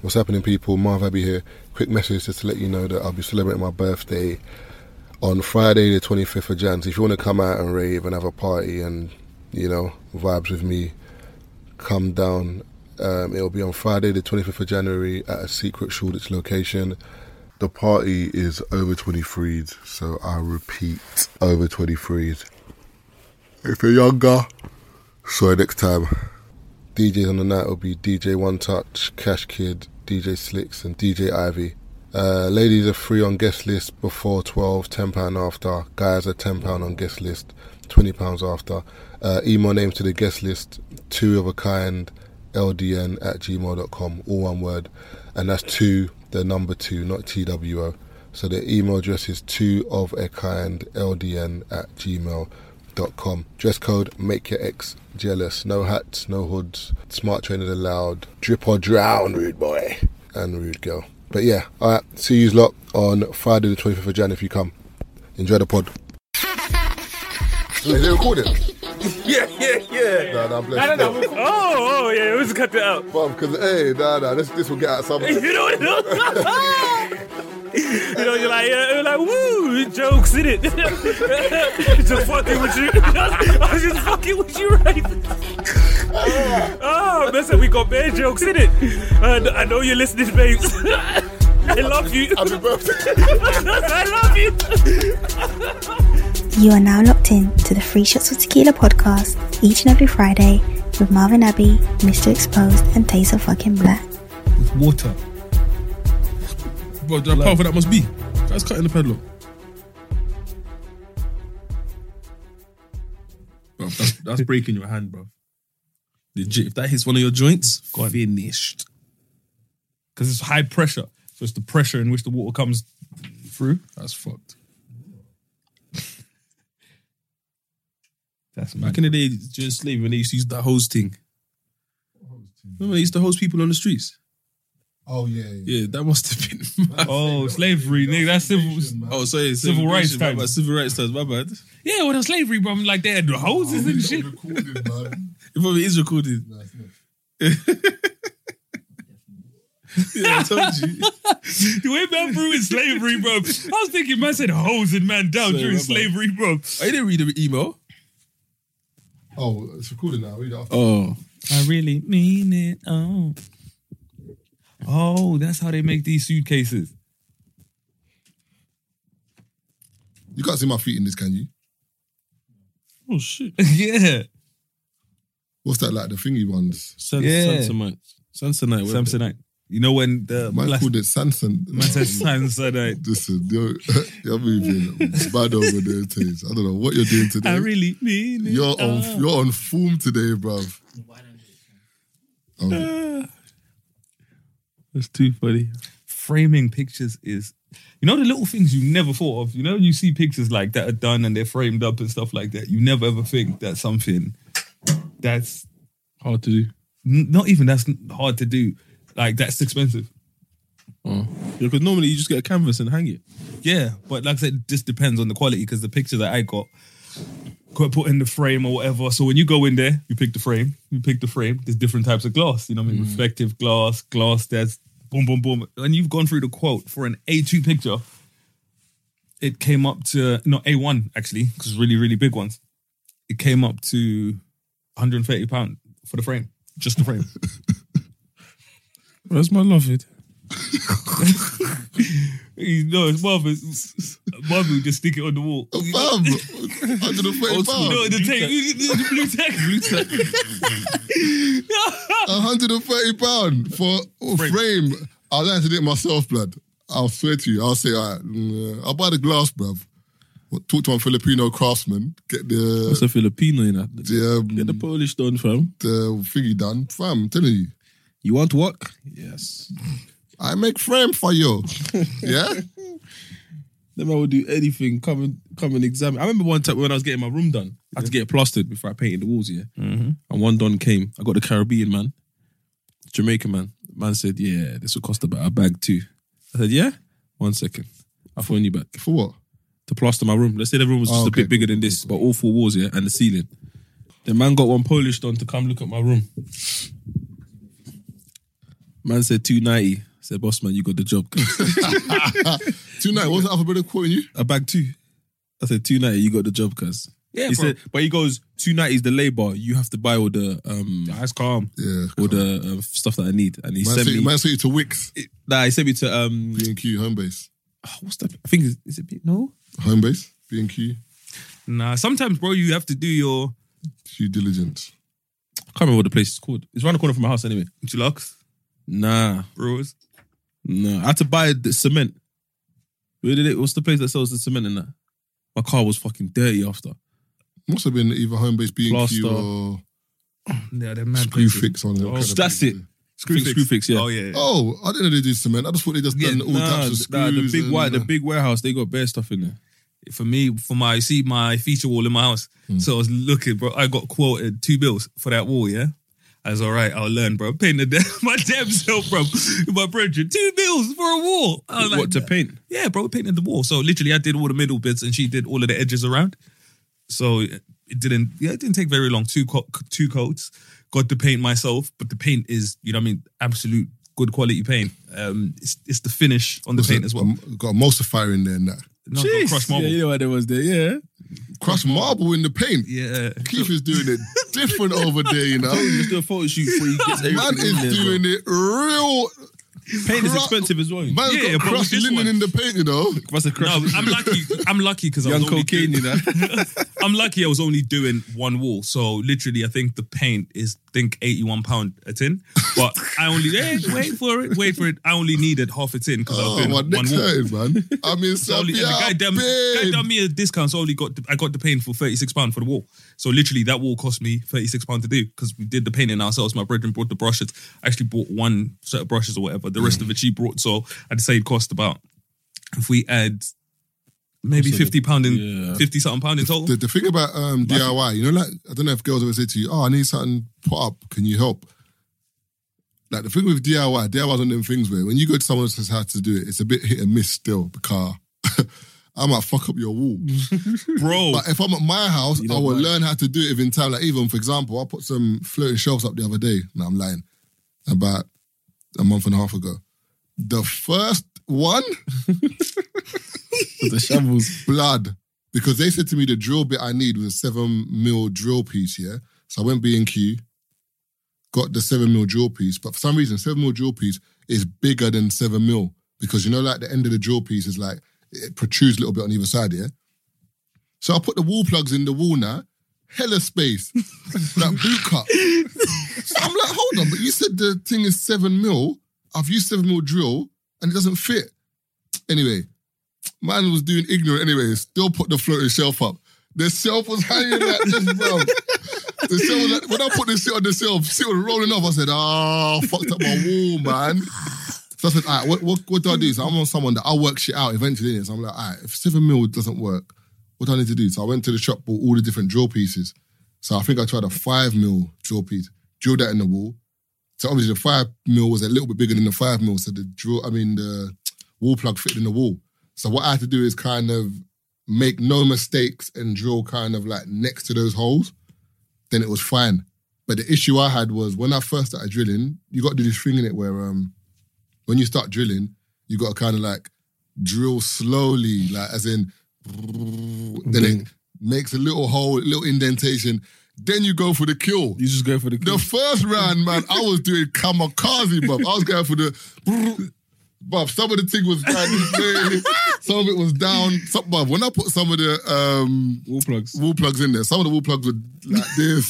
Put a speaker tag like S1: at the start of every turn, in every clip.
S1: What's happening, people? Marv Abbey here. Quick message just to let you know that I'll be celebrating my birthday on Friday, the 25th of Jan. So if you want to come out and rave and have a party and, you know, vibes with me, come down. Um, it'll be on Friday, the 25th of January at a secret Shoreditch location. The party is over 23s, so I repeat, over 23s. If you're younger, sorry, next time. DJs on the night will be DJ One Touch, Cash Kid, DJ Slicks, and DJ Ivy. Uh, ladies are free on guest list before 12, £10 after. Guys are £10 on guest list, £20 after. Uh, email names to the guest list, two of a kind, ldn at gmail.com, all one word. And that's two, the number two, not TWO. So the email address is two of a kind, ldn at gmail.com com. Dress code, make your ex jealous. No hats, no hoods. Smart trainers allowed. Drip or drown, rude boy. And rude girl. But yeah, alright, see you lot on Friday the 25th of Jan if you come. Enjoy the pod. Is it recording?
S2: Yeah, yeah, yeah.
S1: Nah, nah, bless you.
S2: Oh, oh, yeah, we just cut that out.
S1: Bum, cause hey, nah, nah, this this will get out some.
S2: You know what You know, you're like, yeah, you're like, woo, jokes in it. just fucking with you. I was just fucking with you, right? oh, listen, we got bad jokes in it. And I know you're listening, babes. I love you.
S1: Happy birthday.
S2: I love you.
S3: You are now locked in to the Free Shots of Tequila podcast each and every Friday with Marvin Abbey, Mr. Exposed, and Taser Fucking Black.
S4: water. Bro, do you know how powerful that must be? That's cutting the pedal. Bro, that's, that's breaking your hand, bro. Legit. If that hits one of your joints, finished. Because it's high pressure. So it's the pressure in which the water comes through. That's fucked.
S5: That's
S4: Back in the day, during slavery, when they used to use that hose thing. Remember, they used to hose people on the streets.
S1: Oh yeah, yeah.
S4: Yeah, that must have been. mad.
S5: Oh, slavery, nigga. That's civil.
S4: Oh, sorry,
S5: Civil rights
S4: segregation, my
S5: times.
S4: bad, Civil rights times, my bad.
S5: Yeah, well, the slavery, bro. I'm like, they had the hoses and shit.
S1: recorded, man.
S4: It probably is recorded. Yeah, I told you.
S5: The way man threw in slavery, bro. I was thinking, man said hosing man down
S4: Sorry,
S5: during
S4: my bad.
S5: slavery, bro.
S4: I didn't read the email.
S1: Oh, it's recorded now. Read it after.
S4: Oh,
S5: I really mean it. Oh. Oh, that's how they make these suitcases.
S1: You can't see my feet in this, can you?
S4: oh shit.
S5: yeah.
S1: What's that like? The thingy ones.
S4: San-
S5: Yeah.
S4: Samsonite. Samsonite. whatever.
S5: Samsonite. You know when the
S1: Man
S5: plas-
S1: called it Sanson.
S5: man said
S1: Um,
S5: Samsonite.
S1: Listen, you're, you're moving bad over there, Taze. I don't know what you're doing today.
S5: I really mean it.
S1: you're on
S5: Oh.
S1: you're on form today, bruv. Oh,
S4: That's too funny.
S5: framing pictures is you know the little things you never thought of you know you see pictures like that are done and they're framed up and stuff like that you never ever think that something that's
S4: Hard to do.
S5: n- not even that's hard to do like that's expensive
S4: Oh. Yeah, because normally you just get a canvas and hang it.
S5: yeah but like i said it just depends on the quality because the picture that i got got put in the frame or whatever so when you go in there you pick the frame you pick the frame there's different types of glass you know what i
S4: Mm.
S5: mean reflective glass glass that's boom boom boom and you've gone through the quote for an a2 picture it came up to no A1 actually because really really big ones. It came up to 130 pound for the frame, just the frame.
S4: Where's my loved?
S5: you know, his mother, his mother would just stick it on the wall. You
S1: fam, 140
S4: Old school.
S5: know,
S1: pounds.
S5: the tape, you- you- the blue tag, blue tag.
S1: 130 pound for a frame.
S5: Frame.
S1: I learned to do it myself, blood. I'll swear to you. I'll say, all right, mm, I'll buy the glass, bruv. Talk to one Filipino craftsman. Get
S4: That's
S1: the
S4: a Filipino in that.
S1: the, um,
S4: Get the Polish done, fam.
S1: the thingy done, fam. I'm telling you.
S4: You want work? Yes.
S1: I make frame for you. yeah?
S4: Then I would do anything. Come and come and examine. I remember one time when I was getting my room done, I had to get it plastered before I painted the walls. Yeah, and one don came. I got the Caribbean man, Jamaican man. Man said, "Yeah, this will cost about a bag too." I said, "Yeah, one second. I'll phone you back
S1: For what?
S4: to plaster my room." Let's say the room was
S1: Oh,
S4: just
S1: okay,
S4: a bit bigger than this, but all four walls, yeah, and the ceiling. The man got one Polish don to come look at my room. Man said 290. I said, boss man, you got the job.
S1: Two night. What was the other brother quoting you?
S4: I bagged two. I said, 290, you got the job, cuz.
S6: Yeah,
S4: he
S6: bro.
S4: said, but he goes, 290 is the labor. You have to buy all the um
S6: That's calm.
S1: Yeah.
S4: all the um, stuff that I need. And he
S1: Man
S4: sent
S1: City,
S4: me
S1: Man City to Wicks.
S4: Nah, he sent me to um ah,
S1: B and Q home base.
S4: what's that? I think it's- is it B- no?
S1: Home base. B and Q.
S6: Nah, sometimes, bro, you have to do your
S1: Due diligence.
S4: I can't remember what the place is called. It's around the corner from my house anyway.
S6: deluxe,
S4: Nah,
S6: bros.
S4: no. I had to buy the cement. Where did it? What's the place that sells the cement in that? My car was fucking dirty after.
S1: Must have been either home base, B and
S4: Plaster.
S1: Q, or
S6: Yeah, they're mad.
S1: Screw
S6: places.
S1: Fix on it.
S6: Oh,
S1: Kind of
S4: that's
S1: place,
S4: it.
S1: yeah.
S4: Screw fix. Screw fix, yeah.
S6: Oh yeah.
S1: Oh, I didn't know they did cement. I just thought they just
S6: Yeah,
S1: done all
S4: nah,
S1: types of
S4: nah,
S1: screws.
S4: the big
S1: and,
S4: white, the
S1: uh,
S4: big warehouse, they got bare stuff in there.
S6: For me, for my you see my feature wall in my house.
S1: Hmm.
S6: So I was looking, bro. I got quoted two bills for that wall. Yeah. I was all right. I'll learn, bro. Paying the de- my damn self, bro. My brethren, two bills for a wall. I was like,
S4: what to paint?
S6: Yeah, bro, we painted the wall. So literally, I did all the middle bits, and she did all of the edges around. So it didn't. Yeah, it didn't take very long. Two co- two coats. Got the paint myself, but the paint is, you know, what I mean, absolute good quality paint. Um, it's it's the finish on the
S1: what's
S6: paint
S1: it?
S6: as well.
S1: Um, Got a emulsifier in there and that.
S6: No, it's got crushed marble.
S4: Yeah,
S6: Yeah.
S4: you know what there was there, yeah.
S1: Crushed marble in the paint. Keith is doing it different over there, you know.
S4: Just do a photo shoot before you get
S1: Man
S4: everything in
S1: is
S4: there, bro.
S1: doing it real.
S4: Paint is
S1: cra-
S4: expensive as well. you know.
S1: Man's got
S6: Yeah, but with
S1: crushed
S6: this
S1: linen
S6: one-
S1: in the paint, you know.
S4: That's a crush.
S6: No, I'm lucky. I'm lucky because I was
S4: Young
S6: only
S4: cocaine, you
S6: doing-
S4: know.
S6: I'm lucky. I was only doing one wall, so literally, I think the paint is think eighty one pound a tin. But I only hey, wait for it, wait for it. I only needed half a tin because I was
S1: Oh,
S6: doing
S1: my
S6: one
S1: neck's
S6: wall.
S1: hurting, man. I'm in
S6: So only,
S1: Serbia.
S6: and the guy done, guy done me a discount, so I only got the, I got the paint for thirty six pound for the wall. So literally, that wall cost me thirty six pound to do because we did the painting ourselves. My brethren brought the brushes. I actually bought one set of brushes or whatever. The rest of it she brought. So I'd say it cost about if we add maybe fifty pound in
S4: Yeah.
S6: fifty something pound in total.
S1: The, the thing about um, DIY, you know, like I don't know if girls ever say to you, "Oh, I need something put up. Can you help?" Like the thing with DIY, DIY is one of them things where when you go to someone else's house to do it, it's a bit hit and miss still because I might fuck up your wall.
S6: Bro,
S1: But if I'm at my house, I
S4: don't
S1: will
S4: mind.
S1: learn how to do it in time. Like even for example, I put some floating shelves up the other day. No, I'm lying. About a month and a half ago, the first one
S4: the shambles.
S1: blood because they said to me the drill bit I need was a seven mil drill piece. Yeah, so I went B and Q, got the seven mil drill piece. But for some reason, seven mil drill piece is bigger than seven mil because you know, like the end of the drill piece is like it protrudes a little bit on either side. Yeah, so I put the wall plugs in the wall now. Hella space, like boot cut. So I'm like, hold on, but you said the thing is seven mil. I've used seven mil drill and it doesn't fit. Anyway, Man was doing ignorant anyway, still put the floating shelf up. The shelf was hanging like this, bro. The shelf was like, when I put this shit on the shelf, shit was rolling off. I said, ah, fucked up my wall, man. So I said, all right, what, what, what do I do? So I'm on someone that I'll work shit out eventually. innit? So I'm like, all right, if seven mil doesn't work, what do I need to do? So I went to the shop, bought all the different drill pieces. So I think I tried a five mil drill piece, drilled that in the wall. So obviously the five mil was a little bit bigger than the five mil. So the drill, I mean the wall plug fitted in the wall. So what I had to do is kind of make no mistakes and drill kind of like next to those holes. Then it was fine. But the issue I had was when I first started drilling, you got to do this thing in it where um when you start drilling, you got to kind of like drill slowly, like as in then it makes a little hole, little indentation. Then you go for the kill.
S4: You just go for the.
S1: The first round, man, I was doing kamikaze, bruv. I was going for the. Bruv, some of the thing was down this way, some of it was down. Some, bruv, when I put some of the um,
S4: wall plugs.
S1: wall plugs in there, some of the wall plugs were like this,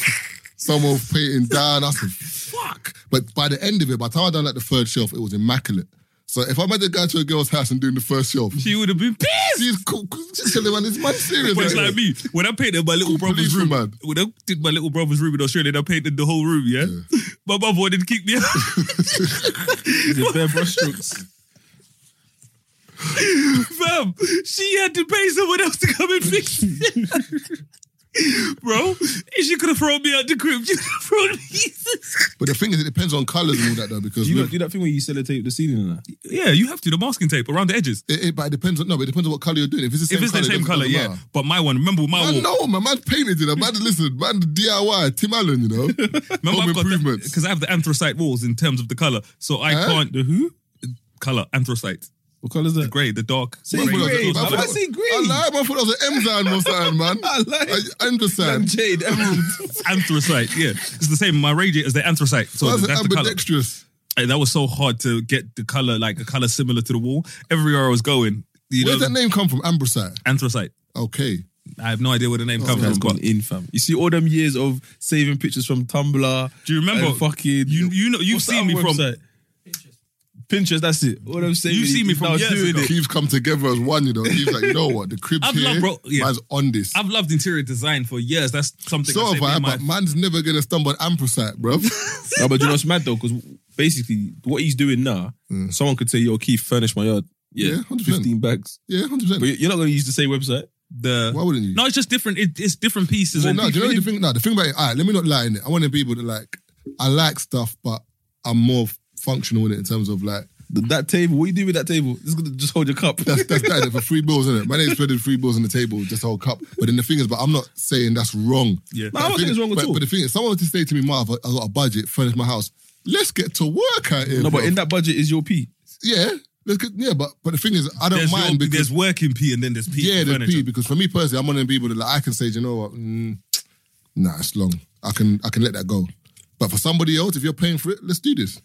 S1: some were painting down. I said, fuck. But by the end of it, by the time I done like the third shelf, it was immaculate. So if I met the guy to a girl's house and doing the first shelf,
S6: she would have been pissed.
S1: she's cool. She's telling man, this man serious.
S6: But it's
S1: like,
S6: like me when I painted my little brother's
S1: Completely
S6: room.
S1: mad.
S6: When I did my little brother's room in Australia, and I painted the whole room. Yeah, my mother wanted to kick me out.
S4: Is it bare brushstrokes?
S6: Fam, she had to pay someone else to come and fix it. Bro, if she could have thrown me out the crib, she could have thrown me.
S1: But the thing is, it depends on colours and all that though, because
S4: Do you
S1: with,
S4: not do that thing where you sellotape the ceiling and that?
S6: yeah, you have to. The masking tape around the edges.
S1: it, it- but it depends on no, but it depends on what colour you're doing. If it's the same
S6: if it's
S1: colour,
S6: the
S1: it
S6: same
S1: doesn't-
S6: color,
S1: doesn't
S6: yeah. Oh.
S1: matter.
S6: But my one, remember my
S1: Man,
S6: wall.
S1: no, my man painted it. Man, listen, man, DIY, Tim Allen, you know, home improvements.
S6: Because I have the anthracite walls in terms of the color, so I
S1: Huh?
S6: can't. The who? Color anthracite,
S4: What colour is
S6: the
S4: that?
S6: gray, the dark.
S4: Say
S6: gray.
S1: Man,
S4: grey,
S1: I
S4: man.
S1: thought-
S4: Why say grey?
S1: I lied, man, I thought that was an M-Zan or something, man.
S4: I lied.
S1: I understand.
S4: Jade, emerald.
S6: anthracite. Yeah, it's the same. My radiator is the anthracite, so
S1: That's,
S6: that's,
S1: that's
S6: the color.
S1: ambidextrous.
S6: And that was so hard to get the color, like a color similar to the wall. Everywhere I was going, you
S1: Where's
S6: know,
S1: that name come from? Ambrosite.
S6: anthracite.
S1: Okay.
S6: I have no idea where the name comes
S4: That's
S6: from.
S4: gone
S6: but-
S4: in, fam. You see all them years of saving pictures from Tumblr.
S6: Do you remember?
S4: and fucking
S6: You, you know, you've
S4: What's the
S6: seen me
S4: other
S6: from.
S4: website? Pinterest. That's it. All them saving.
S6: You've seen me
S4: is
S6: from
S4: now
S6: years
S4: doing
S6: ago.
S4: it.
S1: Keeves come together as one, you know. He's like, you know what? The crib's
S6: I've
S1: here.
S6: loved- bro, yeah.
S1: Man's on this.
S6: I've loved interior design for years. That's something.
S1: so
S6: I
S1: have
S6: said
S1: I,
S6: in my-
S1: but man's never gonna stumble on Ambrosite, bro.
S4: No, but you know what's mad though, because basically what he's doing now, someone could say, "Yo, Keith, furnish my yard."
S1: Mm. Yeah,
S4: Yeah,
S1: 100%.
S4: fifteen bags.
S1: yeah, hundred
S4: But
S1: percent.
S4: you're not going to use the same website.
S6: the
S1: Why wouldn't you?
S6: No, it's just different. It, it's different pieces.
S1: Well,
S6: and
S1: no, do you know the thing? No, the thing about it. All right, let me not lie in it. I want to be able to like. I like stuff, but I'm more functional in it in terms of like.
S4: Th- That table. What you do with that table? This is gonna just hold your cup.
S1: That's that's that innit? for three bills, isn't it? My name's spreading three bills on the table, just a whole cup. But then the thing is, but I'm not saying that's wrong.
S6: Yeah.
S1: But
S4: No, I'm
S1: the
S4: not
S1: thing
S4: saying it's wrong at
S1: but,
S4: all.
S1: But the thing is, someone was to say to me, "Marv, I I got a budget, furnish my house. Let's get to work at it."
S4: no, but
S1: bruv."
S4: in that budget is your P.
S1: yeah, let's get yeah. But but the thing is, I don't
S6: there's,
S1: mind
S6: your-
S1: because
S6: there's working P and then there's P.
S1: yeah,
S6: for
S1: there's
S6: furniture.
S1: P because for me personally, I'm one of them people that like, I can say, "Do you know what, mm, nah, it's long. I can I can let that go. But for somebody else, if you're paying for it, let's do this.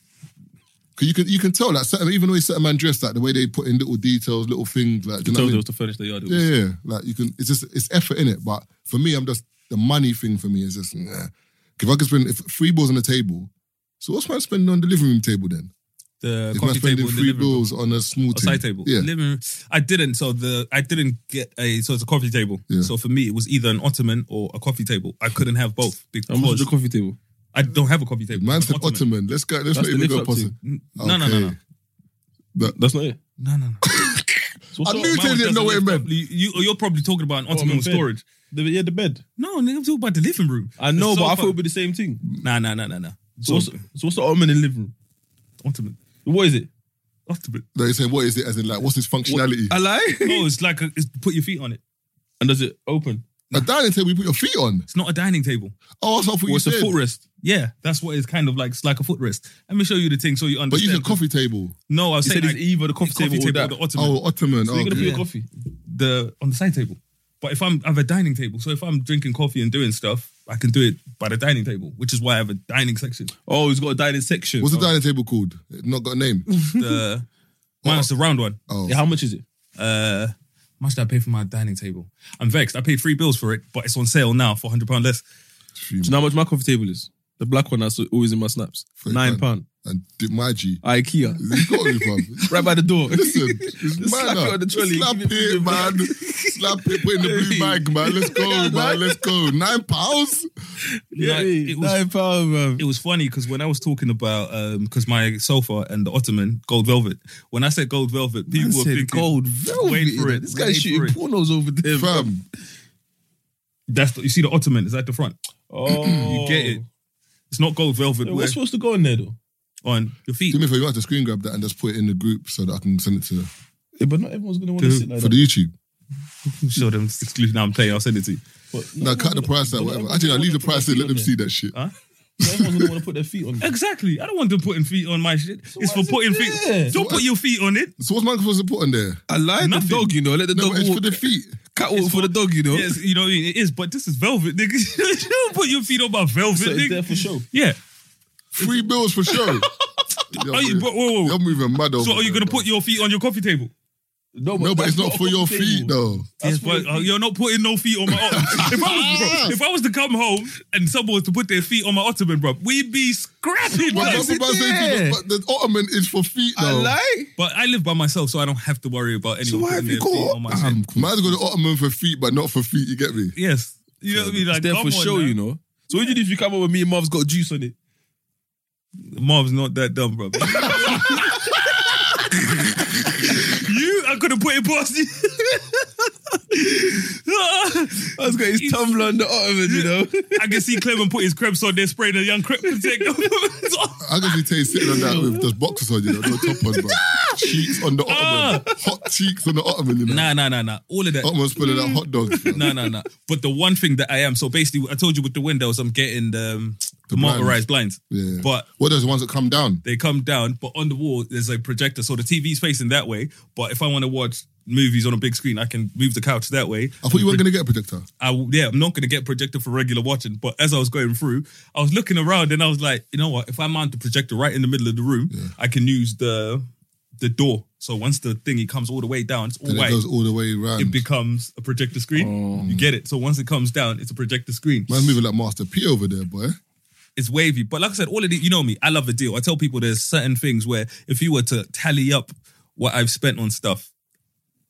S1: Cause you can you can tell that certain even the way certain man dress, like the way they put in little details, little things, like do you know what
S4: Told
S1: I
S4: them
S1: mean?
S4: to furnish the yard.
S1: Yeah, yeah, like you can. It's just it's effort in it. But for me, I'm just the money thing for me is just nah. If I could spend if three bills on the table, so what's my spending on the living room table then?
S6: The
S1: If I'm
S6: coffee
S1: spending
S6: table, and the
S1: three
S6: living room,
S1: bills on a small
S6: or side table.
S1: yeah,
S6: Living room. I didn't. So the I didn't get a. So it's a coffee table.
S1: Yeah.
S6: So for me, it was either an ottoman or a coffee table. I couldn't have both
S4: How much is
S6: because
S4: the coffee table?
S6: I don't have a coffee table.
S1: man
S6: An
S1: said ottoman. Let's go. Let's
S4: That's
S1: not
S4: the
S1: even go
S4: lift up
S1: possible.
S4: thing.
S6: No, no, no, no,
S1: Okay.
S4: That's not it.
S6: no, no, no.
S4: So what's
S1: I
S4: up?
S1: knew you
S6: My one
S1: didn't know
S6: doesn't
S1: what it
S6: lift
S1: meant.
S6: up. You, you- you're probably talking about an ottoman
S4: Oh, I'm
S6: with
S4: fed.
S6: storage.
S4: The, yeah, the bed.
S6: No, nigga, I'm talking about the living room.
S4: I know,
S6: The
S4: but I
S6: sofa.
S4: thought it'd be the same thing.
S6: Nah, nah, nah, nah, nah.
S4: So, what's, so what's the ottoman in the living room?
S6: ottoman,
S4: What is it?
S6: ottoman.
S1: No, you say what is it? As in, like, what's its functionality?
S4: A lie?
S6: Oh, it's like a, it's put your feet on it.
S4: and does it open?
S1: A dining table you put your feet on.
S6: It's not a dining table.
S1: Oh, that's what I thought
S4: Or
S1: you
S4: it's a
S1: said.
S4: footrest?
S6: Yeah, that's what it's kind of like. It's like a footrest. Let me show you the thing so you
S1: But you
S6: understand.
S1: said coffee table.
S6: No, I was
S4: You
S6: saying
S4: said it's
S6: like,
S4: either the coffee
S6: coffee
S4: table or
S6: table,
S4: that.
S6: the ottoman,
S1: Oh, Ottoman.
S4: So you're gonna
S1: okay.
S4: put your
S6: Yeah.
S4: coffee.
S6: the on the side table. But if I'm I have a dining table, so if I'm drinking coffee and doing stuff, I can do it by the dining table, which is why I have a dining section.
S4: Oh, he's got a dining section.
S1: What's
S4: Oh.
S1: the dining table called? It not got a name.
S6: The minus the round one.
S1: Oh,
S4: Yeah, how much is it?
S6: Uh, how much did I pay for my dining table? I'm vexed. I paid three bills for it, but it's on sale now for hundred pound less.
S4: Do you know how much my coffee table is? The black one that's always in my snaps.
S1: Thirty
S4: Nine
S1: pound.
S4: pound.
S1: and did my G.
S4: IKEA.
S1: You got me, fam.
S4: right by the door.
S1: Listen, it's
S4: Just slap
S1: mad,
S4: it
S1: huh?
S4: on the trolley.
S1: Slap
S4: Give it to
S1: it,
S4: the
S1: man. slap it, put it in the blue
S4: Hey.
S1: bag, man. Let's go,
S4: Yeah,
S1: man.
S4: man.
S1: Let's go. Nine pounds?
S6: Yeah, it was-
S4: nine pound, man.
S6: It was funny because when I was talking about because my sofa and the ottoman gold velvet. When I said gold velvet, people were thinking Wait for it.
S4: This
S6: Wait
S4: guy's
S6: for
S4: shooting
S6: it.
S4: pornos over there.
S1: Fam.
S6: That's the, you see the ottoman is at the front.
S4: Oh,
S6: You get it. It's not gold velvet.
S4: Yo,
S6: where-
S4: what's supposed to go in there though?
S6: on your feet.
S1: Do me a favor, you have to screen grab that and just put it in the group so that I can send it to
S4: Yeah, but not everyone's gonna want to
S6: Dude,
S4: sit like
S1: for
S4: that.
S1: the YouTube.
S6: Show them exclusive. Now I'm playing. I'll send it to you.
S4: But
S1: Now
S4: not
S1: cut the
S4: everyone-
S1: price out,
S4: not
S1: whatever.
S4: everyone's
S1: Actually, now
S4: gonna
S1: leave the
S4: wanna
S1: price
S4: put
S1: in. Let
S4: their
S1: them
S4: feet
S1: see that shit.
S6: Huh?
S4: on there. Not everyone's gonna want to put their feet on. there.
S6: Exactly. I don't want them putting feet on my shit. it's
S4: why
S6: for
S4: is it
S6: putting
S4: there?
S6: feet. Don't put your feet on it.
S1: So what's man supposed to put on there?
S4: I lied.
S6: Nothing.
S4: you know. Let the
S1: No, but it's for the feet.
S4: Cat walk for the dog, you know.
S6: Yes, you know what I mean? it is. But this is velvet, nigga. you don't put your feet on my velvet,
S4: So it's
S6: nigga.
S4: there for show.
S6: Yeah.
S1: Three bills for sure.
S6: Are you, bro, whoa, whoa,
S1: You're
S6: whoa.
S1: moving mad over
S6: So are you
S1: there,
S6: gonna
S1: bro.
S6: put your feet on your coffee table?
S1: No, but
S4: that's
S1: it's not
S4: a
S1: for your
S4: coffee
S1: feet
S4: table.
S1: though.
S6: Yes,
S4: That's for
S6: but
S4: your
S6: uh,
S4: feet.
S6: you're not putting no feet on my ottoman. if, I was, bro, if I was to come home and someone was to put their feet on my ottoman, bro, we'd be scrapping.
S1: But
S6: bro.
S1: that's
S4: is it
S1: what I'm saying,
S4: there?
S1: but the ottoman is for feet
S4: I
S1: though.
S4: lie.
S6: But I live by myself, so I don't have to worry about anyone
S4: why
S6: putting
S4: have you
S6: their feet
S4: got-
S6: on my shit.
S1: Man's got the ottoman for feet, but not for feet. You get me?
S6: Yes. You know what I mean? Like,
S4: It's there
S6: come
S4: for
S6: on,
S4: show,
S6: man.
S4: you know. So what do you do if you come over me and Marv's got juice on it?
S6: Marv's not that dumb, bro. you, I could have put it past you.
S4: I was got his tumbler on the ottoman, you know.
S6: I can see Clement put his crepes on there, spraying a young crepe protector.
S7: I can see Tay sitting on that with just boxes on, you know, no top on, bro. cheeks on the ottoman, hot cheeks on the ottoman, you know.
S6: nah, nah, nah, Ah. nah. All of that.
S7: Ottoman spilling out hot dogs. bro.
S6: No, no, no. But the one thing that I am, so basically, I told you with the windows, I'm getting the, um, the
S7: blinds.
S6: marmorized blinds.
S7: Yeah.
S6: But
S7: what are those ones that come down?
S6: they come down, but on the wall, there's a projector. So the TV's facing that way. But if I want to watch movies on a big screen, I can move the couch that way.
S7: I thought you weren't gonna get a projector.
S6: I, yeah, I'm not going to get projector for regular watching. But as I was going through, I was looking around and I was like, you know what? If I mount the projector right in the middle of the room, I can use the the door. So once the thingy comes all the way down, it's all
S7: Then it
S6: white.
S7: goes Oh.
S6: It,
S7: all the way around.
S6: becomes a projector screen. You get it. So once it comes down, it's a projector screen.
S7: Man's moving like Master P over there, boy.
S6: It's wavy. But like I said, all of the, you know me, I love a deal. I tell people there's certain things where if you were to tally up what I've spent on stuff,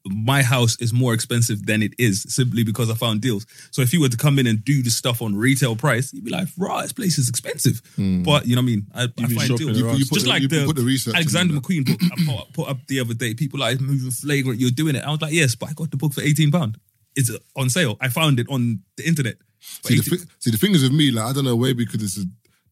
S6: my house is more expensive than it is simply because I found deals. So if you were to come in and do the stuff on retail price, you'd be like, "Raw, this place is expentive." But you know what I mean? I, I
S4: been
S6: find
S4: shopping
S6: deals.
S4: You- around.
S7: you put
S6: Just
S7: the-
S6: like
S7: you
S6: the,
S7: put the research
S6: Alexander
S7: in there.
S6: McQueen book I put, up- put up the other day. People like moving flagrant. You're doing it. I was like, "Yes," but I got the book for eighteen pound. It's uh, on sale. I found it on the internet. For
S7: See the,
S6: 18
S7: thi- see, the thing is with me, like, I don't know, maybe because it's a,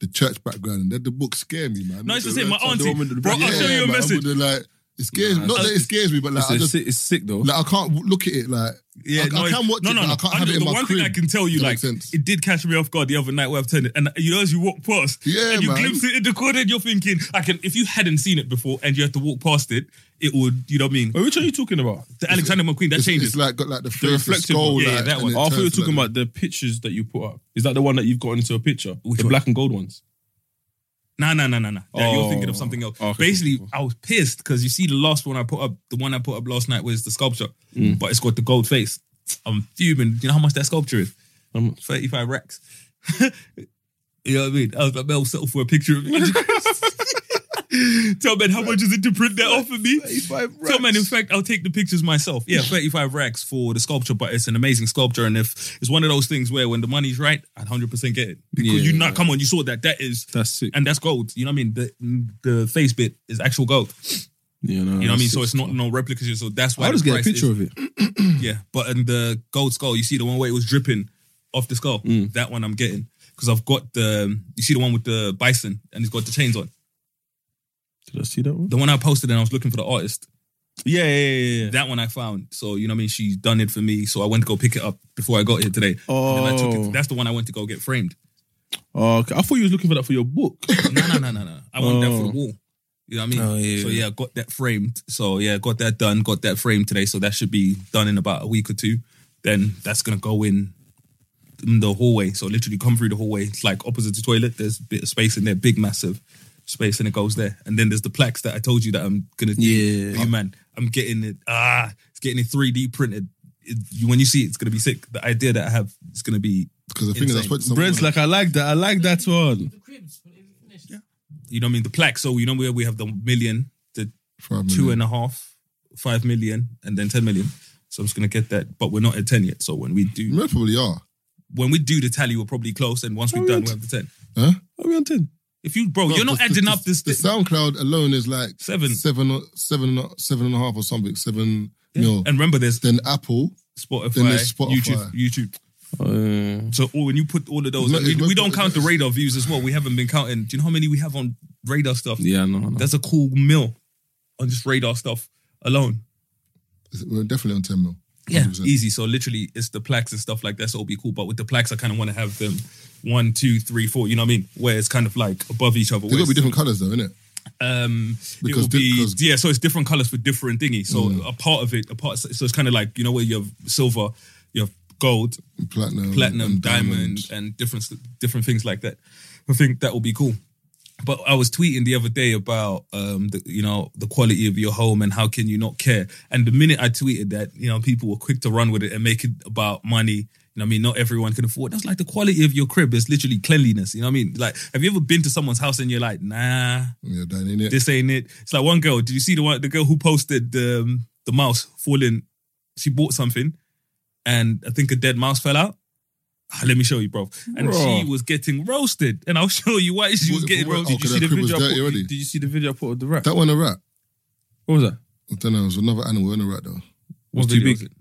S7: the church background and that the books scare me, man.
S6: No, it's the
S7: They
S6: same. My
S7: write on
S6: auntie.
S7: the woman with the
S6: Bro,
S7: back-
S6: I'll show you a
S7: man, I
S6: message.
S7: wouldn't, like, it scares me. Not that it scares me, but like, I
S4: it's,
S7: just,
S4: sick, it's sick though.
S7: like, I can't w- look at it like,
S6: Yeah,
S7: I,
S6: no,
S7: I can watch
S6: no,
S7: it,
S6: No,
S7: but
S6: no,
S7: I can't
S6: I
S7: have
S6: know
S7: it in
S6: the
S7: my
S6: one
S7: crib.
S6: thing I can tell you,
S7: Does that
S6: like,
S7: make sense?
S6: it did catch me off guard the other night where I've turned it, and you know, as you walk past,
S7: Yeah,
S6: and you
S7: man.
S6: glimpse it in the corner, and you're thinking, I can. If you hadn't seen it before, and you had to walk past it, it would, you know what I mean?
S4: Wait, which one are you talking about?
S6: The Alexander McQueen that
S7: it's,
S6: changes.
S7: it's like got like the, face,
S4: reflective
S7: skull,
S6: one. Yeah, yeah,
S7: like,
S6: that
S7: and
S6: one.
S7: it
S4: Oh, I thought you were
S7: turns
S4: talking
S7: like-
S4: about the pictures that you put up. Is that the one that you've gotten into a picture?
S6: Which
S4: the
S6: one?
S4: black and gold ones.
S6: No, no, no, no, no. Yeah, You're
S4: Oh.
S6: thinking of something else.
S4: Oh, okay,
S6: Basically,
S4: cool,
S6: I was pissed because you see the last one I put up, the one I put up last night was the sculpture,
S4: Mm.
S6: but it's got the gold face. I'm fuming. Do you know how much that sculpture is?
S4: How much?
S6: 35 racks. you know what I mean? I was like, Mel, settle for a picture of me. Tell man how much is it to print that off of me?
S4: 35
S6: Tell man, in
S4: racks.
S6: fact, I'll take the pictures myself. Yeah, 35 racks for the sculpture, but it's an amazing sculpture. And if it's one of those things where when the money's right, I'd 100% get it. Because
S4: Yeah,
S6: you not,
S4: yeah.
S6: come on, you saw that. That is
S4: That's sick.
S6: and that's gold. You know what I mean? The the face bit is actual gold.
S4: yeah, no,
S6: You know what I
S4: that's
S6: mean? So
S4: sick.
S6: it's not no replicas. So that's why
S4: I'll just
S6: the
S4: get a
S6: price
S4: picture
S6: is-
S4: of it.
S6: Yeah, but in the gold skull, you see the one where it was dripping off the skull.
S4: Mm.
S6: That one I'm getting because I've got the you see the one with the bison and he's got the chains on.
S4: Did I see that one?
S6: The one I posted and I was looking for the artist.
S4: Yeah, yeah, yeah.
S6: That one I found. So you know what I mean? She's done it for me. So I went to go pick it up before I got here today. And then I took
S4: Oh.
S6: it. That's the one I went to go get framed.
S4: Oh, okay. I thought you was looking for that for your book.
S6: No, no, no, no, no. I want that for
S4: Oh.
S6: the wall. You know what I mean?
S4: Oh, yeah.
S6: So yeah, I got that framed. So yeah, got that done. Got that framed today. So that should be done in about a week or two. Then that's gonna go in, in the hallway. So literally come through the hallway. It's like opposite the toilet. There's a bit of space in there, big massive space, and it goes there. And then there's the plaques that I told you that I'm gonna do.
S4: Yeah.
S6: For you, man, I'm getting it. Ah, it's getting it 3D printed. It, you- when you see it, it's gonna be sick. The idea that I have is gonna be.
S7: Because the thing is, I
S6: Insane.
S7: spoke to someone.
S4: Bread's like, I like that. I like that one.
S6: You know what I mean? The plaque. So you know where we have the million, the
S7: for a
S6: two
S7: minute.
S6: and a half, five million, and then ten million. So I'm just gonna get that, but we're not at ten yet. So when we
S7: You
S6: do,
S7: know, probably are.
S6: when we do the tally, we're probably close. And once we're
S4: Oh,
S6: done,
S4: yeah.
S6: we have the ten.
S7: Huh?
S4: Are we on 10?
S6: If you, bro,
S7: No,
S6: you're not
S7: the- the-
S6: adding
S7: the-
S6: up this.
S7: The
S6: thing.
S7: SoundCloud alone is like
S6: Seven.
S7: seven, or- seven, or- seven and a half or something, seven mil.
S6: And remember, there's
S7: Then Apple.
S6: Spotify,
S7: then there's Spotify.
S6: YouTube, YouTube.
S4: Uh,
S6: So all, when you put all of those,
S7: No,
S6: and we,
S7: it's-
S6: we don't count the
S7: it's-
S6: radar views as well. We haven't been counting. Do you know how many we have on radar stuff?
S4: yeah, no, no.
S6: That's a cool mill on just radar stuff alone.
S7: is- We're definitely on 10 mil.
S6: Yeah,
S7: 100%.
S6: easy. So literally, it's the plaques and stuff like that. So it'll be cool. But with the plaques, I kind of want to have them one, two, three, four. You know what I mean? Where it's kind of like above each other.
S7: They've got
S6: where
S7: to be
S6: it's-
S7: different colours though, innit?
S6: um, it
S7: Because
S6: will be
S7: di- 'cause- Mm.
S6: yeah. So it's different colors for different thingy. So a part of it, a part. So it's kind of like you know where you have silver, you have gold,
S7: Platinum.
S6: platinum,
S7: and
S6: diamond, and different different things like that. I think that would be cool. But I was tweeting the other day about um, the, you know the quality of your home and how can you not care? And the minute I tweeted that, you know, people were quick to run with it and make it about money. You know, what I mean, not everyone can afford. That's like the quality of your crib is literally cleanliness. You know, what I mean, like, have you ever been to someone's house and you're like, nah,
S7: Yeah, that ain't it.
S6: this ain't it. It's like one girl. Did you see the one? The girl who posted the um, the mouse falling. She bought something, and I think a dead mouse fell out. Ah, let me show you, bro. And
S4: Bruh.
S6: she was getting roasted, and I'll show you why she was
S7: What-
S6: getting
S7: what-
S6: roasted.
S7: oh,
S6: Did
S7: okay,
S6: you
S7: that
S6: see the
S7: crib was
S6: video? I
S7: dirty
S6: put-
S7: already.
S4: Did you see the video I put of the rat?
S7: That one a rat.
S4: What was that?
S7: I don't know. It was another animal in a rat though.
S4: was
S6: What
S4: too
S6: video
S4: big.
S6: was it?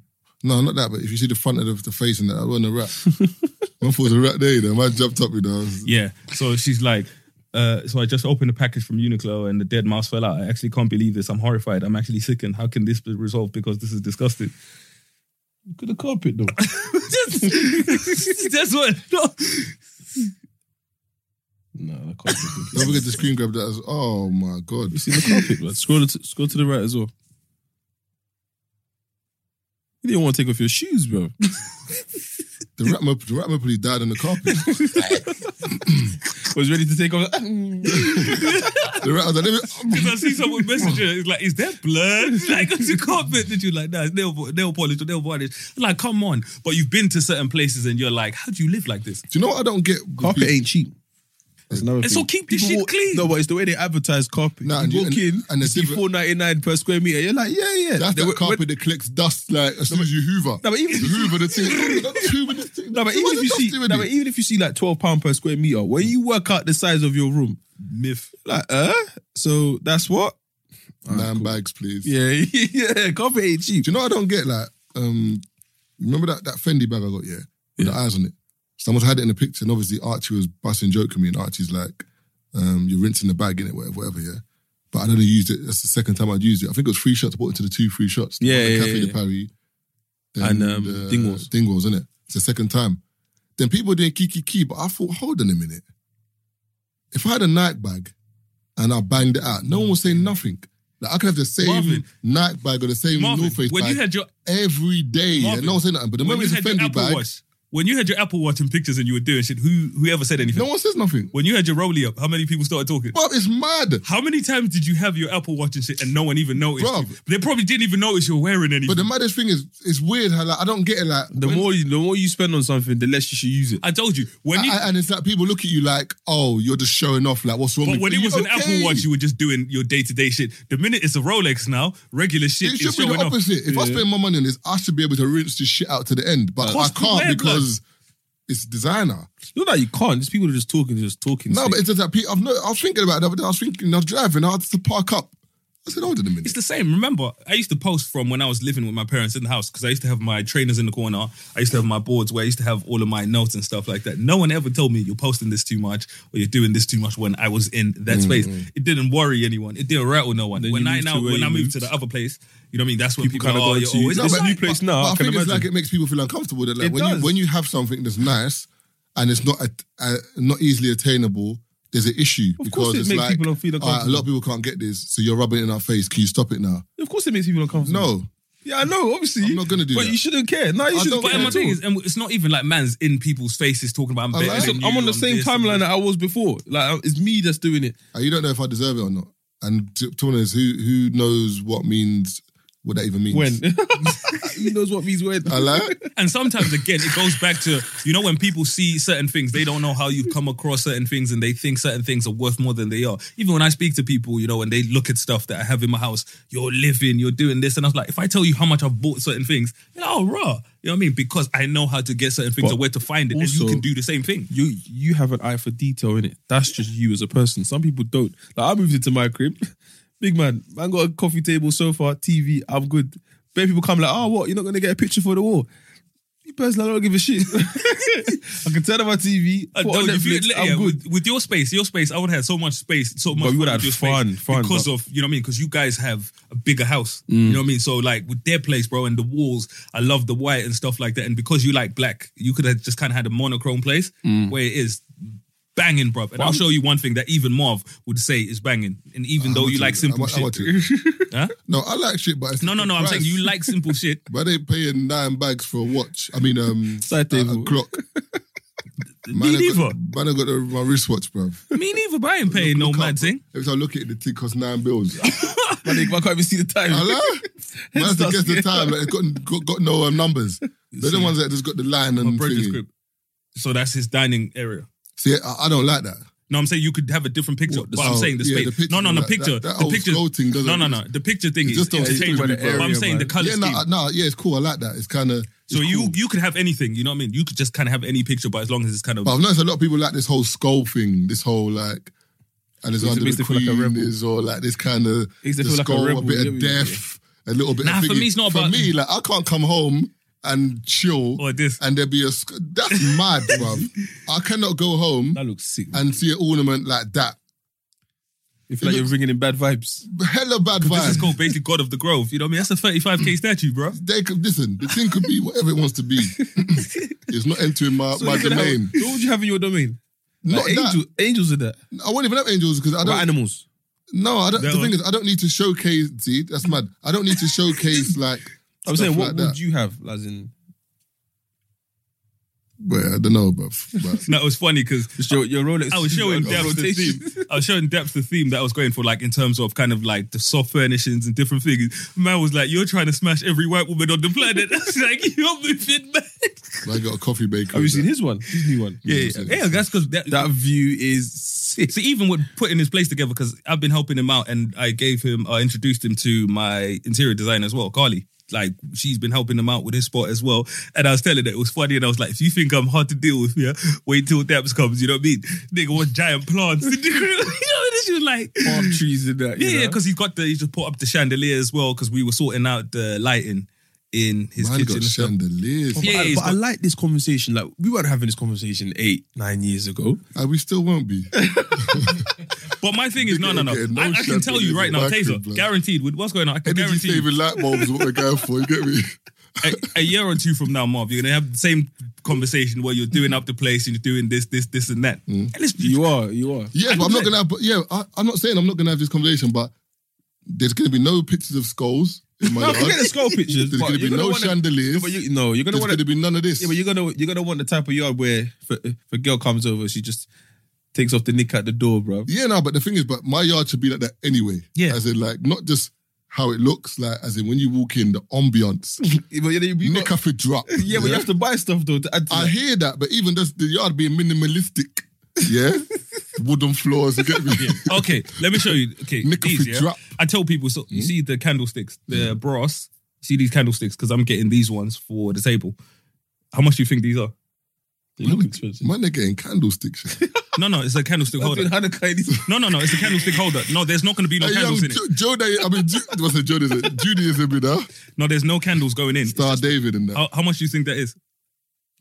S1: No, not that, but if you see the front of the, the face and that, I wasn't a rat. Man thought it was a rat there, you know. Man jumped up, you know. I was-
S6: Yeah. So she's like, uh, so I just opened a package from Uniqlo and the dead mouse fell out. I actually can't believe this. I'm horrified. I'm actually sickened. How can this be resolved? Because this is disgusting.
S4: Could have carpet though.
S6: that's, that's what. No.
S4: no, I can't. think of
S1: Don't
S4: it.
S1: forget the screen grab that as oh my god.
S4: You see the carpet, man. Scroll to, scroll to the right as well. You didn't want to take off your shoes, bro.
S1: The rat mop- the rat probably died on the carpet.
S4: Was ready to take off.
S1: the rat was like, "Let me-"
S6: I see someone messaging. It's like, is that blood? It's Like, you can't bet that you like that. It's nail, nail polish or nail varnish. Like, come on. But you've been to certain places and you're like, how do you live like this?
S1: Do you know what I don't get? with
S4: carpet
S1: people-
S4: ain't cheap. That's another
S6: And so keep this
S4: People
S6: shit
S4: walk-
S6: clean.
S4: No, but it's the way they advertise carpet.
S1: Nah,
S4: you
S1: and you-
S4: walk
S1: and-
S4: in
S1: and
S4: and
S1: it's
S4: it's
S1: different.
S4: four ninety nine per square meter. You're like, yeah, yeah.
S1: That's
S4: They-
S1: that
S4: when-
S1: carpet that collects dust like as soon as you hoover.
S4: No, but even-
S1: You hoover the thing. hoover the thing.
S4: No, but even
S1: What
S4: if
S1: the
S4: you
S1: dust
S4: see,
S1: doing
S4: no,
S1: it?
S4: but even if you see like twelve pound per square meter, when you work out the size of your room, myth. Like, uh, so that's what.
S1: Man bags, please.
S4: Yeah, yeah. Carpet ain't cheap.
S1: Do you know what I don't get? Like, um, remember that, that Fendi bag I got, yeah? With the eyes on it. Someone's had it in the picture, and obviously Archie was busting joke at me, and Archie's like, um, you're rinsing the bag in it, whatever, whatever, yeah? But I'd only used it, that's the second time I'd used it. I think it was three shots, I bought it to the two free shots. The
S4: Yeah,
S1: one at
S4: yeah,
S1: Cafe
S4: yeah,
S1: de
S4: yeah.
S1: Paris.
S4: And, um,
S1: the-
S4: Dingwalls.
S1: Dingwalls, innit? It's the second time. Then people were doing Kiki Key, but I thought, hold on a minute. If I had a night bag and I banged it out, no one was saying nothing. Like I could have the same
S6: Marvin.
S1: night bag or the same
S6: Marvin,
S1: North Face
S6: when
S1: bag
S6: you had your
S1: every day.
S6: Marvin,
S1: and no one said nothing. But the
S6: when
S1: moment
S6: you
S1: it's a
S6: had your
S1: Fendi
S6: Apple
S1: bag,
S6: Watch, when you had your Apple Watch and pictures and you were doing shit, who whoever said anything?
S1: no one says nothing.
S6: When you had your Rolly up, how many people started talking?
S1: Bro, it's mad.
S6: How many times did you have your Apple Watch and shit and no one even noticed?
S1: Bruv.
S6: you? They probably didn't even notice you were wearing anything.
S1: But the maddest thing is, it's weird how like I don't get it. Like
S4: The
S1: when-
S4: more you, the more you spend on something, the less you should use it.
S6: I told you when
S1: I-
S6: you,
S1: I- and it's like people look at you like, oh, you're just showing off. Like what's wrong?
S6: but
S1: with
S6: when
S1: you?
S6: it was an
S1: Okay.
S6: Apple Watch, you were just doing your day to day shit. The minute it's a Rolex now, regular
S1: It
S6: shit is
S1: should be
S6: showing
S1: the
S6: off.
S1: opposite. If I spend more money on this, I should be able to rinse this shit out to the end. But I
S6: Cost to
S1: can't
S6: wear,
S1: because it's designer.
S4: You know that you can't. These people are just talking, just talking.
S1: No, but it's just that people. I've no, I was thinking about it the other day. I was thinking, I was driving. I had to park up. I said, hold on a minute.
S6: It's the same. Remember, I used to post from when I was living with my parents in the house because I used to have my trainers in the corner. I used to have my boards where I used to have all of my notes and stuff like that. No one ever told me you're posting this too much or you're doing this too much when I was in that space. It didn't worry anyone. It didn't rattle no one.
S4: Mm-hmm. Then
S6: when
S4: you
S6: I
S4: moved
S6: now
S4: to where
S6: when
S4: you
S6: I moved
S4: moved.
S6: to the other place, you know what I mean. That's when
S4: People
S6: people,
S4: kinda
S6: are.
S4: go
S6: oh,
S4: to
S6: you're
S4: you.
S6: always
S4: No,
S6: this
S4: but
S6: side.
S4: new place
S1: But
S4: now, I
S1: I
S4: can
S1: think it's like
S4: imagine.
S1: it makes people feel uncomfortable. That like
S4: It
S1: when
S4: does.
S1: you when you have something that's nice and it's not a, uh not easily attainable, there's an issue
S4: Of
S1: because
S4: course it
S1: it's
S4: makes
S1: like
S4: people feel
S1: "All right, a lot of people can't get this, so you're rubbing it in our face. Can you stop it now?
S4: of course, it makes people uncomfortable.
S1: No,
S4: yeah, I know. Obviously,
S1: I'm not gonna do
S4: But
S1: that.
S4: you shouldn't care. No, you
S1: I
S4: shouldn't
S1: don't
S6: But
S4: care.
S1: care
S6: and my
S4: at
S6: thing
S4: all.
S6: is, and it's not even like man's in people's faces talking about I'm
S1: I
S6: better
S1: like-
S6: than
S1: I'm
S6: you,
S4: I'm on the same
S6: this, I'm
S4: timeline
S6: this.
S4: that I was before. Like uh, it's me that's doing it.
S1: and you don't know if I deserve it or not. And to, to be honest, who who knows what means what that even means?
S4: Who knows what means when?
S1: I like.
S6: And sometimes, again, it goes back to you know when people see certain things, they don't know how you've come across certain things, and they think certain things are worth more than they are. Even when I speak to people, you know, and they look at stuff that I have in my house, you're living, you're doing this, and I was like, if I tell you how much I've bought certain things, you're like, oh, raw, you know what I mean? Because I know how to get certain things
S4: But
S6: and where to find it, and you
S4: also-
S6: can do the same thing.
S4: You you have an eye for detail in it. That's just you as a person. Some people don't. Like I moved into my crib, big man. Man got a coffee table, sofa, TV. I'm good. Bare people come like, oh, what? You're not gonna get a picture for the wall. You personally, I don't give a shit. I can turn on my TV.
S6: Uh,
S4: put on
S6: no, if you-
S4: Netflix,
S6: yeah,
S4: I'm good.
S6: With, with your space, your space, I would have had so much space, so much.
S4: we would
S6: fun
S4: have
S6: with your
S4: had
S6: space
S4: fun, fun,
S6: because
S4: but- Mm.
S6: of you know what I mean. Because you guys have a bigger house, you know what I mean. So like with their place, bro, and the walls, I love the white and stuff like that. And because you like black, you could have just kind of had a monochrome place
S4: Mm.
S6: where it is banging, bro. And I'll show you one thing that even Marv would say is banging. And even though you like simple
S1: I want
S6: shit,
S1: it.
S6: Huh?
S1: No, I like shit, but it's
S6: no, no, no. I'm saying you like simple shit.
S1: But they paying nine bags for a watch. I mean, um,
S4: Side
S1: a-
S4: table.
S1: a clock.
S6: Me
S1: I got,
S6: neither.
S1: man, I got the, my wristwatch, bruv.
S6: Me neither. But I ain't paying no
S1: Look up,
S6: mad thing.
S1: Every time I look at it, the thing costs nine bills.
S4: My nigga, I can't even see the time.
S1: Hello? Man has to
S4: Headstock,
S1: guess the
S4: yeah.
S1: time. Like, it's got, got, got no um, numbers. They're the ones that just got the line and
S6: Broke the
S1: thingy.
S6: script. So that's his dining area.
S1: See, I, I don't like that.
S6: No, I'm saying you could have a different picture,
S1: What, the
S6: but I'm
S1: style?
S6: saying the
S1: Yeah,
S6: space.
S1: the picture,
S6: no, no, the
S1: that-
S6: picture.
S1: that- that
S6: the
S1: old
S6: picture.
S1: scroll thing doesn't-
S6: no, no, no. The picture thing
S1: It
S6: is
S1: just don't
S6: interchangeable.
S1: suit me,
S6: but
S1: bro.
S6: I'm saying the
S4: Yeah,
S6: color
S1: yeah,
S6: scheme.
S1: no, no, yeah, it's cool. I like that. It's kind of.
S6: so you you could have anything. You know what I mean? You could just kind of have any picture, but as long as it's kind of
S1: But I've noticed a lot of people like this whole skull thing, this whole like. Alexander
S4: makes
S1: the
S4: them feel like a
S1: Queen
S4: rebel.
S1: is or like this kind of
S4: Makes them
S1: the
S4: feel like a
S1: skull, a,
S4: rebel,
S1: bit
S4: yeah,
S1: of
S4: yeah,
S1: death, a little bit.
S6: Nah,
S1: of
S6: for
S1: thingy.
S6: me, it's not
S1: for
S6: about-
S1: me. Like I can't come home and chill,
S6: Or Oh, this.
S1: and there'd be a. sc- That's mad, bruv. I cannot go home
S4: That looks sick.
S1: and see an ornament like that.
S4: if like you're
S1: looks-
S4: bringing in bad vibes.
S1: Hella bad vibes.
S6: This is called basically God of the Grove. You know what I mean? That's a 35k statue, bro.
S1: They could listen. The thing could be whatever it wants to be. it's not entering my, my
S4: you could
S1: domain.
S4: Have, what would you have in your domain?
S1: Not
S4: Like
S1: that.
S4: angel, angels are that.
S1: I won't even have angels because I
S4: Or
S1: don't.
S4: animals.
S1: no, I don't. The
S6: That
S1: thing
S6: one.
S1: is, I don't need to showcase. See, that's mad. I don't need to showcase like. stuff
S4: I'm
S1: like
S4: saying, what
S1: that.
S4: would you have? As in,
S1: Well, I don't know, bruv. But
S6: That was funny because
S4: just your, your Rolex.
S6: I was showing
S4: on
S6: depth the
S4: rotation.
S6: theme. I was showing depth the theme that I was going for, like in terms of kind of like the soft furnishings and different things. Man was like, "You're trying to smash every white woman on the planet." I was like, "You're moving mad."
S1: I got a coffee baker.
S4: Have you
S1: with
S4: seen
S1: that.
S4: his one? His new one.
S6: Yeah, yeah, yeah. That's because that,
S4: That view is sick.
S6: So even with putting this place together, because I've been helping him out, and I gave him, I introduced him to my interior designer as well, Carly. Like she's been helping him out with his spot as well, and I was telling her it was funny, and I was like, "If you think I'm hard to deal with, yeah, wait till Daps comes." You know what I mean? Nigga, what giant plants? you know, and she was like,
S4: Palm trees and that. you
S6: yeah, yeah,
S4: know?
S6: because he got the he just put up the chandelier as well because we were sorting out the lighting in his
S1: Mine got
S6: kitchen. and stuff.
S1: chandeliers.
S6: Yeah,
S4: But, I,
S6: he's
S4: but I
S6: got-
S4: like this conversation. Like we weren't having this conversation eight, nine years ago.
S1: And Uh, we still won't be.
S6: But my thing is, no, no, no.
S1: Nigga, no
S6: I, I can tell you
S1: chandeliers
S6: right
S1: in
S6: now,
S1: my crib,
S6: Taser,
S1: blood.
S6: guaranteed. With what's going on, I can
S1: Energy
S6: guarantee you,
S1: saving light bulbs is what we're going for. You get me?
S6: a, a year or two from now, Marv, you're gonna have the same conversation where you're doing up the place and you're doing this, this, this, and that.
S1: Mm.
S6: And it's-
S4: You are, you are.
S1: Yeah, but I'm not gonna. Have, but yeah, I, I'm not saying I'm not gonna have this conversation, but there's gonna be no pictures of skulls in my
S4: No,
S1: yard.
S4: forget the skull pictures.
S1: There's
S4: but
S1: gonna
S4: you're
S1: be no
S4: wanna-
S1: chandeliers.
S4: But you, no, you're gonna
S1: There's
S4: want
S1: gonna
S4: to.
S1: be none of this.
S4: Yeah, but you're gonna you're gonna want the type of yard where if a, if a girl comes over, she just takes off the nick at the door, bro.
S1: Yeah, no, but the thing is, but my yard should be like that anyway.
S6: Yeah.
S1: As in, like, not just how it looks, like, as in when you walk in, the ambiance.
S4: Yeah, but you, you
S1: Nick
S4: got,
S1: off a drop.
S4: yeah, but you have to buy stuff though. To add to
S1: I
S4: that.
S1: hear that, but even just the yard being minimalistic, yeah? Wooden floors, you get me?
S6: okay, let me show you. Okay,
S1: Nick Mm. off
S6: these,
S1: a
S6: yeah?
S1: drop.
S6: I tell people, so you see the candlesticks, the
S1: Mm.
S6: brass. You see these candlesticks because I'm getting these ones for the table. How much do you think these are?
S4: They look expensive.
S1: Man, they're getting candlesticks.
S6: No, no, it's a candlestick
S4: I've
S6: holder.
S4: been Hanukkah in these-
S6: No, no, no, it's a candlestick holder. No, there's not going to be no
S1: Hey, young
S6: candles in it.
S1: Ju- Jodai, Um, I mean, Ju- what's it, Judaism? Judaism, you know?
S6: No, there's no candles going in.
S1: Star David and that.
S6: How, how much do you think that is?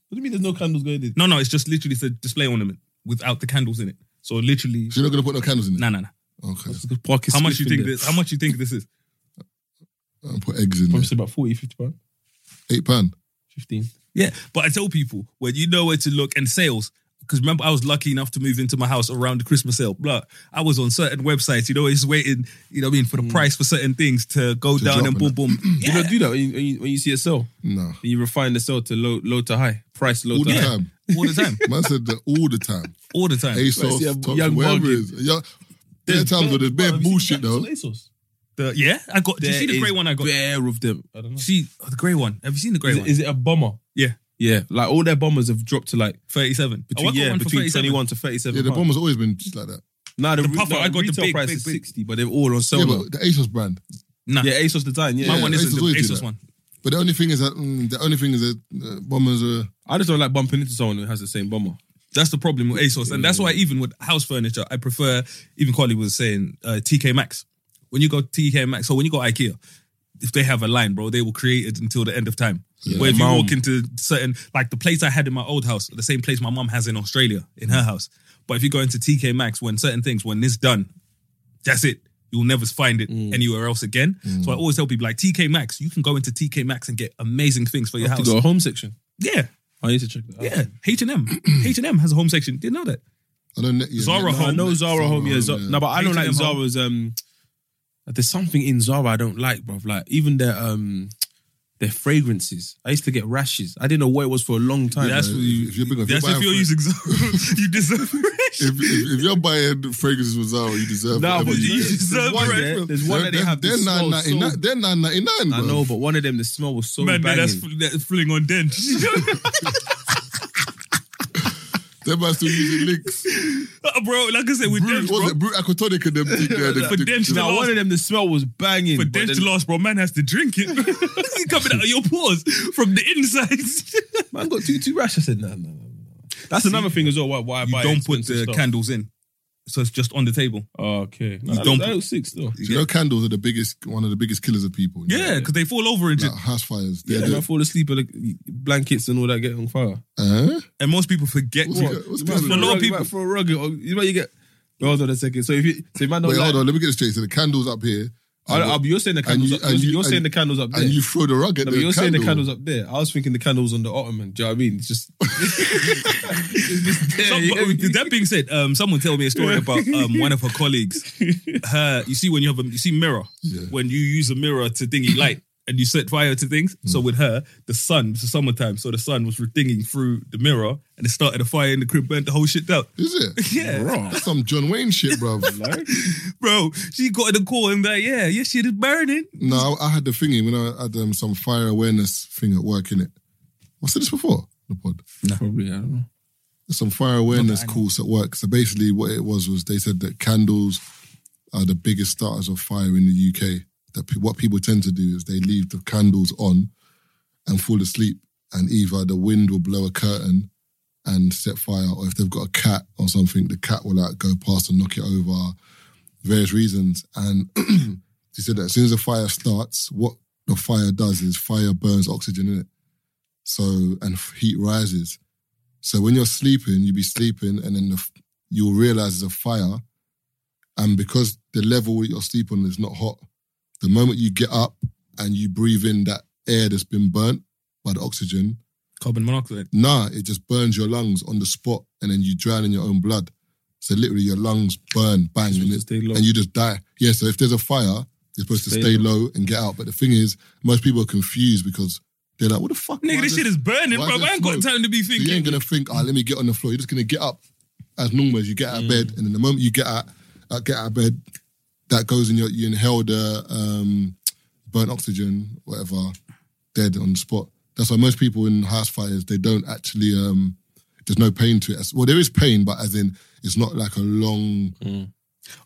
S4: What do you mean? There's no candles going in.
S6: No, no, it's just literally it's a display ornament without the candles in it. So literally,
S1: So you're not going to put no candles in it?
S6: no, no, no.
S1: Okay.
S4: Because Park is
S6: How much do
S4: Smith
S6: you think
S4: in there.
S6: this? How much do you think this is?
S1: I'll put eggs in there.
S4: Probably say about 40, 50 pound,
S1: Eight pound.
S4: fifteen.
S6: Yeah, but I tell people when you know where to look and sales. Because remember, I was lucky enough to move into my house around the Christmas sale. But I was on certain websites, you know, it's waiting, you know, what I mean, for the
S4: Mm.
S6: price for certain things to go
S1: To
S6: down
S1: drop
S6: and boom,
S1: and
S6: boom.
S4: You
S6: Yeah.
S4: don't do that when you, when you, when you see a cell.
S1: No.
S4: You refine the cell to low, low to high, price low
S1: All
S4: to
S1: the
S4: high.
S1: time.
S6: Mm. all the time,
S1: Man said that all the time.
S6: all the time.
S1: ASOS,
S4: see a
S1: Thompson,
S4: young
S1: whatever it
S4: bargain.
S1: is. Yeah. There are times where there's bare
S4: Have you seen
S1: bullshit,
S4: that
S1: though.
S4: Lasos?
S6: The- yeah, I got. Did you see
S4: There
S6: the grey
S4: is
S6: one I got?
S4: Bare of them. I don't know.
S6: See oh, the grey one. Have you seen the grey
S4: Is
S6: one?
S4: it, is it a bomber?
S6: yeah,
S4: Yeah, like all their bombers have dropped to like
S6: thirty-seven.
S4: between
S6: I got
S4: yeah
S6: one for
S4: between
S6: 37.
S4: twenty one to thirty seven.
S1: Yeah, the bomber's always been just like that.
S4: Nah, the,
S6: The
S4: re-
S6: puffer,
S4: nah,
S6: I got the
S4: retail
S6: big,
S4: price
S6: big,
S4: is
S6: big.
S4: sixty, but they're all on sale.
S1: Yeah,
S4: now.
S1: but the ASOS brand.
S6: Nah,
S4: Yeah, ASOS design. Yeah,
S6: my
S4: yeah.
S6: one isn't
S1: ASOS
S6: the
S1: always do
S6: ASOS
S1: that.
S6: one.
S1: But the only thing is that mm, the only thing is that uh, bombers are
S4: I just don't like bumping into someone who has the same bomber.
S6: That's the problem with ASOS. And that's
S4: Mm.
S6: why even with house furniture, I prefer, even Carly was saying, uh, TK Maxx. When you go TK Maxx, so when you go IKEA, if they have a line, bro, they will create it until the end of time. Where if you
S4: Mum.
S6: walk into certain, like the place I had in my old house, the same place my mum has in Australia, in her house. But if you go into TK Maxx, when certain things, when it's done, that's it. You'll never find it
S4: Mm.
S6: anywhere else again. So I always tell people, like TK Maxx, you can go into TK Maxx and get amazing things for your
S4: I have to
S6: house.
S4: go to home section.
S6: Yeah,
S4: I need to check that. out.
S6: yeah. H and M, H and M has a home section. Didn't know that.
S1: I don't know. Yeah,
S6: Zara
S1: no,
S4: No, I
S6: home.
S4: know Zara home.
S1: Zara
S4: Yeah, Zara,
S1: home, yeah.
S4: no, but I don't like
S6: H&M home.
S4: Zara's. Um, there's something in Zara I don't like, bruv. Like even their um, their fragrances. I used to get rashes. I didn't know what it was for a long time.
S6: Yeah, that's
S1: if-
S6: what you.
S1: if you're big, if
S6: that's
S1: you're
S6: if you're
S1: buying
S6: using Zara, you deserve
S1: If,
S6: it.
S1: if, if you're buying fragrances with Zara, you deserve.
S4: Nah,
S1: whatever
S4: but
S6: you
S1: get.
S4: there's
S6: deserve
S4: one
S6: a
S4: there-
S6: rash, bro.
S4: There's one that they
S1: They're-
S4: have.
S1: They're
S4: the smell
S1: nine ninety
S4: so-
S1: nine. They're nine ninety nine.
S4: I know, but one of them, the smell was so
S6: Man,
S4: banging.
S6: that's, that's fling on dent.
S1: They might still using links.
S6: bro, like I said, with
S1: Brut,
S6: dent, bro.
S1: was it brut aquatonic and them? thing there, the-
S6: For
S1: the-
S6: Dench,
S1: the-
S6: no.
S4: Now, one of them, the smell was banging.
S6: For
S4: but
S6: dent to
S4: then-
S6: last, bro, man has to drink it. It's coming out of your pores from the inside.
S4: man got two two rash. I said, no, no, no. no. That's another thing as well. Why, why I buy expensive stuff.
S6: candles in. so it's just on the table.
S4: okay. No,
S6: You
S4: that,
S6: don't
S4: that
S6: put-
S4: was six though.
S1: Do you know candles are the biggest, one of the biggest killers of people?
S6: Yeah, because they fall over and
S1: Like
S6: just,
S1: house fires. They're
S4: Yeah,
S1: the- uh-huh.
S4: I fall asleep and the blankets and all that get on fire.
S1: Huh?
S6: and most people forget.
S1: What's
S6: what-
S1: the- what's
S4: Uh, You
S1: the-
S4: might
S6: a lot of
S4: you might
S6: people-
S4: throw a rug. Or, you might you get. Hold on a second. So if you, so you might not.
S1: Wait,
S4: like-
S1: hold on. Let me get this straight. So the candles up here,
S4: I, I, you're saying the candles.
S1: you-
S4: up, you're
S1: and you-
S4: you're saying
S1: and-
S4: the candles up there.
S1: and you throw the rug at
S4: No,
S1: the
S4: but you're saying the
S1: candle.
S4: candles up there. I was thinking the candles on the ottoman. Do you know what I mean? It's just, it's just there.
S6: Some-
S4: yeah.
S6: but with that being said, um, someone tell me a story about um, one of her colleagues. Her, you see when you have a you see mirror
S1: Yeah.
S6: when you use a mirror to dingy light and you set fire to things.
S1: Mm.
S6: So with her, the sun it's the summertime, so the sun was dinging through the mirror and it started a fire in the crib, burnt the whole shit down.
S1: Is it?
S6: Yeah.
S1: Bruh, That's some John Wayne shit, bro.
S6: Bro, she got the call and like, yeah, yeah, shit is burning.
S1: no, I, I had the thingy when I had um, some fire awareness thing at work, innit? I said this before, the pod.
S4: Probably, I don't know.
S1: some fire awareness course at work. So basically, what it was was they said that candles are the biggest starters of fire in the UK. That pe- what people tend to do is they leave the candles on and fall asleep, and either the wind will blow a curtain and set fire, or if they've got a cat or something, the cat will like go past and knock it over. Various reasons, and she said that as soon as the fire starts, what the fire does is fire burns oxygen in it, so and heat rises. So when you're sleeping, you be sleeping, and then the, f- you'll realize there's a fire, and because the level you're sleeping on is not hot, the moment you get up and you breathe in that air that's been burnt by the oxygen,
S6: Carbon monoxide.
S1: nah, it just burns your lungs on the spot, and then you drown in your own blood. So literally, your lungs burn, bang, and, it,
S4: stay low.
S1: and you just die. Yeah. So if there's a fire, you're supposed to
S4: Stay
S1: stay low. and get out. But the thing is, most people are confused because they're like, "What the fuck,
S6: Nigga,
S1: Why
S6: this
S1: is
S6: shit is burning,
S1: why
S6: bro.
S1: is there
S6: I ain't got
S1: smoke?
S6: time to be
S1: so you
S6: thinking.
S1: ain't gonna think, "Ah, let me get on the floor." You're just gonna get up as normal as you get out of
S6: Mm.
S1: bed, and then the moment you get out, uh, get out of bed, that goes in your you inhale the um, burnt oxygen, whatever, dead on the spot. That's why most people in house fires they don't actually. Um, there's no pain to it. As- Well, there is pain, but as in it's not like a long.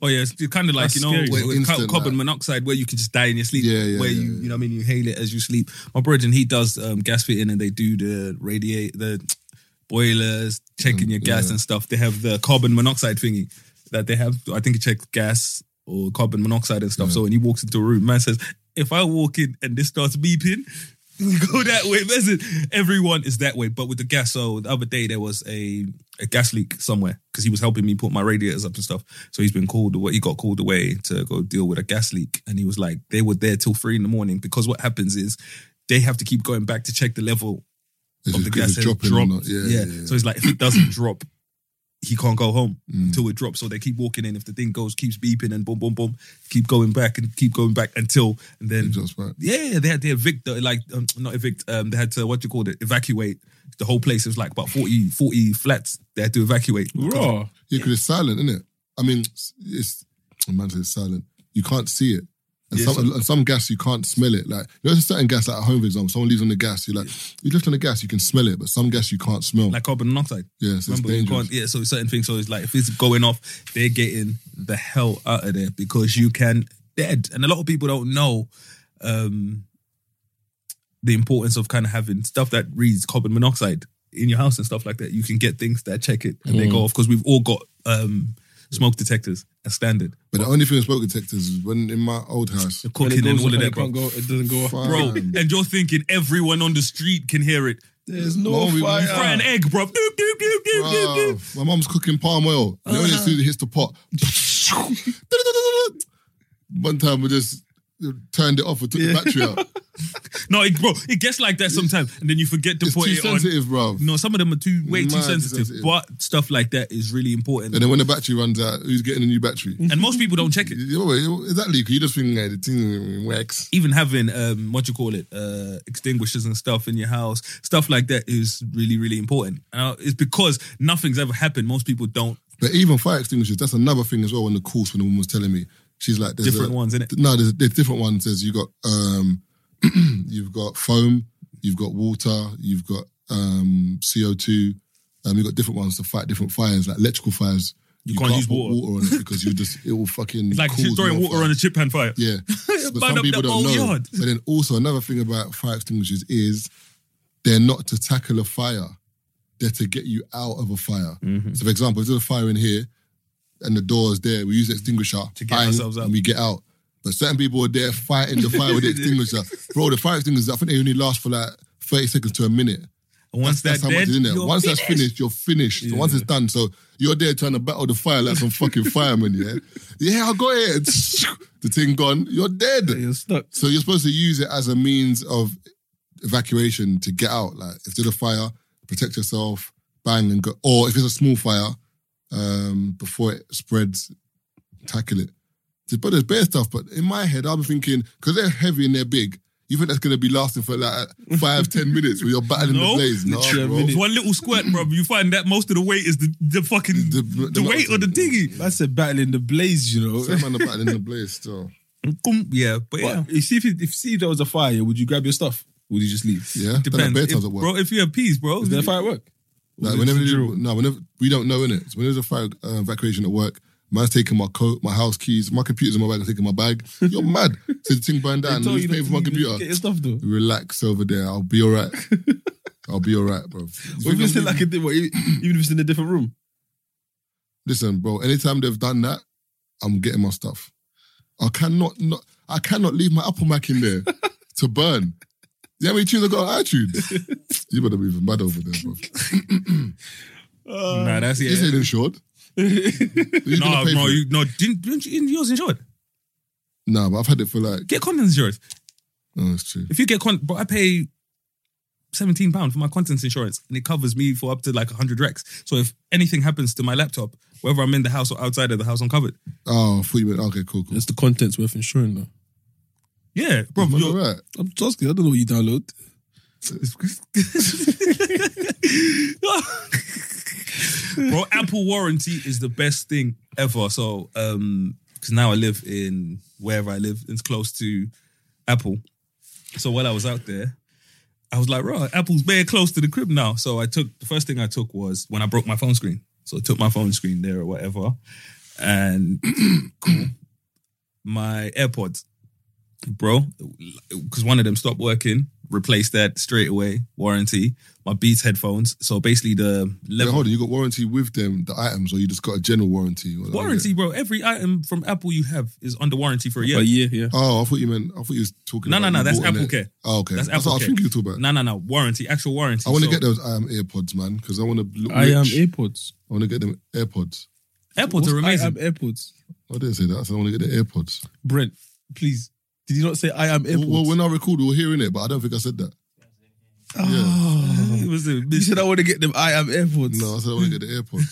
S6: Oh yeah, it's kind of like
S4: That's
S6: you know
S4: scary.
S6: with, with
S1: Instant,
S6: ca- carbon
S1: like-
S6: monoxide where you can just die in your sleep.
S1: Yeah, yeah,
S6: Where
S1: yeah,
S6: you
S1: yeah.
S6: you know what I mean you inhale it as you sleep. My brother he does um, gas fitting and they do the radiate the boilers
S1: Mm,
S6: checking your gas and stuff. They have the carbon monoxide thingy that they have. I think it checks gas or carbon monoxide and stuff. So when he walks into a room, man says, "If I walk in and this starts beeping." we Go that way. Listen, everyone is that way. But with the gas, so the other day there was a, a gas leak somewhere because he was helping me put my radiators up and stuff. So he's been called away. He got called away to go deal with a gas leak, and he was like, they were there till three in the morning because what happens is they have to keep going back to check the level
S1: It's
S6: of
S1: just,
S6: the
S1: it's
S6: gas has
S1: dropping. or
S6: dropped.
S1: not. Yeah, yeah, yeah. Mm.
S6: So it's like if it doesn't drop, he can't go home until it drops. So they keep walking in. If the thing goes, keeps beeping and boom, boom, boom, keep going back and keep going back until and then
S1: It drops back.
S6: yeah, they had to evict, the, like um, not evict. Um, they had to what do you call it? Evacuate the whole place. It was like about 40, 40 flats. They had to evacuate.
S4: Raw.
S1: Yeah, because it's silent, isn't it? I mean, it's- it's I'm man, it's silent. You can't see it. And
S4: Yeah,
S1: some and some gas you can't smell it. Like there's a certain gas like at home, for example. Someone leaves on the gas, you're like, you left on the gas, you can smell it, but some gas you can't smell.
S6: Like carbon monoxide.
S1: yeah, so it's
S6: Remember, you
S1: dangerous.
S6: can't, yeah, so certain things. So it's like if it's going off, they're getting the hell out of there because you can dead. And a lot of people don't know um, the importance of kind of having stuff that reads carbon monoxide in your house and stuff like that. You can get things that check it and they
S4: Hmm.
S6: go off because we've all got um, smoke detectors as standard.
S1: But the only thing with smoke detectors is when in my old house,
S6: The
S4: When it
S6: cooking and
S4: goes
S6: all
S4: off
S6: of
S4: and
S6: that,
S4: it
S6: bro.
S4: can't go- It doesn't go off.
S6: bro.
S1: Fire.
S6: And you're thinking everyone on the street can hear it.
S4: There's
S1: Well,
S4: no
S1: we-
S4: fire.
S6: Fry an egg, bro. Doop, doop, doop, doop, doop, doop.
S1: Bruv, my mom's cooking palm oil. You know when it
S6: Uh-huh.
S1: soon hits the pot. One time we just turned it off and took the battery out.
S6: No, it, bro, it gets like that sometimes, and then you forget to
S1: It's
S6: put
S1: too
S6: it on.
S1: sensitive, bruv.
S6: No, some of them are too way too
S1: Mad
S6: sensitive,
S1: sensitive.
S6: but stuff like that is really important.
S1: And then when the battery runs out, who's getting a new battery?
S6: And most people don't check it.
S1: Yeah, well, yeah, exactly. 'cause You just think like, the thing works.
S6: Even having um, what you call it, uh, extinguishers and stuff in your house, stuff like that is really, really important. Uh, it's because nothing's ever happened. Most people don't.
S1: But even fire extinguishers, that's another thing as well. On the course, when the woman was telling me, she's like, there's
S6: Different
S1: a-
S6: ones, innit?
S1: No, there's, there's different ones. There's you got um, you've got foam, you've got water, you've got um, CO two. Um, you've got different ones to fight different fires, like electrical fires. You,
S6: can't use
S1: put
S6: water.
S1: on it because you just it will fucking
S6: It's like
S1: cause
S6: throwing
S1: more
S6: water
S1: fire.
S6: on a chip pan fire.
S1: Yeah, but
S6: Burn
S1: some
S6: up
S1: people
S6: the
S1: don't
S6: whole
S1: know.
S6: yard.
S1: But then also another thing about fire extinguishers is they're not to tackle
S6: Mm-hmm.
S1: a fire; they're to get you out of a fire. So, for example, if there's a fire in here, and the door is there. We use the extinguisher
S6: To get ourselves out.
S1: and we get out. But certain people are there fighting the fire with the extinguisher. Bro, the fire extinguishers, I think they only last for like 30 seconds to a minute.
S6: And once
S1: That's
S6: they're
S1: how
S6: dead,
S1: much is in there.
S6: you're
S1: Once that's finished, you're finished. So once it's done, so you're there trying to battle the fire like some fucking fireman, yeah? Yeah, I got it. the thing gone, you're dead.
S4: You're stuck.
S1: So you're supposed to use it as a means of evacuation to get out. Like if there's a fire, protect yourself, bang and go. Or if it's a small fire, um, before it spreads, tackle it. But there's bare stuff. But in my head, I'm thinking because they're heavy and they're big. You think that's gonna be lasting for like five, ten minutes when you're battling
S6: No,
S1: the blaze? No,
S4: literally a
S1: bro.
S6: It's one little squirt, bro. You find that most of the weight is the, the fucking the,
S1: The- the-
S6: weight or the thingy.
S4: That's a battle in the blaze, you know.
S1: Same man are battling the blaze still.
S6: Boom. Um, Yeah, but yeah.
S4: But you see if, it, if see if there was a fire, would you grab your stuff? Or would you just leave?
S1: Yeah, done at
S6: Depends.
S1: bare
S6: If-
S1: times at work.
S6: bro, if you're a piece, bro.
S4: Is there a fire at work? Or
S1: Like
S4: is it
S1: whenever
S4: just
S1: they
S4: a
S1: do,
S4: drill?
S1: no, whenever we don't know innit. So when there's a fire uh, evacuation at work, man's taking my coat, my house keys, my computer's in my bag, I'm taking my bag. You're mad. So the thing burned
S4: They
S1: down.
S4: told
S1: Who's
S4: you not
S1: paying
S4: to
S1: for my
S4: leave,
S1: computer?
S4: Get your stuff though.
S1: Relax over there. I'll be all right. I'll be all right, bro. You
S4: What
S1: think
S4: if it's
S1: I'm
S4: in like a
S1: leaving?
S4: di- what, even even if it's in a different room?
S1: Listen, bro. Anytime they've done that, I'm getting my stuff. I cannot not. I cannot leave my Apple Mac in there to burn. You know how many tunes I got on iTunes? you better be even mad over there, bro.
S6: Nah, that's
S1: This
S6: yeah.
S1: ain't insured. You
S6: No,
S1: gonna pay
S6: no,
S1: for it?
S6: you, no. Didn't, didn't you, yours insured?
S1: Nah, but I've had it for like.
S6: Get content insurance.
S1: Oh, it's true.
S6: If you get con, but I pay seventeen pound for my contents insurance, and it covers me for up to like hundred recs. So if anything happens to my laptop, whether I'm in the house or outside of the house, I'm covered.
S1: Oh, I thought you meant okay, cool, cool.
S4: It's the contents worth insuring though.
S6: Yeah, bro.
S1: Am I
S6: you're-
S1: alright?
S4: I'm just kidding. I don't know what you download.
S6: bro, Apple warranty is the best thing ever. So, um, because now I live in wherever I live, it's close to Apple. So while I was out there, I was like, bro, Apple's very close to the crib now. So I took the first thing I took was when I broke my phone screen. So I took my phone screen there or whatever, and cool, my AirPods, bro, because one of them stopped working. Replaced that straight away. Warranty. My Beats headphones. So basically, the
S1: Yeah,
S6: level
S1: hold on, you got warranty with them, the items, or you just got a general warranty? Or-
S6: Warranty, bro. Every item from Apple you have is under warranty for a year.
S4: But yeah, yeah.
S1: Oh, I thought you meant. I thought you was talking.
S6: No,
S1: about
S6: no, no,
S1: you
S6: that's
S1: bought in
S6: Apple
S1: it.
S6: Care.
S1: Oh, okay.
S6: That's
S1: That's,
S6: Apple
S1: what
S6: Care.
S1: I think you were talking about.
S6: No, no, no. Warranty, actual warranty.
S1: I want to
S6: So, um,
S1: get those um, AirPods, man, because I want to look
S4: I
S1: rich.
S4: am AirPods.
S1: I want to get them AirPods.
S6: AirPods are
S4: I am
S6: amazing.
S4: AirPods.
S1: I didn't say that. I said I want to get the AirPods.
S4: Brent, please. Did you not say I am AirPods?
S1: Well, well, when I record, we were hearing it, but I don't think I said that.
S6: Ah. It was a-
S4: you said I want to get them I am AirPods.
S1: No, I said I want to get the AirPods.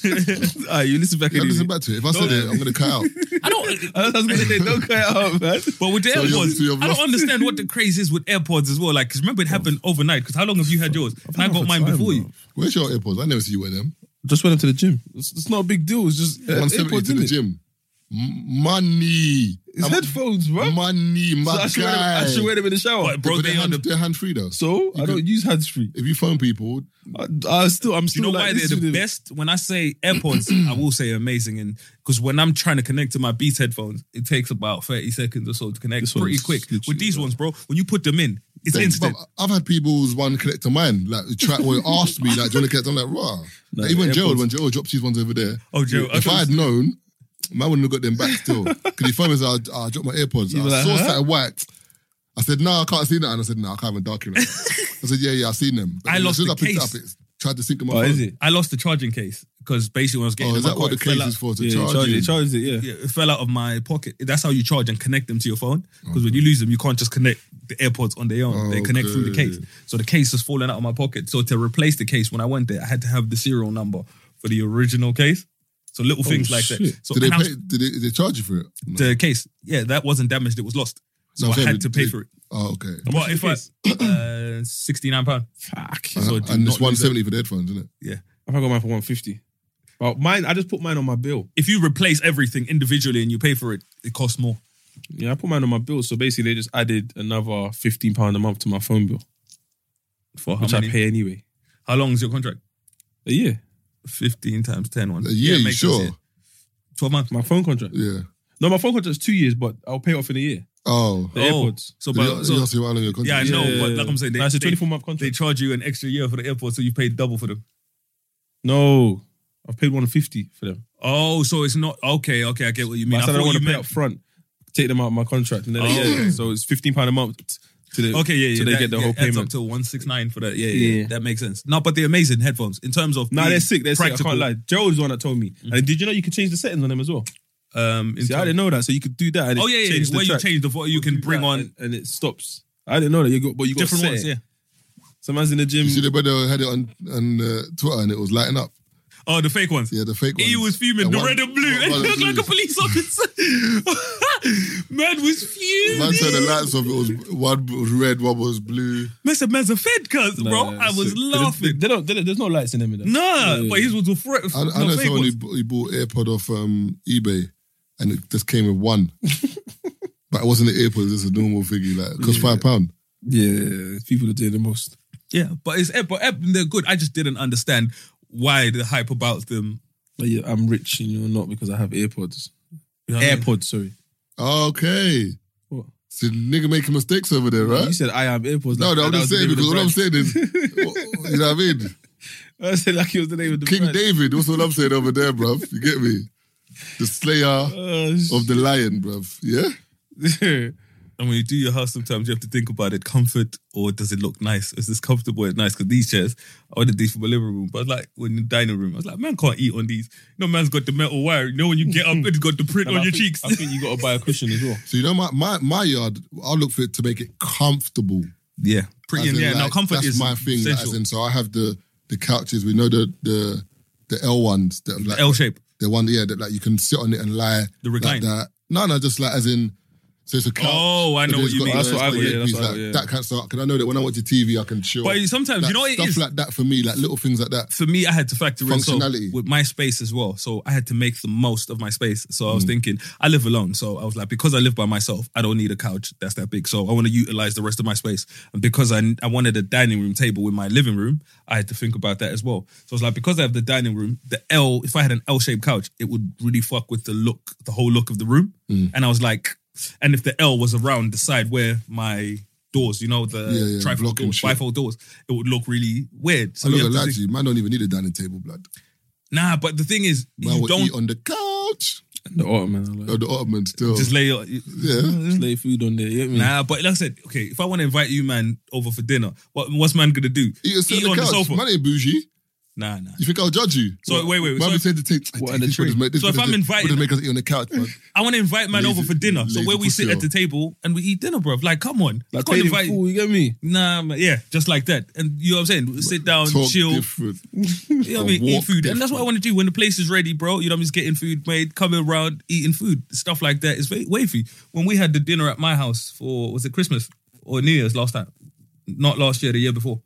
S1: Yeah,
S4: Ah, you listen back
S1: I
S4: anyway.
S1: listen back to it. If I said it, I'm going to cut out.
S6: I don't.
S4: I was going to say, don't cut it out, man.
S6: But with the
S1: So you're-
S6: AirPods,
S1: so you're
S6: I don't
S1: lost.
S6: understand what the craze is with AirPods as well. Like, 'cause remember it happened overnight. Because how long have you had yours? And I got mine before you.
S1: Where's your AirPods? I never see you wear them.
S4: Just went into the gym. It's, it's not a big deal. It's just uh,
S1: 170
S4: AirPods
S1: to
S4: in
S1: the
S4: it.
S1: gym. M- money.
S4: It's
S1: I'm-
S4: headphones, bro.
S1: Money,
S4: So
S1: my
S4: I, should wear them,
S1: guy.
S4: I should wear them in the shower.
S6: But bro,
S1: but
S6: they
S1: they're,
S6: are
S1: hand,
S6: the.
S1: they're hand free though.
S4: so I
S1: You
S4: don't use hands free.
S1: if you phone people,
S4: I, I still, I'm
S6: Do you
S4: still
S6: know
S4: like
S6: why
S4: this
S6: they're the
S4: with it.
S6: best? When I say AirPods, I will say amazing, and because when I'm trying to connect to my Beats headphones, it takes about thirty seconds or so to connect.
S4: This
S6: pretty
S4: one's
S6: quick. With
S4: literally
S6: these ones, bro, when you put them in, it's
S1: they-
S6: instant.
S1: but I've had people's one connect to mine. Like the track where asked me, like, do you want to connect? I'm like, raw.
S4: No,
S1: like, even
S4: the
S1: Gerald,
S4: AirPods-
S1: when Gerald drops his ones over there.
S6: Oh, Gerald,
S1: If
S6: I
S1: I had known, man wouldn't have got them back still. Because he phoned me and said, I, I dropped my AirPods. I
S4: were like,
S1: saw
S4: huh?
S1: something white. I said, no, I can't see that. And I said, no, I can't even dark it. I said, yeah, yeah, I've seen them. But
S6: I
S1: then
S6: lost
S1: as soon
S6: the
S1: as I picked
S6: case.
S1: it up, it tried to sync in my
S4: Oh,
S1: phone.
S4: is it?
S6: I lost the charging case because basically when I was getting
S1: Oh, is
S6: in my
S1: that
S6: car,
S1: what the
S6: it fell
S1: case
S6: out-
S1: is for? To
S4: Yeah,
S1: charge
S4: you charge
S1: you?
S4: it, charge it, yeah.
S6: Yeah, it fell out of my pocket. That's how you charge and connect them to your phone. Because when you lose them, you can't just connect the AirPods on their own. They connect through the
S1: Okay.
S6: case. So the case has fallen out of my pocket. So to replace the case, when I went there, I had to have the serial number for the original case. So little things like that.
S4: shit.
S1: Oh,
S6: So
S1: Did they,
S6: and I was-
S1: pay, did, they, did they charge you for it? No.
S6: the case, yeah, that wasn't damaged. It was lost. So
S1: No,
S6: I
S1: I'm saying,
S6: had to
S1: did-
S6: pay
S1: did-
S6: for it.
S1: Oh, okay.
S6: But if I uh, sixty nine pound,
S4: Fuck.
S6: So
S1: and
S6: do
S1: Uh, and
S6: not
S1: it's
S6: lose that.
S1: 170 for the headphones, isn't it?
S6: yeah.
S4: I think I got mine for 150. But mine, I just put mine on my bill.
S6: If you replace everything individually and you pay for it, it costs more.
S4: Yeah, I put mine on my bill. So basically, they just added another fifteen pound a month to my phone bill,
S6: For how
S4: which I
S6: many?
S4: pay anyway.
S6: How long is your contract?
S4: A year,
S6: 15 times 10 one.
S1: A year,
S6: it
S1: you
S6: makes
S1: sure?
S6: sense, yeah. 12 months.
S4: my phone contract.
S1: Yeah.
S4: No, my phone contract is two years, but I'll pay it off in a year.
S1: Oh.
S4: The
S6: Oh,
S4: AirPods.
S6: So,
S1: Did
S6: but,
S1: you- you
S6: so-
S1: asked you how long your
S6: yeah, I
S1: contract is?
S6: know, but like I'm saying, they,
S4: Nah, it's a
S6: they,
S4: twenty-four month
S6: they
S4: contract.
S6: charge you an extra year for the airport, so you pay double for them.
S4: no, I've paid 150 for them.
S6: Oh, so it's not okay. Okay, I get what you mean.
S4: But I said I
S6: thought
S4: don't want
S6: you
S4: to pay
S6: meant-
S4: up front, take them out of my contract, and then
S6: Oh.
S4: yeah, so it's fifteen pound a month t- to the,
S6: Okay, yeah, yeah.
S4: till they
S6: that-
S4: get the
S6: yeah,
S4: whole
S6: adds up
S4: payment.
S6: to one six nine for that. Yeah, yeah,
S4: Yeah.
S6: yeah, That makes sense. No, but they're amazing headphones in terms of.
S4: Nah,
S6: being
S4: they're sick. They're sick. I
S6: practical,
S4: can't lie. Gerald's the one that told me. And did you know you could change the settings on them as well?
S6: Um, in
S4: See, I
S6: terms-
S4: didn't know that, so you could do that. And it
S6: oh yeah, yeah.
S4: changed
S6: yeah.
S4: the
S6: Where you
S4: track.
S6: change the vo- you can bring
S4: That
S6: on
S4: and, and it stops. I didn't know that. You got, but you got
S6: different
S4: set
S6: ones.
S4: it.
S6: Yeah.
S4: So man's in the gym.
S1: You see, the brother had it on on uh, Twitter and it was lighting up.
S6: Oh, the fake ones.
S1: Yeah, the fake one.
S6: He was fuming, the red and blue. And he looked like a police officer. man was fuming.
S1: Man turned the lights off. It was one was red, one was blue.
S6: Man said, man's a fed cuz, bro.
S4: Nah,
S6: I was
S4: sick. They don't-
S6: laughing.
S4: They, don't. They, don't- there's no lights in them. Either.
S6: nah,
S4: Yeah.
S6: but his was a threat.
S1: I, I
S6: no,
S1: know
S6: fake
S1: someone who,
S6: ones.
S1: bu- who bought AirPod off um, eBay, and it just came with one. but it wasn't an AirPod; it was just a normal thingy. Like, it cost five pound.
S4: Yeah, people are doing the most.
S6: Yeah, but it's Ep, but Ep, they're good. I just didn't understand why the hype about them.
S4: Like, yeah, I'm rich and you're not because I have AirPods.
S6: You know what I mean?
S4: AirPods, sorry.
S1: Okay,
S4: What?
S1: so nigga making mistakes over there, right?
S4: You said I have AirPods.
S1: No,
S4: like,
S1: no, I'm
S4: that
S1: just
S4: was the
S1: saying
S4: name of the
S1: because what I'm
S4: brand.
S1: saying is, you know what I mean?
S4: I said like it was the name of the
S1: King
S4: brand.
S1: David. That's what I'm saying over there, bruv. You get me? The Slayer
S4: Oh, sh-
S1: of the Lion, bruv. Yeah.
S6: And when you do your house, sometimes you have to think about it: comfort or does it look nice? Is this comfortable and nice? Because these chairs, I ordered these for my living room, but like when the dining room, I was like, man can't eat on these. You know, man's got the metal wire. You know, when you get up, it's got the print
S4: And
S6: on
S4: I
S6: your
S4: think-
S6: cheeks.
S4: I think you got to buy a cushion as well.
S1: So you know my my, my yard. I'll look for it to make it comfortable.
S6: yeah, pretty.
S1: As
S6: And,
S1: in,
S6: yeah, now
S1: like,
S6: comfort
S1: that's
S6: is
S1: my thing. like,
S6: Essential.
S1: As in, so I have the the couches. We know the the the L ones that have, like
S6: L shape.
S1: the one yeah that like you can sit on it and lie
S6: The
S1: like
S6: recline.
S1: that. No, no, just like as in. So it's a couch.
S6: Oh, I
S1: but
S6: know
S1: then
S6: what
S1: it's
S6: you
S1: got-
S6: mean.
S1: it's
S6: That's
S4: what I
S1: got
S4: got, yeah,
S1: legs,
S4: that's what I
S1: like,
S4: got, yeah.
S1: That kind of stuff. Because I know that when I watch the TV, I can chill.
S6: But sometimes,
S1: That
S6: you know, what it
S1: stuff
S6: is.
S1: like that for me, like little things like that.
S6: for me, I had to factor in so
S1: Functionality.
S6: with my space as well. So I had to make the most of my space. So
S1: Mm.
S6: I was thinking, I live alone. So I was like, because I live by myself, I don't need a couch that's that big. So I want to utilize the rest of my space. And because I, I wanted a dining room table in my living room, I had to think about that as well. So I was like, because I have the dining room, the L, if I had an L shaped couch, it would really fuck with the look, the whole look of the room.
S1: Mm.
S6: And I was like, and if the L was around the side where my doors, you know, the
S1: Yeah, yeah,
S6: trifold
S1: blocking
S6: doors,
S1: shit.
S6: bifold doors, it would look really weird. So
S1: I'm not
S6: you
S1: gonna
S6: have to
S1: lie
S6: think-
S1: to you, man. Don't even need a dining table, blood.
S6: Nah, but the thing is,
S1: Man,
S6: you
S1: will
S6: don't
S1: eat on the couch.
S4: The ottoman, I
S1: Oh,
S4: like.
S1: the ottoman still.
S6: just lay your.
S1: yeah.
S4: Just lay food on there. You get me?
S6: Nah, but like I said, okay, if I want to invite you, man, over for dinner, what, what's man gonna do?
S1: Eat, and sit on the couch. Man ain't bougie.
S6: Nah, nah.
S1: You think I'll judge you?
S6: So, wait, wait, wait.
S1: Man,
S6: So
S1: we
S6: if-
S1: said to take.
S4: What,
S1: take
S4: and the
S1: this
S4: tree?
S1: brothers, mate, this
S6: So if
S1: brothers
S6: I'm
S1: just-
S6: invited-
S1: brothers make us eat on the couch, man.
S6: I want to invite man
S1: Lazy-
S6: over for dinner. So
S1: lazy
S6: where we sit
S1: pussy,
S6: at the table and we eat dinner, bro. Like, come on,
S4: Like
S6: you
S4: paid
S6: can't
S4: in
S6: invite.
S4: full, you get me?
S6: Nah, man, yeah, just like that. And you know what I'm saying? Sit down,
S1: Talk
S6: chill.
S1: different.
S6: You know what I mean? Eat
S1: Walk
S6: food, and that's what I want to do when the place is ready, bro. You know what I mean? It's getting food made, coming around, eating food, stuff like that. It's very wavy. When we had the dinner at my house for was it Christmas or New Year's last time? Not last year, the year before.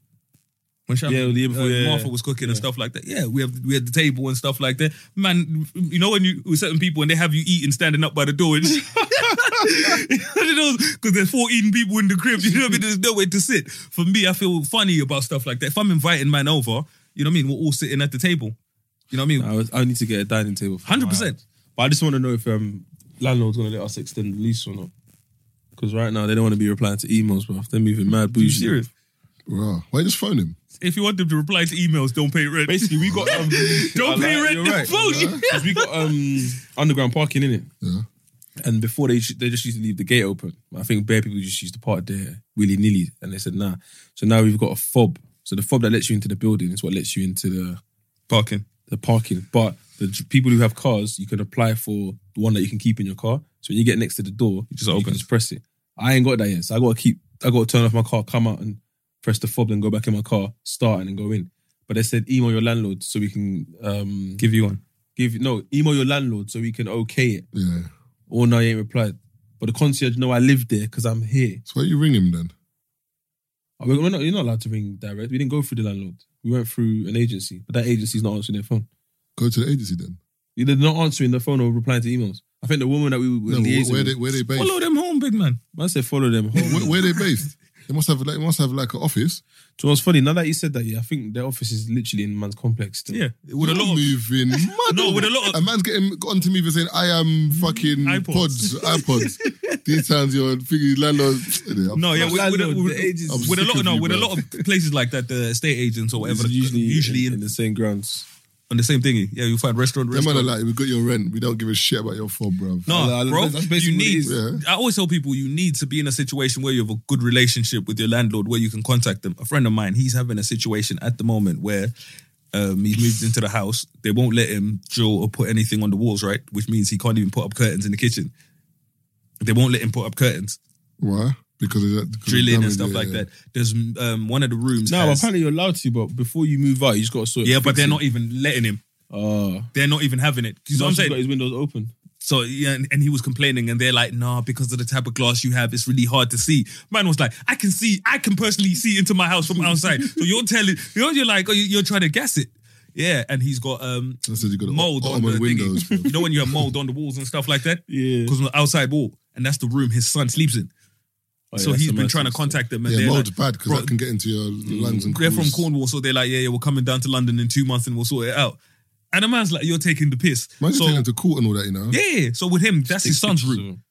S6: When Shab-
S4: Yeah, the year before, yeah, yeah.
S6: Martha was cooking and stuff like that. Yeah, we have we had the table and stuff like that. Man, you know when you with certain people and they have you eating standing up by the door, because there's 14 people in the crib. You know what I mean? There's no way to sit. For me, I feel funny about stuff like that. If I'm inviting man over, you know what I mean? We're all sitting at the table. You know what I mean?
S4: I, was, I need to get a dining table. for my
S6: 100%.
S4: house. But I just want to know if um, landlord's going to let us extend the lease or not. Because right now they don't want to be replying to emails, bro. They're moving mad bougie.
S6: you serious?
S1: Bruh, why you just phone him?
S6: If you want them to reply to emails, don't pay rent.
S4: Basically, we got um,
S6: don't pay rent.
S4: You're
S6: the
S4: right.
S6: phone.
S4: 'Cause we got um, underground parking in it.
S1: Yeah.
S4: And before they they just used to leave the gate open. I think bare people just used to park there willy nilly, and they said nah. So now we've got a fob. So the fob that lets you into the building is what lets you into the
S6: Parking.
S4: the parking. But the j- people who have cars, you can apply for the one that you can keep in your car. So when you get next to the door, you
S6: just
S4: just open,
S6: opens.
S4: just press it. I ain't got that yet, so I got to keep. I got to turn off my car, come out and press the fob, then go back in my car, start and then go in. But they said email your landlord so we can um,
S6: Give you one.
S4: give you no email your landlord so we can okay it.
S1: Yeah.
S4: Or no, he ain't replied. But the concierge know I live there because I'm here.
S1: So why you ring him then?
S4: I mean, we're not, you're not allowed to ring direct. We didn't go through the landlord. We went through an agency, but that agency's not answering their phone.
S1: Go to the agency then.
S4: They're not answering the phone or replying to emails. I think the woman that we
S1: No,
S4: were
S1: where,
S4: liaising
S1: where
S4: with-
S1: they where they based?
S6: Follow them home, big man.
S4: I said follow them. home.
S1: Where, where they based? They must have like they must have like an office.
S4: So it's funny. Now that you said that, yeah, I think their office is literally in man's complex. Still.
S6: Yeah. With a
S1: You're
S6: lot of,
S1: moving. mad.
S6: No, with a lot of-
S1: A man's getting got onto me for saying I am fucking
S6: iPods.
S1: pods, iPods. These times you're thinking landlords.
S6: No, yeah,
S4: My
S6: with, with,
S4: landlord,
S6: with,
S4: the agents-
S1: I'm
S6: with, a
S1: sick
S6: lot,
S1: of
S6: no,
S1: you,
S6: with a
S1: bro.
S6: lot of places like that, the estate agents or
S4: It's
S6: whatever,
S4: usually
S6: usually
S4: in, in
S6: in,
S4: the same grounds.
S6: on the same thingy. Yeah, you find restaurant,
S1: Them man are
S6: restaurant.
S1: like, we got your rent. We don't give a shit about your fob, bro.
S6: No,
S4: Nah,
S6: bro,
S4: that's- that's basically
S6: you
S4: what it
S6: need.
S4: is.
S1: Yeah.
S6: I always tell people you need to be in a situation where you have a good relationship with your landlord, where you can contact them. A friend of mine, he's having a situation at the moment where um, he's moved into the house. They won't let him drill or put anything on the walls, right? Which means he can't even put up curtains in the kitchen. They won't let him put up curtains,
S1: Why? Because of that. because of
S6: drilling and
S1: damage,
S6: stuff
S1: yeah,
S6: like
S1: yeah.
S6: that. There's um, one of the rooms.
S4: No,
S6: has-
S4: apparently you're allowed to, but before you move out, you just got to sort.
S6: yeah, but
S4: fix
S6: they're
S4: it.
S6: not even letting him.
S4: Oh,
S6: They're not even having it. You know what I'm
S4: He's
S6: saying?
S4: got his windows open.
S6: So yeah, and, and he was complaining, and they're like, "Nah, because of the type of glass you have, it's really hard to see." Man was like, "I can see, I can personally see into my house from outside." so you're telling, you're, you're like, oh, you- you're trying to guess it, yeah. And he's got um
S1: I said you got
S6: mold on the
S1: windows.
S6: windows.
S1: bro.
S6: You know when you have mold on the walls and stuff like that,
S4: Yeah.
S6: because on the outside wall, and that's the room his son sleeps in.
S4: Oh, yeah,
S6: so
S4: that's
S6: he's
S4: the
S6: been
S4: most
S6: trying to
S4: stuff.
S6: contact them, and
S1: yeah,
S6: they're
S1: mold's
S6: like,
S1: bad because
S6: "Bro,
S1: that can get into your lungs and
S6: they're from
S1: cause-
S6: Cornwall, so they're like, "Yeah, yeah, we're coming down to London in two months, and we'll sort it out." And the man's like, "You're taking the piss."
S1: Imagine
S6: so
S1: taking them to court and all that, you know?
S6: yeah, yeah, so with him, that's his
S4: Take
S6: son's
S4: pictures
S6: room.
S4: of him.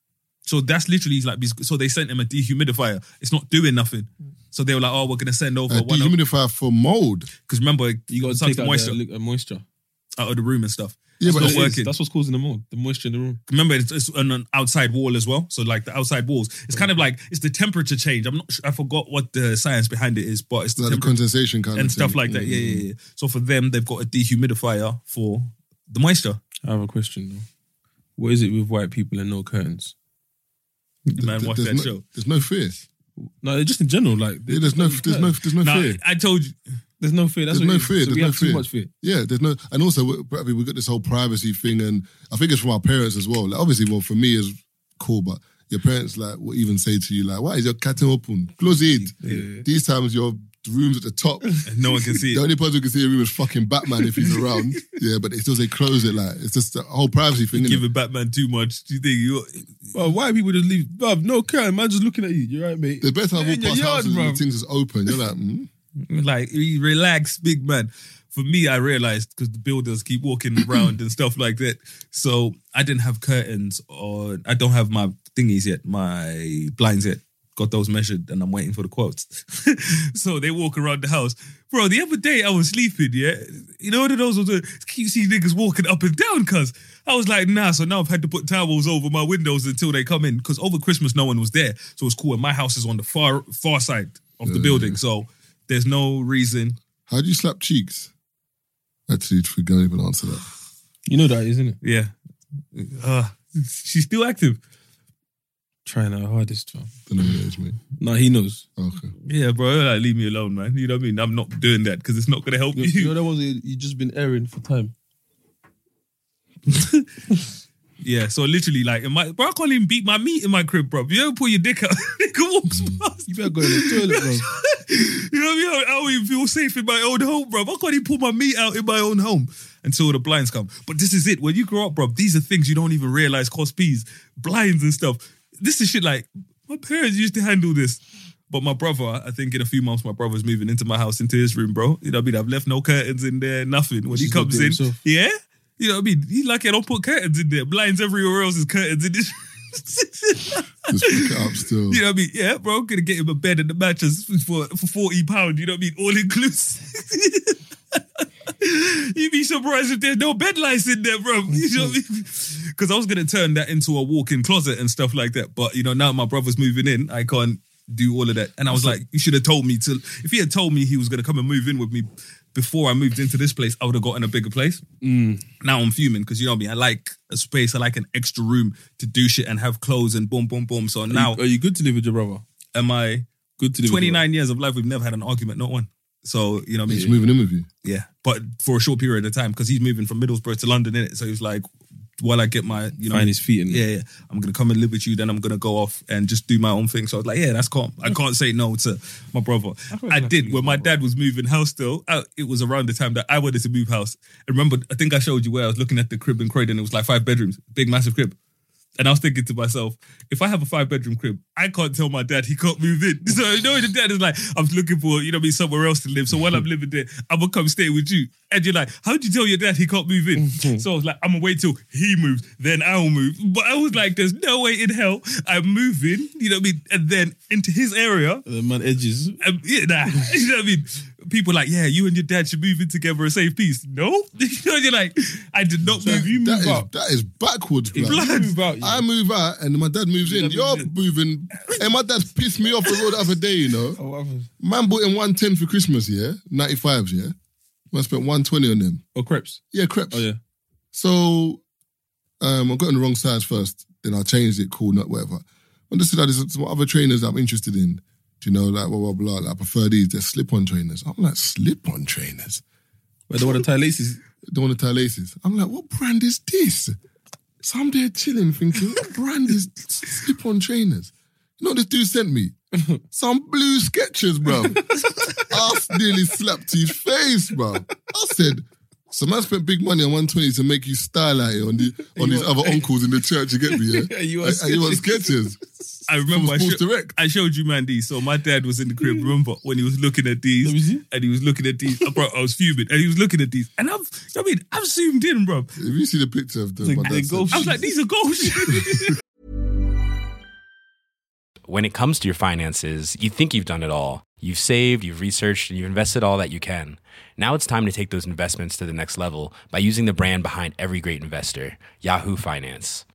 S6: So that's literally he's like, so they sent him a dehumidifier. It's not doing nothing. So they were like, oh, we're gonna send over
S1: A
S6: one of
S1: dehumidifier for mold.
S6: because remember
S4: You got to
S6: sucks
S4: take
S6: the
S4: out
S6: moisture
S4: moisture. The, uh, moisture.
S6: out of the room and stuff.
S1: Yeah,
S6: It's
S1: but
S6: not
S1: it is.
S6: working.
S4: That's what's causing the mold. The moisture in the room.
S6: Remember, it's, it's on an outside wall as well. So like the outside walls, it's kind of like it's the temperature change. I'm not, sure, I forgot what the science behind it is, but it's the
S1: Like the
S6: temperature
S1: condensation kind
S6: and
S1: of
S6: stuff
S1: thing. Mm.
S6: like that. Yeah, yeah, yeah. So for them, they've got a dehumidifier for the moisture.
S4: I have a question though. What is it with white people and no curtains?
S6: The man watched
S1: there's
S6: that
S1: no,
S6: show.
S1: There's no fear.
S4: No, just in general, like
S1: Yeah, there's no, there's no, there's no
S6: Now,
S1: fear.
S6: I told you,
S4: there's no fear. That's
S1: There's
S4: what
S1: no
S4: it is.
S1: fear.
S4: So
S1: There's
S4: we
S1: no
S4: have
S1: fear.
S4: too much fear.
S1: Yeah, there's no, and also we- I mean, we got this whole privacy thing, and I think it's from our parents as well. Like, obviously, well, for me is cool, but your parents like will even say to you like, "Why is your curtain open? Close it." These times your room's at the top.
S6: no one can see
S1: The
S6: it.
S1: only person who can see your room is fucking Batman if he's around. yeah, but they still say close it. Like it's just the whole privacy thing. innit?
S6: Giving Batman too much. Do you think you?
S4: Well, white people just leave. Bruv, no curtain. Man, just looking at you. You're right, mate.
S1: The best time I
S4: In
S1: walk
S4: your
S1: past
S4: yard,
S1: houses and
S4: bro.
S1: the things is open. You're like, mm?
S6: Like, re- relax, big man. For me, I realized because the builders keep walking around and stuff like that. So I didn't have curtains or I don't have my thingies yet, my blinds yet. Got those measured and I'm waiting for the quotes. so they walk around the house. Bro, the other day I was sleeping, yeah. You know what it was? was, uh, You see niggas walking up and down, cuz I was like, nah, so now I've had to put towels over my windows until they come in. Cause over Christmas no one was there. So it's cool. And my house is on the far far side of the building. So there's no reason.
S1: how do you slap cheeks? Actually, we don't even answer that.
S4: You know that, isn't it?
S6: Yeah. Uh, she's still active.
S4: Trying our hardest, fam.
S1: Don't know what it is, mate.
S4: Nah, he knows.
S1: Okay.
S6: Yeah, bro. Like, leave me alone, man. You know what I mean? I'm not doing that because it's not going to help
S4: You, you know
S6: you.
S4: that was you you just been airing for time.
S6: Yeah. So literally, like, in my, bro, I can't even beat my meat in my crib, bro. You ever pull your dick out, nigga walks past.
S4: You better go to the toilet, bro.
S6: You know what I mean? I don't even feel safe in my own home, bro. I can't even pull my meat out in my own home until the blinds come. But this is it. When you grow up, bro, these are things you don't even realize cost peas, blinds and stuff. This is shit like my parents used to handle this. But my brother, I think in a few months, my brother's moving into my house, into his room, bro. You know what I mean? I've left no curtains in there, nothing. When he
S4: He's gonna
S6: comes
S4: do it
S6: in,
S4: himself.
S6: yeah? You know what I mean? He lucky I don't put curtains in there. Blinds everywhere else is curtains in this.
S1: Just pick it up still.
S6: You know what I mean? Yeah, bro, I'm gonna get him a bed and a mattress for, for 40 pounds, you know what I mean? All inclusive. You'd be surprised if there's no bed lice in there, bro. You know what I mean? Because I was gonna turn that into a walk-in closet and stuff like that. But you know, now my brother's moving in, I can't do all of that. And I was like, you should have told me to if he had told me he was gonna come and move in with me before I moved into this place, I would have gotten a bigger place
S4: Mm.
S6: now I'm fuming because you know me. I like a space. I like an extra room to do shit and have clothes and boom, boom, boom. So now,
S4: Are you good to live with your brother?
S6: am I
S4: Good to live. with your brother?
S6: 29 years of life? We've never had an argument, not one. So you know, what I
S1: He's
S6: mean,
S1: moving in with you.
S6: yeah. But for a short period of time, because he's moving from Middlesbrough to London, in it. So he was like, while I get my, you know,
S4: Find his feet and-
S6: yeah, yeah, I'm gonna come and live with you. Then I'm gonna go off and just do my own thing. So I was like, yeah, that's calm. I can't say no to my brother. I did when my dad was moving house. Though I, it was around the time that I wanted to move house. And remember, I think I showed you where I was looking at the crib in Croydon. It was like five bedrooms, big massive crib. And I was thinking to myself, if I have a five bedroom crib, I can't tell my dad he can't move in. So you know, the dad is like, I'm looking for you know me somewhere else to live. So while I'm living there, I'm gonna come stay with you. And you're like, how do you tell your dad he can't move in? so I was like, I'm gonna wait till he moves, then I'll move. But I was like, there's no way in hell I'm moving. You know what I mean? And then into his area,
S4: The man edges.
S6: um, yeah, nah, you know what I mean? people like, yeah, you and your dad should move in together and save peace. No, you know, you're like, I did not move you.
S1: That is
S6: up.
S1: that is backwards,
S6: If
S1: blood.
S6: you move
S4: out, yeah.
S1: I move out and my dad moves in.
S6: dad
S1: You're
S6: moves in.
S1: moving, and my dad pissed me off the road the other day. You know,
S4: Oh, what happened?
S1: man bought him one ten for Christmas. Yeah, ninety fives. Yeah, I spent one twenty on them.
S4: Oh, crepes.
S1: Yeah, crepes.
S4: Oh, yeah.
S1: So um, I got on the wrong size first, then I changed it, cool, not whatever. I just said, "Oh, there's some other trainers that I'm interested in. Do you know, like, blah, blah, blah. Like, I prefer these, they're slip on trainers. I'm like, slip on trainers?
S4: But the one that tie laces.
S1: Don't want to tie laces. I'm like, what brand is this? So I'm there chilling, thinking, what brand is slip on trainers? You know what this dude sent me? Some blue sketches, bro. I nearly slapped his face, bro. I said, so man spent big money on 120 to make you style out here on the on these other uncles in the church. You get me, yeah?
S4: And you want
S1: And- and you want
S4: sketches.
S1: sketches?
S6: I remember
S1: From
S6: I, sho-
S1: Sports Direct.
S6: I showed you man these. So my dad was in the crib. Remember when he was looking at these
S4: Let me see.
S6: and he was looking at these. Oh, bro, I was fuming and he was looking at these. And I've, I mean, I've zoomed in, bro.
S1: If you see the picture of them,
S4: Like,
S1: my
S4: they
S1: dad
S4: go
S1: said,
S6: I was like, these are gold.
S8: When it comes to your finances, you think you've done it all. You've saved, you've researched, and you've invested all that you can. Now it's time to take those investments to the next level by using the brand behind every great investor, Yahoo Finance.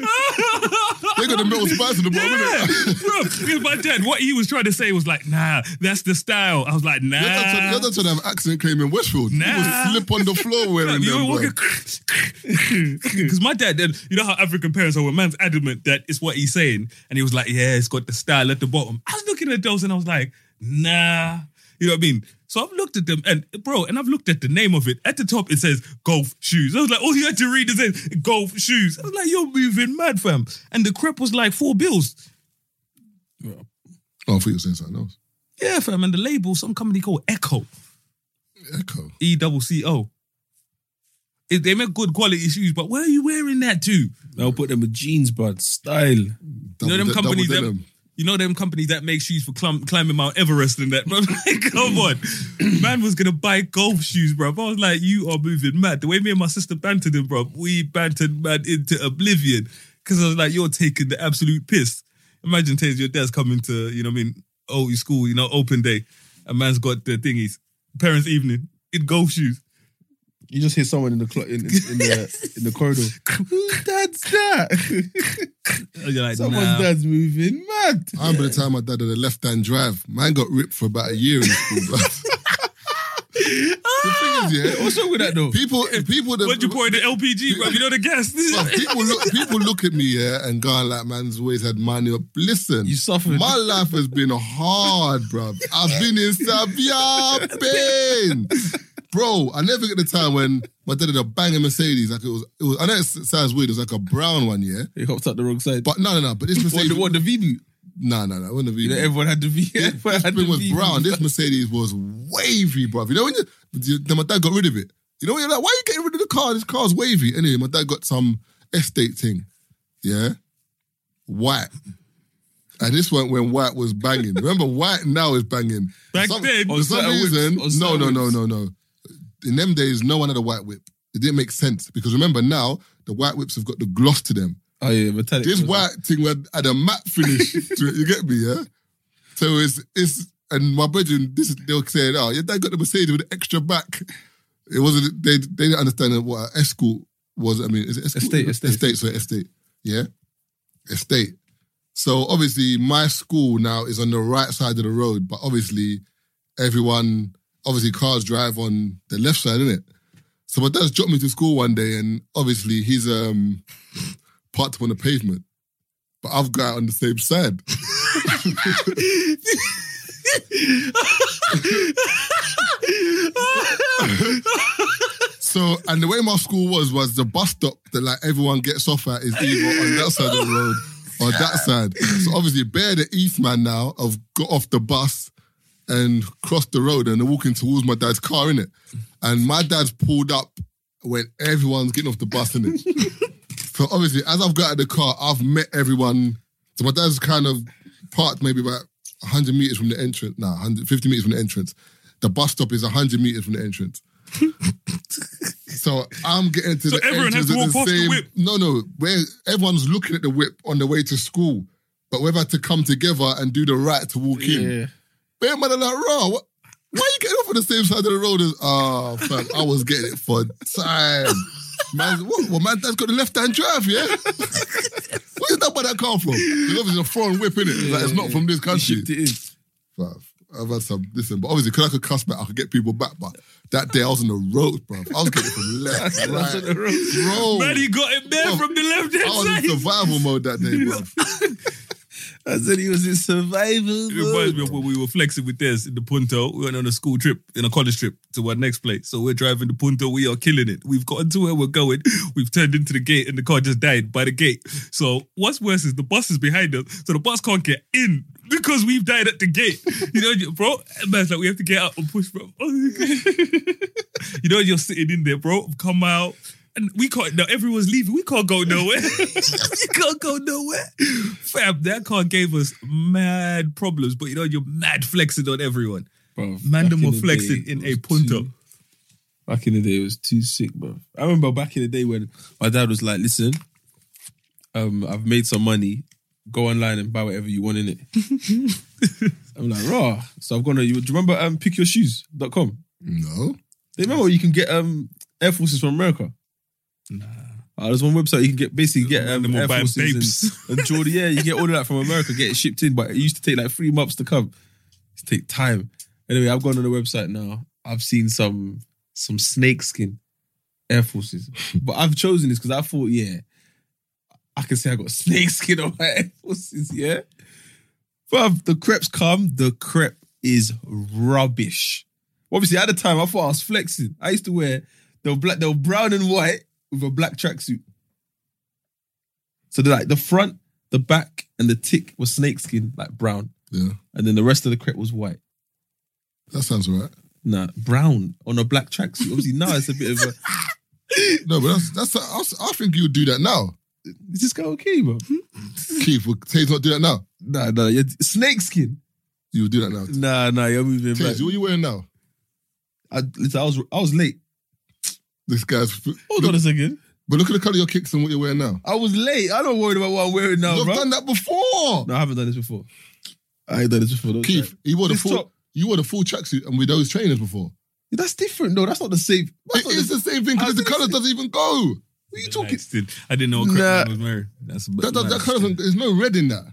S1: They got the metal spice in the bottom,
S6: Yeah,
S1: innit?
S6: bro. Because my dad, what he was trying to say was like, nah, that's the style. I was like, nah.
S1: You're not trying- you're not trying to have accident claim in Westfield. You
S6: Nah.
S1: will slip on the floor wearing
S6: You
S1: them,
S6: were
S1: bro.
S6: walking because my dad then you know how African parents are when man's adamant that it's what he's saying and he was like yeah it's got the style at the bottom I was looking at those and I was like nah you know what I mean so I've looked at them and bro and I've looked at the name of it at the top it says golf shoes I was like all you had to read is says golf shoes I was like you're moving mad fam and the crep was like four bills
S1: Oh, I thought you were saying something else.
S6: yeah fam and the label some company called Echo
S1: Echo.
S6: E double C O It- they make good quality shoes but where are you wearing that to
S4: I'll put them with jeans, bud. Style.
S1: Double
S6: you know them
S1: de- double
S6: companies that,
S1: denim.
S6: you know them companies that make shoes for clum- climbing Mount Everest and that, bro. Like, come on, man was gonna buy golf shoes, bro. I was like, you are moving mad. The way me and my sister bantered him, bro, we bantered man into oblivion because I was like, you're taking the absolute piss. Imagine Taze, your dad's coming to, you know, what I mean, old school, you know, open day, and man's got the thingies, parents' evening in golf shoes.
S4: You just hear someone in the clo- in, in, in the in the corridor. Whose dad's that?
S6: And you're like,
S4: Someone's
S6: nah.
S4: dad's moving mad.
S1: I remember the time my dad had a left hand drive. Mine got ripped for about a year in school, bro. the thing is, yeah,
S4: What's wrong with that though?
S1: people, people that.
S6: What'd you pour in the LPG, bro? You know the gas.
S1: Bruv, people look, people look at me, yeah, and go like, "Man's always had money up." Listen,
S4: You suffered.
S1: My life has been hard, bruv. I've been in severe pain, bro. I never get the time when my dad had a banger Mercedes. Like it was, it was. I know it sounds weird. It was like a brown one, yeah.
S4: He hopped out the wrong side.
S1: But no, no, no. But this
S4: what,
S1: Mercedes,
S4: the, what the V boot?
S1: no, no, no. It wouldn't have
S4: You know,
S1: been-
S4: everyone had the V.
S1: this
S4: Everyone had the
S1: thing was
S4: V.
S1: brown. This Mercedes was wavy, bruv. You know when you, you- then my dad got rid of it. You know when you're like, why are you getting rid of the car? This car's wavy. Anyway, my dad got some estate thing. Yeah, white. And this one when white was banging. Remember, white now is banging.
S6: Back
S1: some,
S6: then,
S1: for
S6: on
S1: some
S4: certain whips,
S1: reason,
S4: on
S1: no,
S4: certain
S1: no, no,
S4: whips.
S1: no, no. In them days, no one had a white whip. It didn't make sense because remember now the white whips have got the gloss to them.
S4: Oh yeah, metallic.
S1: This
S4: was-
S1: white thing had, had a matte finish to it. You get me, yeah? So it's it's and my brethren, this is- they were saying, oh, your dad got the Mercedes with an extra back. It wasn't they they didn't understand what an escort was. I mean, is it escort?
S4: Estate, estate.
S1: estate, so estate, yeah, estate. So obviously, my school now is on the right side of the road, but obviously, everyone obviously cars drive on the left side, isn't it? So my dad's dropped me to school one day, and obviously he's um parked on the pavement, but I've got out on the same side. So, and the way my school was was the bus stop that like everyone gets off at is either on that side of the road or that side. So obviously, Bear the East man now have got off the bus and crossed the road and they're walking towards my dad's car, innit? And my dad's pulled up when everyone's getting off the bus, innit? so obviously, as I've got out of the car, I've met everyone. So my dad's kind of parked maybe about 100 meters from the entrance. Nah, 150 meters from the entrance. The bus stop is 100 meters from the entrance. so I'm getting to
S6: So
S1: the
S6: everyone
S1: entrance
S6: has to
S1: at
S6: walk
S1: the
S6: past the
S1: same.
S6: whip?
S1: No, no. Where everyone's looking at the whip on the way to school, but we've had to come together and do the right to walk in.
S4: Yeah.
S1: Bear man are like, raw, what? Why you getting off on the same side of the road as oh fam, I was getting it for time. Man, what, well, my dad's got the left-hand drive, yeah? Where's that where that car from? It's obviously a foreign whip, innit? It's, like, it's not from this country.
S4: Shit, it is.
S1: Bruv, I've had some, listen, but obviously, because I could cuss back, I could get people back, but that day I was on the road, bruv. I was getting it from left, right. Bro,
S6: Man, he got it
S1: Bro,
S6: there from the left
S1: Oh. I was in
S6: hand side.
S1: survival mode that day, bruv.
S4: I said he was in survival.
S6: It
S4: mode.
S6: reminds me of when we were flexing with this in the Punto. We went on a school trip, in a college trip to our next place. So we're driving the Punto. We are killing it. We've gotten to where we're going. We've turned into the gate and the car just died by the gate. So what's worse is the bus is behind us. So the bus can't get in because we've died at the gate. You know, you- bro, man's like, we have to get out and push, bro. you know, you're sitting in there, bro. Come out. And we can't, now everyone's leaving. We can't go nowhere. you can't go nowhere. Fam, that car gave us mad problems, but you know, you're mad flexing on everyone.
S4: Bruv,
S6: Man, them
S4: back
S6: were
S4: the
S6: flexing
S4: day,
S6: in
S4: it
S6: a
S4: was
S6: punto.
S4: too- Back in the day, it was too sick, bro. I remember back in the day when my dad was like, "Listen, um, I've made some money. Go online and buy whatever you want in it." I'm like, "Raw." So I've gone. on- You do you remember um, pickyourShoes.com?
S1: No.
S4: They remember you can get um Air Forces from America. Nah. there's one website you can get basically get um,
S6: them will
S4: Air
S6: buy
S4: Forces
S6: babes.
S4: and, and Jordan. Yeah, you get all of that from America, get it shipped in, but it used to take like three months to come. It used to take time. Anyway, I've gone on the website now. I've seen some some snake skin Air Forces, but I've chosen this because I thought, yeah, I can say I got snake skin on my Air Forces. Yeah, bruv, the crep's come. The crep is rubbish. Obviously, at the time, I thought I was flexing. I used to wear they were black, they were brown and white with a black tracksuit. So they're like the front, the back, and the tick was snakeskin, like brown,
S1: Yeah,
S4: and then the rest of the crep was white.
S1: that sounds right.
S4: Nah, brown on a black tracksuit. Obviously, now it's a bit of a.
S1: No, but that's, that's I, was- I think you would do that now.
S4: Is this guy okay, bro?
S1: Keith, would Taze not do that now?
S4: Nah, nah, you're snakeskin.
S1: You would do that now.
S4: Nah, nah, you're moving back.
S1: Taze, what are you wearing now?
S4: I, listen, I was, I was late.
S1: This guy's.
S4: Hold
S1: look-
S4: on a second.
S1: But look at the color of your kicks and what you're wearing now.
S4: I was late. I'm not worried about what I'm wearing now,
S1: You've
S4: bro.
S1: done that before.
S4: No, I haven't done this before. I ain't done this before. don't
S1: Keith,
S4: try.
S1: he wore the
S4: This
S1: full.
S4: top-
S1: You wore the full tracksuit and with those trainers before.
S4: That's different. No, that's not the same. That's
S1: It
S4: not
S1: is the same thing because
S4: How
S1: the
S4: did
S1: color doesn't even go. What are you talking?
S6: Nice, dude. I didn't know what
S4: Nah.
S6: nah. was wearing. That's
S1: That, that, that
S6: nice,
S1: color,
S6: dude.
S1: there's no red in that.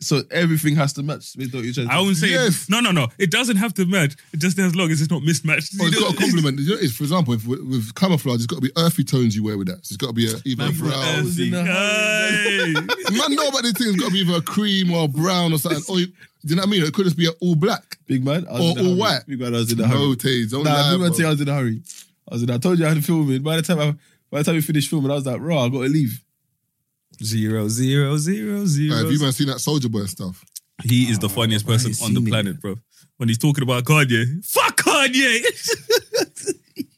S4: So everything has to match with what you're trying to
S6: I wouldn't say
S1: Yes.
S6: no, no, no. It doesn't have to match. It just as long as it's not mismatched.
S1: Oh,
S6: You
S1: it's
S6: know?
S1: got a compliment. You know, it's, for example, if, with, with camouflage, it's got to be earthy tones you wear with that. So it's got to be a, either a
S6: Man,
S1: brown.
S6: I was
S4: in a
S6: Hey.
S1: Man, know about these things. It's got to be either a cream or a brown or something. Or you, do you know what I mean? It could just be an all black.
S4: Big man. I was
S1: Or-
S4: in a
S1: or
S4: hurry.
S1: white.
S4: Big man, I was in a hurry.
S1: No, Taze, don't
S4: nah,
S1: lie,
S4: big man,
S1: bro.
S4: say I was in a hurry. I was in. I told you I had to film it. By the time I, by the time we finished filming, I was like, "Raw, I got to leave."
S6: Zero, zero, zero, zero.
S1: Uh, have you man seen that Soldier Boy stuff?
S6: He is the funniest person
S4: you
S6: on the
S4: seen it?
S6: planet, bro. When he's talking about Kanye, fuck Kanye.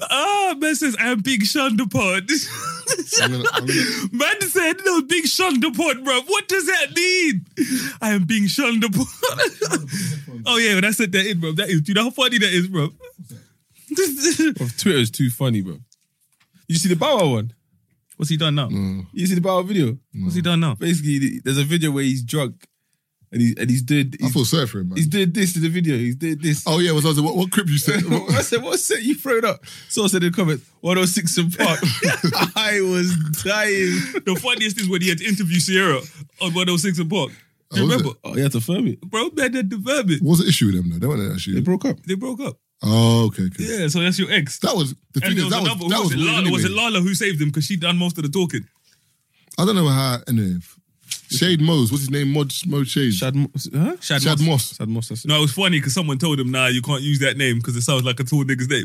S6: ah, man says I'm Big Shondapod.
S1: I'm gonna, I'm gonna,
S6: man said no Big Shondapod, bro. What does that mean? I am Big Shondapod. oh yeah, when I said that in, bro, that is. Do you know how funny that is, bro?
S4: Twitter is too funny, bro. You see the Bow Wow one?
S6: What's he done now?
S4: You see the Bow Wow video?
S6: What's he done now?
S4: Basically, th- there's a video where he's drunk, and he and he's doing
S1: I
S4: he's,
S1: feel sorry for him, man.
S4: he's doing this in the video. He's doing this.
S1: Oh yeah, was I was what, what crib you said?
S4: I said, "What set you throwing up?" So I said in the comments, "106 and Park." I was dying.
S6: The funniest is when he had to interview Sierra on 106 and Park. Do
S1: Oh,
S6: you
S1: was
S6: remember?
S4: Oh, you had to firm it.
S6: Bro, man, that diverted.
S1: what was the issue with them though? They weren't
S4: They
S1: actually.
S4: broke up.
S6: They broke up.
S1: Oh okay, okay.
S6: Yeah, so that's your ex.
S1: That was the thing.
S6: And there
S1: Is,
S6: was
S1: that was
S6: another, who
S1: that was
S6: was, it?
S1: weird
S6: Lala,
S1: anyway.
S6: was it Lala who saved him because she done most of the talking?
S1: I don't know how. Anyway, f- Shade Mose. What's his name? Mod Mod Shade. Shad,
S4: Shad, Mo- huh?
S6: Shad Moss.
S1: Moss.
S4: Shad Moss. That's it.
S6: No, it was funny because someone told him, nah, you can't use that name because it sounds like a tall nigga's name.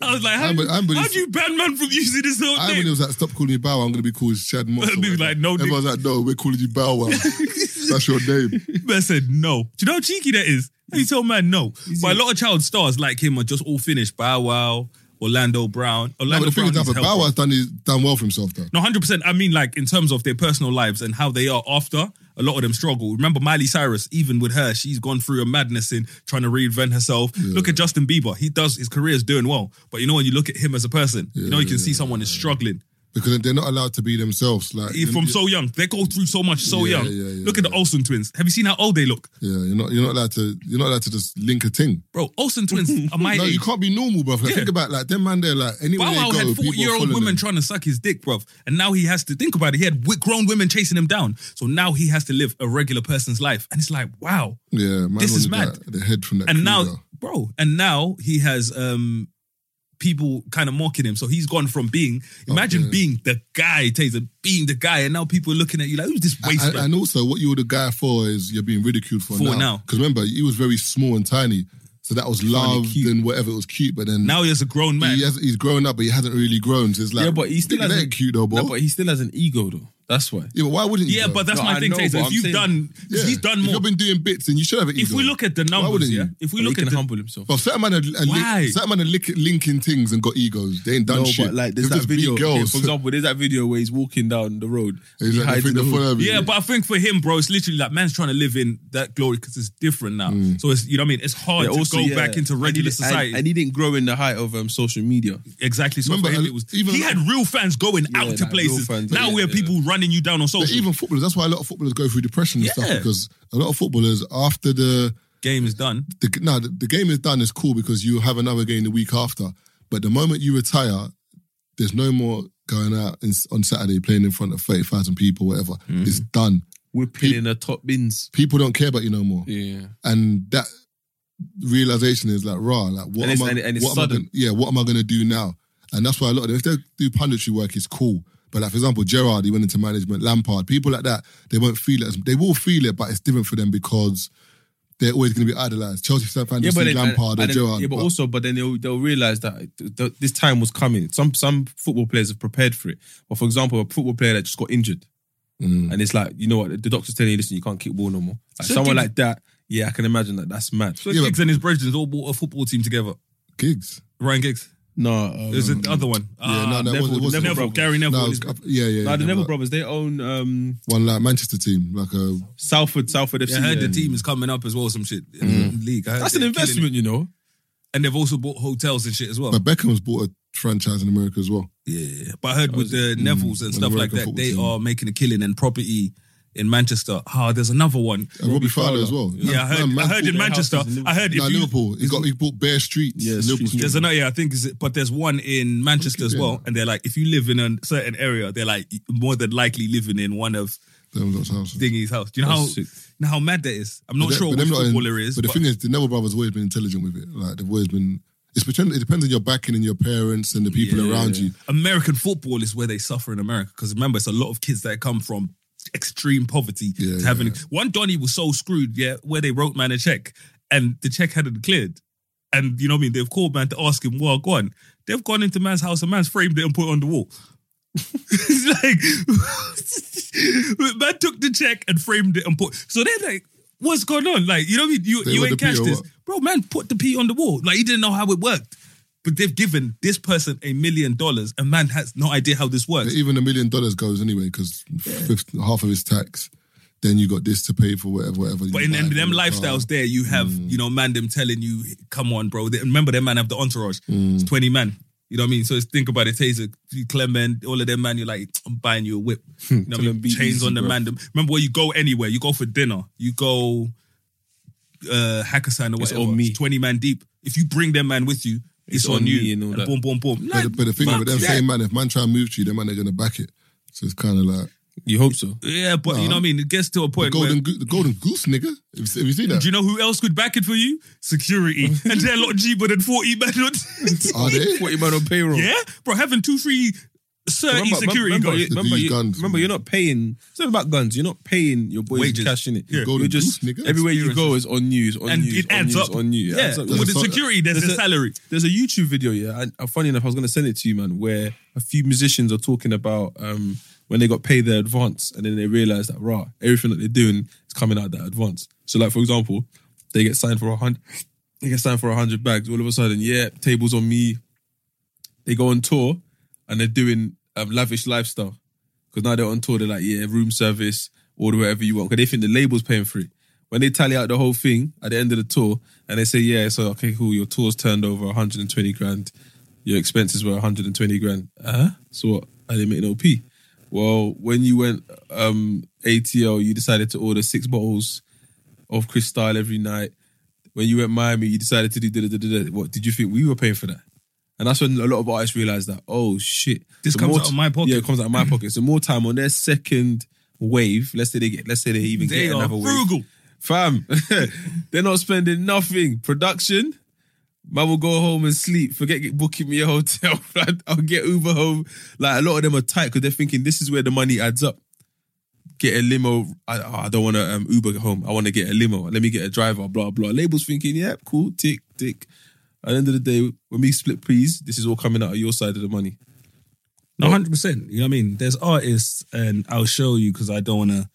S6: I was like, how,
S1: I be-
S6: you-
S1: I believe-
S6: how do you ban man from using his own
S1: I
S6: name?
S1: when it was like, stop calling me Bow. Wow, I'm gonna be called Shad Moss. or
S6: Be
S1: whatever.
S6: like, no, nigga.
S1: Everyone's like, no, we're calling you Bow Wow. That's your name.
S6: Man said no. Do you know how cheeky that is? He tell man no. But a lot of child stars like him are just all finished. Bow Wow, Orlando Brown.
S1: No, but
S6: Orlando
S1: the thing
S6: Brown
S1: is that
S6: is
S1: but Bow
S6: helpful.
S1: Wow's done, his, done well for himself, though.
S6: No, hundred percent. I mean, like in terms of their personal lives and how they are after. A lot of them struggle. Remember Miley Cyrus? Even with her, she's gone through a madness in trying to reinvent herself. Look at Justin Bieber. He does his career is doing well, but you know when you look at him as a person, you know you can see someone is struggling
S1: Because they're not allowed to be themselves. Like
S6: If from
S1: you're-
S6: so young. They go through so much so
S1: Yeah,
S6: young.
S1: yeah, yeah,
S6: look at the Olsen twins. Have you seen how old they look,
S1: Yeah, you're not you're not allowed to you're not allowed to just link a thing.
S6: bro? Olsen twins are my
S1: No,
S6: age.
S1: you can't be normal, bruv. Like,
S6: Yeah.
S1: Think about like them man there, like anywhere
S6: Bow
S1: they
S6: Wow
S1: go,
S6: had
S1: people are
S6: 40 year old
S1: following
S6: women
S1: them.
S6: trying to suck his dick, bruv. And now he has to think about it. He had wi- grown women chasing him down. So now he has to live a regular person's life. And it's like, wow.
S1: Yeah, man
S6: This is
S1: wanted
S6: mad.
S1: that- the head from that.
S6: And now,
S1: cougar.
S6: bro, and now he has um people kind of mocking him. So he's gone from being, imagine
S1: Oh, yeah.
S6: being the guy, Taser, being the guy. And now people are looking at you like, who's this waste?
S1: and, and also, what you were the guy for is you're being ridiculed for,
S6: For
S1: now.
S6: now.
S1: Because remember, he was very small and tiny, so that was loved
S6: cute.
S1: and whatever. It was cute, but then
S6: now he has a grown man.
S1: he has, he's grown up, but he hasn't really grown. So it's like,
S4: yeah, but he still
S1: "Nigga, that
S4: has
S1: ain't cute though, bro.
S4: No, but he still has an ego though. That's why.
S1: yeah, but why wouldn't? you,
S6: Yeah,
S1: though?
S6: but that's
S4: No,
S6: my
S4: I
S6: thing,
S4: know, but
S6: Taser.
S4: I'm
S6: If you've
S4: saying-
S6: done,
S1: Yeah.
S6: he's done
S1: If
S6: more.
S1: You've been doing bits, and you should have an
S6: If
S1: ego.
S6: we look at the
S1: wouldn't
S6: numbers,
S1: you?
S6: yeah, if we
S4: But
S6: look
S4: he
S6: at
S4: can
S6: the,
S4: humble himself.
S1: But certain man are, are
S6: Why?
S1: link, certain man are lick, linking things and got egos. They ain't done
S4: No,
S1: shit.
S4: but like
S1: They've
S4: there's that
S1: just beat
S4: video. okay,
S1: girls.
S4: for example, there's that video where he's walking down the road.
S1: He's
S4: he
S1: like, they
S4: hides
S1: think
S4: in the
S1: they're full
S4: hood.
S1: of it.
S6: Yeah, but I think for him, bro, it's literally like man's trying to live in that glory because it's different now.
S1: Mm.
S6: So it's you know what I mean. It's hard
S4: Yeah,
S6: to
S4: also,
S6: go
S4: yeah.
S6: back into
S4: And he
S6: regular
S4: didn't- and-
S6: society.
S4: and, he didn't grow in the height of um, social media.
S6: exactly. So
S1: Remember,
S6: for him,
S1: and
S6: it was
S1: even-
S6: he had real fans going out to
S4: like, real
S6: places.
S4: fans,
S6: now
S4: yeah,
S6: we have
S4: yeah.
S6: people running you down on
S1: But
S6: social.
S1: even footballers, that's why a lot of footballers go through depression and stuff
S6: Yeah.
S1: because a lot of footballers after the
S6: game is done.
S1: the no, the, the game is done is cool because you have another game the week after. But the moment you retire, there's no more going out in, on Saturday playing in front of thirty thousand people, whatever. It's done.
S4: We're pinning the top bins.
S1: People don't care about you no more,
S4: Yeah.
S1: and that realization is like raw. Like what
S4: And it's-
S1: am I?
S4: and it- and it's
S1: what am I
S4: sudden.
S1: gonna, yeah, what am I going to do now? And that's why a lot of them, if they do punditry work, it's cool. But like for example, Gerard, he went into management. Lampard, people like that, they won't feel it. As, they will feel it, but it's different for them because they're always going to be idolized. Chelsea fans will see
S4: then-
S1: Lampard or
S4: and then-
S1: Gerard.
S4: yeah, but, also, but then they'll they'll realize that th- th- this time was coming. Some some football players have prepared for it. But for example, a football player that just got injured, and it's like you know what the doctor's telling you, listen, you can't kick ball no more. Like
S6: So
S4: someone
S6: did-
S4: like that, yeah, I can imagine that. That's mad.
S6: So
S1: Yeah,
S6: Giggs and his brethren all bought a football team together.
S1: gigs.
S6: Ryan Giggs.
S4: No, um,
S6: There's the other one. Ah,
S1: Mm. no, no, it
S6: Neville,
S1: wasn't- it wasn't
S6: Neville,
S1: Neville.
S6: Gary Neville.
S1: No, it was,
S6: his-
S1: yeah, yeah.
S4: no, the
S1: yeah,
S4: Neville
S1: but
S4: brothers. They own um,
S1: One like Manchester team, like uh, a
S4: Salford, Salford FC.
S6: I heard
S4: yeah.
S6: the team is coming up as well. Some shit in
S1: Mm.
S6: the league. I heard
S4: That's an
S6: they're killing it.
S4: investment, you know.
S6: and they've also bought hotels and shit as well.
S1: but Beckham's bought a franchise in America as well.
S6: Yeah, but I heard with the Nevilles and
S1: with
S6: stuff like
S1: American
S6: that,
S1: football
S6: they
S1: team.
S6: are making a killing in property in Manchester. Ah, there's another one.
S1: And Robbie Fowler as well.
S6: Yeah, I heard.
S1: Man, man
S6: I heard in
S1: bought-
S6: Manchester.
S4: houses in
S6: I heard if
S1: No,
S6: you-
S1: Liverpool. He got he bought bare streets.
S4: Yeah,
S1: Liverpool
S4: streets.
S6: There's another. Yeah, I think. Is it, but there's one in Manchester as well, and they're like, if you live in a certain area, they're like more than likely living in one of
S1: Them lot's houses.
S6: Dingy's house. Do you know how?
S4: That's sick.
S6: you know how mad that is. I'm not
S1: But
S6: sure
S1: they- but
S6: which
S1: them lot in-
S6: footballer is.
S1: But the thing is, the Neville brothers have always been intelligent with it. Like they've always been. It's pretend, it depends on your backing and your parents and the people around you.
S6: American football is where they suffer in America because remember, it's a lot of kids that come from extreme poverty
S1: Yeah,
S6: to having
S1: yeah.
S6: one. Donny was so screwed, yeah, where they wrote man a check and the check hadn't cleared. And you know what I mean? They've called man to ask him, well, go on. They've gone into man's house and man's framed it and put it on the wall. it's like, man took the check and framed it and put. So they're like, what's going on? Like, you know what I mean? You,
S1: They
S6: you
S1: were
S6: ain't
S1: the P
S6: cashed
S1: or
S6: this.
S1: what?
S6: Bro, man put the P on the wall. Like, he didn't know how it worked. But they've given this person a million dollars and man has no idea how this
S1: But
S6: works.
S1: even a million dollars goes anyway because half of his tax. Then you got this to pay for whatever, whatever.
S6: But in, in them lifestyles there, you have, you know, man them telling you, come on, bro. They- remember, them man have the entourage. It's 20 man. You know what I mean? So it's, think about it. Taser, Clement, all of them man, you're like, I'm buying you a whip. You know what I mean?
S4: be
S6: Chains
S4: easy,
S6: on the
S4: bro.
S6: man them. Remember where you go anywhere. You go for dinner. You go uh Hakkasan or
S4: It's
S6: whatever.
S4: on me.
S6: 20 man deep. If you bring them man with you, it's,
S4: It's
S6: on,
S4: on
S6: you.
S4: me and all that.
S6: boom, boom, boom.
S1: But, the- but the thing with
S6: Fuck
S1: them
S6: that.
S1: saying, man, if man try and move to you, them man, they're going to back it. So it's kind of like
S4: You hope so.
S6: Yeah, but you know what I mean? It gets to a
S1: the
S6: point where
S1: golden, goo- the golden goose, nigga. Have you se- have you seen that?
S6: Do you know who else could back it for you? Security. and they're a lot cheaper than 40 men. on-
S1: Are they?
S4: What you man on payroll?
S6: yeah? Bro, having two, three, 30
S4: remember,
S6: security
S4: remember,
S6: guards.
S4: you-
S1: They
S4: remember,
S1: use
S4: you,
S1: guns.
S4: remember, you're not paying. It's not about guns. You're not paying your boys
S6: Wages.
S4: cash in it.
S6: Yeah.
S1: Golden
S4: You're just
S1: goose, nigga.
S4: everywhere you go is on news, on
S6: And
S4: news,
S6: it
S4: on
S6: adds
S4: news,
S6: up.
S4: on news. It
S6: Yeah.
S4: adds up.
S1: There's
S6: With
S1: a
S6: the
S1: sol-
S6: security, there's,
S4: there's
S6: a
S4: a-
S6: salary.
S4: There's a YouTube video, yeah. And uh, funny enough, I was going to send it to you, man, where a few musicians are talking about um, when they got paid their advance and then they realized that, rah, everything that they're doing is coming out of that advance. So, like, for example, They get signed for a hundred. They get signed for a hundred bags. All of a sudden, yeah, tables on me. They go on tour, and they're doing um, lavish lifestyle because now they're on tour. They're like, yeah, room service, order whatever you want. Because they think the label's paying for it. When they tally out the whole thing at the end of the tour, and they say, yeah, so okay, cool, your tour's turned over 120 grand. Your expenses were 120 grand. Uh-huh. So what? I didn't make no P. Well, when you went um, ATL, you decided to order six bottles of Cristal every night. When you went Miami, you decided to do da da da da. What did you think we were paying for that? And that's when a lot of artists realized that, oh shit.
S6: This
S4: The
S6: comes
S4: more
S6: out of my pocket.
S4: Yeah, it comes out of my pocket. So more time on their second wave, let's say they get let's say they even
S6: They
S4: get
S6: are
S4: another wave.
S6: frugal.
S4: Fam, they're not spending nothing. Production, man will go home and sleep. Forget booking me a hotel. fam. I'll get Uber home. Like a lot of them are tight because they're thinking this is where the money adds up. Get a limo. I, oh, I don't want to um, Uber home. I want to get a limo. Let me get a driver. Blah blah. Labels thinking, yep, cool, tick tick. At the end of the day, when we split please, this is all coming out of your side of the money.
S6: No, hundred percent. You know what I mean? There's artists, and I'll show you because I don't want to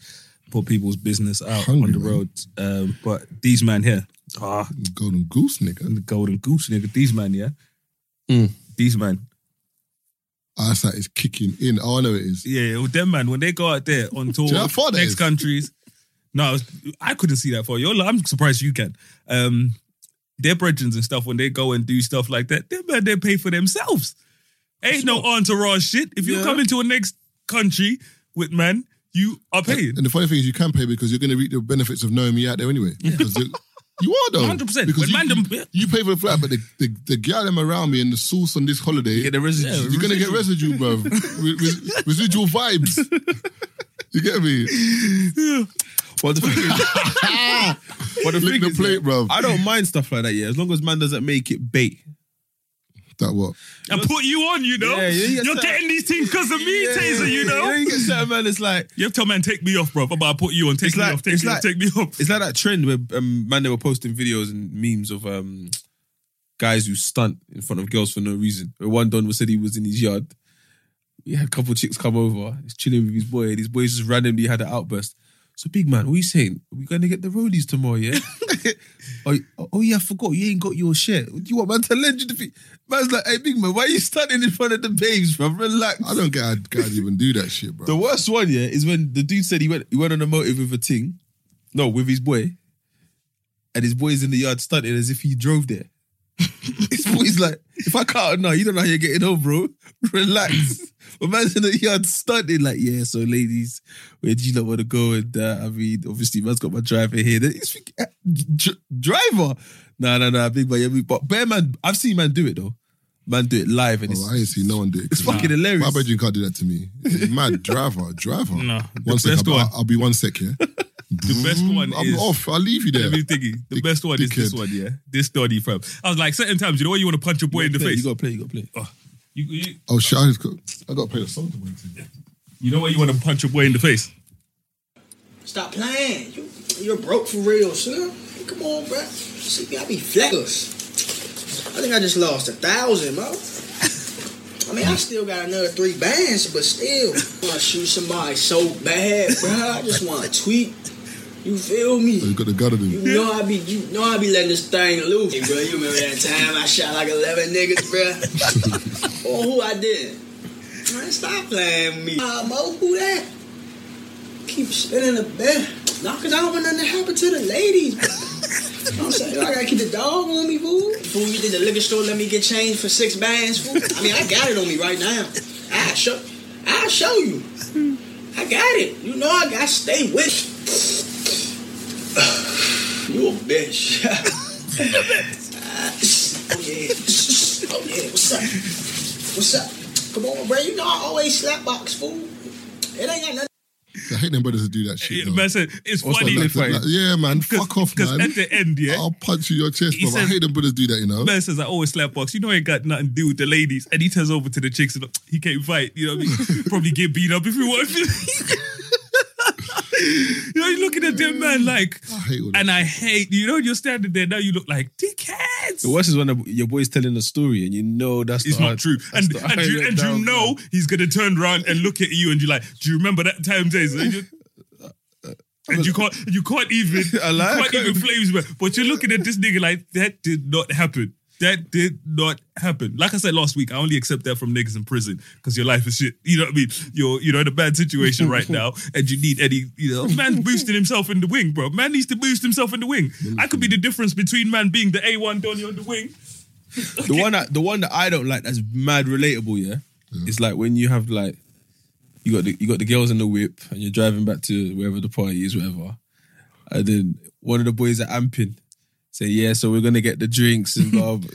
S6: put people's business out on
S1: Hungry,
S6: the
S1: man.
S6: road. Um, but these man here, ah,
S1: Golden Goose, nigga.
S6: the golden goose nigga. These man, yeah,
S1: Hmm.
S6: these man,
S1: Eyesight is kicking in. Oh, I know it is.
S6: yeah, well, them man. When they go out there on tour,
S1: you know how far that
S6: next
S1: is?
S6: countries. No, I, was, I couldn't see that far. You're, li- I'm surprised you can. Um, their brethrens and stuff when they go and do stuff like that, them man, they pay for themselves. Ain't no entourage shit. If you
S4: Yeah.
S6: come into a next country with man, you are paid.
S1: And the funny thing is, you can pay because you're going to reap the benefits of knowing me out there anyway. Because you- you are though,
S6: 100%.
S1: Because
S6: When
S1: you,
S6: man dem-
S1: you, you pay for the flat, but the the, the gal them around me and the sauce on this holiday,
S4: Get the residue.
S1: you're going to get residue, bro. Re- re- residual vibes. You get me?
S4: Well, the thing is, well, the
S1: Lick
S4: thing
S1: the
S4: is,
S1: plate,
S4: yeah,
S1: bruv.
S4: I don't mind stuff like that, yeah, as long as man doesn't make it bait.
S1: That what?
S6: I put you on, you know.
S4: Yeah, yeah, yeah,
S6: You're
S4: sir.
S6: getting these things because of me,
S4: Yeah,
S6: Taser, you know.
S4: You get certain man, it's like
S6: You have to tell man, take me off, bro. But I put you on, take
S4: It's
S6: me
S4: like-
S6: off, take
S4: it's
S6: me
S4: like-
S6: off, take me off.
S4: it's like that trend where um, man they were posting videos and memes of um guys who stunt in front of girls for no reason. Where One Don was said he was in his yard. He had a couple chicks come over. He's chilling with his boy, and his boy just randomly had an outburst. So big man, what are you saying? Are we gonna get the rollies tomorrow, yeah? oh, oh yeah, I forgot. You ain't got your share. Do you want man to lend you the feet? Man's like, hey big man, why are you standing in front of the babes, bro? Relax.
S1: I don't get how guys even do that shit, bro.
S4: The worst one, yeah, is when the dude said he went he went on a motive with a ting, no, with his boy, and his boy's in the yard stunting as if he drove there. his boy's like, if I can't now, you don't know how you're getting home, bro. Relax. But man's in the yard stunting, like, yeah, so ladies, where do you not want to go? And uh, I mean, obviously, man's got my driver here. Then he's thinking, uh, dr- driver. No, no, no, big man, yeah, big- but bear man, I've seen man do it though. Man do it live
S1: Oh,
S4: and
S1: I
S4: it's,
S1: ain't seen no one do it.
S4: it's fucking hilarious.
S1: My bedroom can't do that to me. Mad driver, driver.
S6: No, the
S1: one sec.
S6: best
S1: I'll,
S6: one.
S1: I'll be one sec here. the
S6: best one
S1: I'm
S6: is-
S1: off. I'll leave you there.
S6: Let me think. The
S1: Dick-
S6: best one is this
S1: dickhead.
S6: one, yeah. This dodgy, fam. I was like, certain times, you know when you want to punch a boy in the
S4: Play,
S6: face?
S4: You gotta play, you gotta play.
S6: You, you,
S1: Oh shit! I just got. I got to play the song. to win too.
S6: you know when you want to punch a boy in the face?
S9: Stop playing. You, you're broke for real, sir. Hey, come on, bruh. See, I be fleckers. I think I just lost a thousand, bro. I mean, I still got another three bands, but still. I want to shoot somebody so bad, bruh. I just want to tweet. You feel
S1: So you
S9: me?
S1: got the gun of them.
S9: You know I be, you know I be letting this thing loose, hey, bro. You remember that time I shot like eleven niggas, bruh? or who I did? Man, stop playing with me. Ah, Mo, who that? keep spinning the bed. Nah, cause I don't want nothing to happen to the ladies. You know what I'm saying? I gotta keep the dog on me, fool. Fool, you did the liquor store, let me get changed for six bands, fool. I mean, I got it on me right now. I'll show, I'll show you. I got it. You know I gotta stay with you. a bitch. oh yeah. Oh yeah, what's up? What's up? Come on, bro. You know I always slap box, fool. It ain't got nothing.
S1: I hate them brothers that do that shit.
S6: Yeah,
S1: though.
S6: man said, it's
S1: Also,
S6: funny.
S1: like, like, yeah, man, fuck off,
S6: Because
S1: man.
S6: at the end, yeah,
S1: I'll punch you in your chest,
S6: He
S1: bro. I
S6: says-
S1: hate them brothers do that, you know.
S6: man says, I always slap box. You know, I ain't got nothing to do with the ladies. And he turns over to the chicks and he can't fight. You know what I mean? Probably get beat up if he wants to. you know, you're looking at them, man, like,
S1: I hate all that.
S6: and I hate, you know, you're standing there now, you look like dickheads.
S4: The worst is when the, your boy's telling a story and you know that's
S6: It's
S4: the-
S6: not true.
S4: that's
S6: And,
S4: the
S6: and, you,
S4: highlight
S6: and you
S4: down,
S6: know he's going to turn around and look at you and you're like, do you remember that time, Jason? And you- and you can't you can't even
S4: I lie,
S6: you
S4: I
S6: can't even flames man. But you're looking at this nigga like that did not happen. That did not happen. Like I said last week, I only accept that from niggas in prison because your life is shit. You know what I mean? You're you know in a bad situation right now, and you need any you know. Man boosted himself in the wing, bro. Man needs to boost himself in the wing. I could be the difference between man being the A one Donny on the wing.
S4: The one that the one that I don't like that's mad relatable, yeah. It's like when you have like you got the you got the girls in the whip and you're driving back to wherever the party is, whatever. And then one of the boys at Ampin say, "Yeah, so we're gonna get the drinks and blah." blah."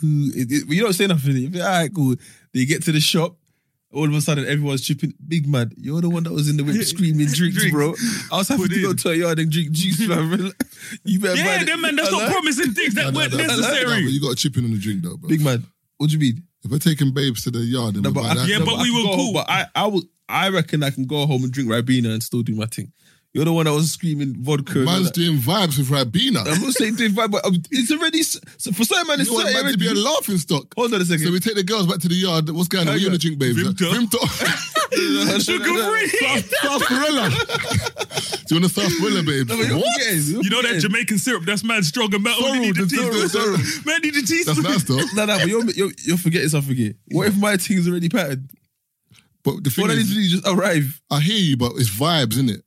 S4: Who it, it- you don't say nothing. You think, all right, cool. Then you get to the shop. All of a sudden, everyone's tripping. Big man, you're the one that was in the whip screaming drinks,
S6: Drinks.
S4: bro. I was having
S6: Put
S4: to go
S6: in.
S4: to a yard and drink juice, man. you better buy
S6: Yeah,
S4: the-
S6: then man, that's not
S4: Hello?
S6: promising things
S1: uh,
S6: that weren't
S1: Nah, nah, nah, but
S6: necessary.
S1: you got a chip in on the drink though, bro.
S4: Big man, what do you mean?
S1: If we're taking babes to the yard, then
S4: No,
S1: we're
S4: but I-
S1: like that,
S6: Yeah,
S1: then
S6: but
S1: we're-
S6: we
S4: I
S6: were
S4: can go,
S6: cool.
S4: But I, I will. I reckon I can go home and drink Ribena and still do my thing. You're the one that was screaming vodka. and all
S1: man's
S4: that.
S1: doing vibes with Rabina.
S4: I'm not saying doing vibe, but um, it's already s- so for some man. It's
S1: You want
S4: certain
S1: man to be a
S4: already-
S1: laughing stock.
S4: Hold on a
S1: So
S4: second.
S1: we take the girls back to the yard. What's going on? What you on the drink, babes?
S6: Vimto.
S1: Vimto.
S6: Sugar free.
S1: sarsaparilla. Do you want a sarsaparilla, babe?
S4: No, but you're forgetting, you're
S6: You know that
S4: forgetting.
S6: Jamaican syrup that's mad strong and man only
S1: Sorrel,
S6: need a
S1: the sorrel,
S6: teaspoon. Man need a
S1: That's
S6: teaspoon.
S1: nice though.
S4: No, no, but you're, you're, you're forgetting something here. What if my thing's already patterned? Oh,
S1: But the thing
S4: What I need to
S1: is,
S4: do is just arrive.
S1: I hear you, but it's vibes, isn't it?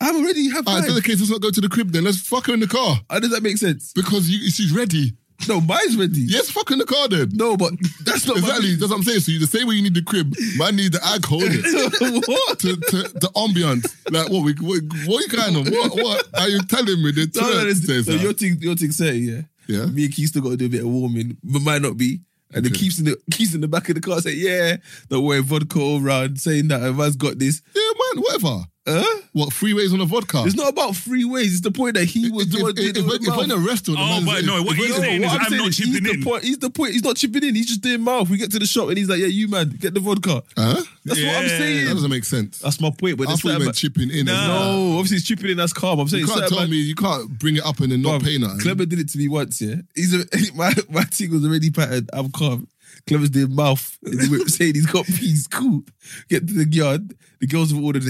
S4: I'm already have
S1: All right, Ah, so the
S4: vibe.
S1: case, let's not go to the crib then. Let's fuck her in the car
S4: How does that make sense?
S1: because you, she's ready.
S4: No, mine's ready.
S1: Yes, fuck her in the car then.
S4: No, but that's not
S1: exactly.
S4: My
S1: That's what I'm saying. So you the same way you need the crib, man need the alcohol in it.
S4: what?
S1: To, to the ambiance, like what we what, what you kind of what what are you telling me? The
S4: No, no,
S1: turn
S4: no,
S1: says
S4: so
S1: that.
S4: your thing, your thing, say yeah.
S1: Yeah.
S4: Me and Keith still got to do a bit of warming, but might not be. And the
S1: Okay.
S4: keeps in the keeps in the back of the car say, "Yeah, don't worry, vodka all round." Saying that if I've got this,
S1: Yeah, man, whatever.
S4: huh?
S1: What three ways on a vodka?
S4: It's not about three ways. It's the point that he
S1: if,
S4: was doing.
S1: if, if, if, if we're in a restaurant, the
S6: Oh,
S1: man's-
S6: but
S1: if-
S6: no,
S1: if
S6: what
S1: we're
S6: he's
S1: in a-
S6: saying is I'm not
S4: he's
S6: chipping
S4: the
S6: in.
S4: point. He's the point. He's not chipping in. He's just doing mouth. We get to the shop and he's like, "Yeah, you man, get the vodka."
S1: Huh?
S4: That's what I'm
S6: Yeah.
S1: That
S4: saying.
S1: doesn't make sense.
S4: That's my point.
S1: I
S4: But there's
S1: thought you
S4: certain
S1: meant chipping in. as well.
S4: No, obviously he's chipping in. That's calm. I'm saying
S1: You can't
S4: certain
S1: tell
S4: man-
S1: me you can't bring it up and then not
S4: Bruv,
S1: pay nothing.
S4: Clever did it to me once, yeah. He's a, my my thing was already patterned. I'm calm. Clever's doing mouth in the whip saying he's got peas. Cool. Get to the yard. The girls have ordered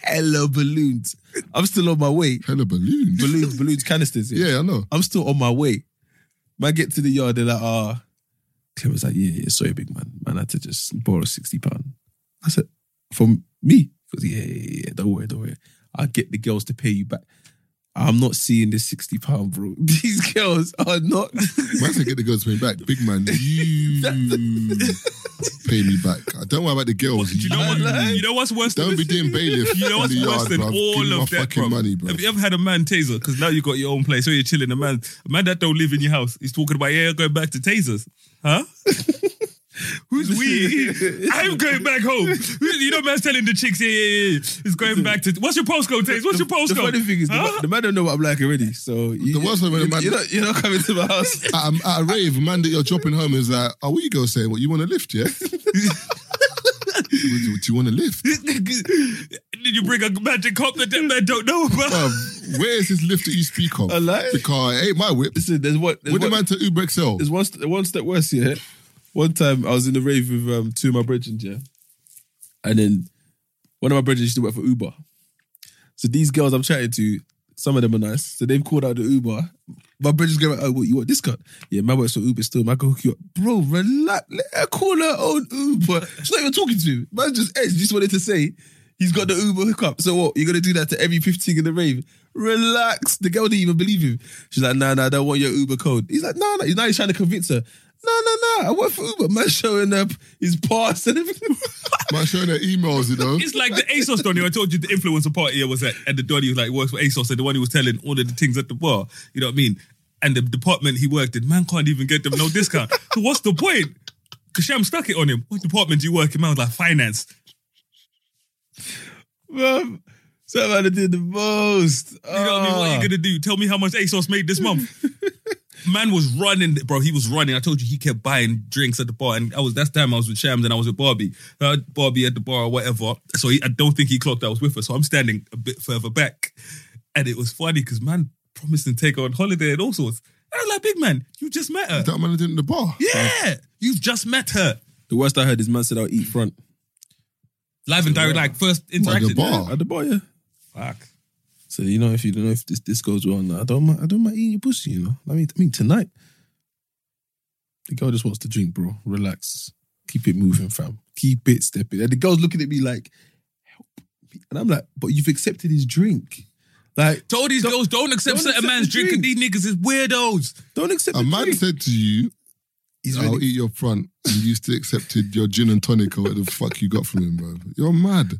S4: hella balloons. I'm still on my way.
S1: Hella balloon.
S4: Balloons, balloons, canisters. Yeah.
S1: Yeah, I know.
S4: I'm still on my way. Man, get to the yard. They're like, ah. Clever's like, yeah, yeah, sorry, big man. Man, I had to just borrow sixty pound. I said, from me. Because yeah, yeah, yeah, don't worry, don't worry. I'll get the girls to pay you back. I'm not seeing this 60 pound, bro. These girls are not.
S1: Man said get the girls to pay me back. Big man, you pay me back. Don't worry about the girls.
S6: Do you know what?
S1: You
S6: You know what's worse? than
S1: Don't be
S6: this?
S1: doing bailiff.
S6: You know
S1: in
S6: what's
S1: the
S6: worse
S1: yard,
S6: than
S1: bruv. Give me
S6: all
S1: my
S6: of that,
S1: fucking
S6: bro?
S1: money, bro.
S6: Have you ever had a man taser? Because now you got your own place, so you're chilling. A man, a man that don't live in your house, he's talking about yeah, going back to tasers, huh? Who's we? I'm going back home. You know, man's telling the chicks, yeah, yeah, yeah. He's going back to. What's your postcode, Taser? What's your
S4: The
S6: postcode?
S4: funny thing is, the,
S6: Huh?
S4: ma- the man don't know what I'm like already. So you,
S1: The worst one when a
S4: you-
S1: man-
S4: you're, not, you're not coming to my house.
S1: At a, at a rave, a man that you're dropping home is like, oh, what you girls saying? What, you want a lift, yeah? do, do you want a lift?
S6: Did you bring a magic cup that that man don't know about?
S1: Bruv, where is this lift that you speak of?
S4: I lie.
S1: The car it ain't my whip.
S4: Listen, there's what. There's
S1: What the
S4: what-
S1: man to Uber XL?
S4: There's one, st- one step worse, yeah. One time I was in a rave with um, two of my brethren, yeah. And then one of my brethren used to work for Uber. So these girls I'm chatting to, some of them are nice. So they've called out the Uber. My brethren's going, oh, what, you want this card? Yeah, my works for Uber still. My go hook you up. Bro, relax. Let her call her own Uber. She's not even talking to him. Man just edge. Just wanted to say, he's got the Uber hookup. So what? You're going to do that to every 15 in the rave? Relax. The girl didn't even believe him. She's like, nah, nah, I don't want your Uber code. He's like, nah, nah. Now he's trying to convince her. Nah, nah, nah. I work for Uber. Man showing up his pass and everything.
S1: Man showing their emails, you know.
S6: It's like the ASOS Donny. I told you the influencer party I was at, and the Donny was like works for ASOS, and the one who was telling all of the things at the bar. You know what I mean? And the department he worked in, man can't even get them no discount. so what's the point? Kasham stuck it on him. What department do you work in? Man was like finance.
S4: Bruv, somebody did the most. Ah.
S6: You know what I mean? What are you gonna do? Tell me how much ASOS made this month. Man was running, bro. He was running. I told you he kept buying drinks at the bar, and I was that's the time I was with Shams and I was with Barbie. Uh, Barbie at the bar or whatever. So he, I don't think he clocked I was with her. So I'm standing a bit further back, and it was funny because man promised to take her on holiday and all sorts. And I was like, big man, you just met her.
S1: That man did in the bar.
S6: Yeah, you've just met her.
S4: The worst I heard is man said I'll eat front.
S6: Live and direct, like first
S1: At
S6: interaction.
S1: the bar.
S4: At the bar, yeah.
S6: Fuck.
S4: So you know, if you don't know if this, this goes well, or not, I don't mind. I don't mind eating your pussy. You know, I mean, I mean tonight, the girl just wants to drink, bro. Relax, keep it moving, fam. Keep it stepping. And the girl's looking at me like, help me, and I'm like, but you've accepted his drink. Like,
S6: Told these girls don't accept
S4: don't
S6: certain
S4: accept
S6: man's
S4: the
S6: drink.
S4: drink.
S6: and These niggas is weirdos.
S4: don't accept
S1: A
S4: the
S1: man
S4: drink.
S1: said to you,
S4: He's
S1: I'll
S4: ready.
S1: eat your front, and you still accepted your gin and tonic or whatever the fuck you got from him, bro. You're mad.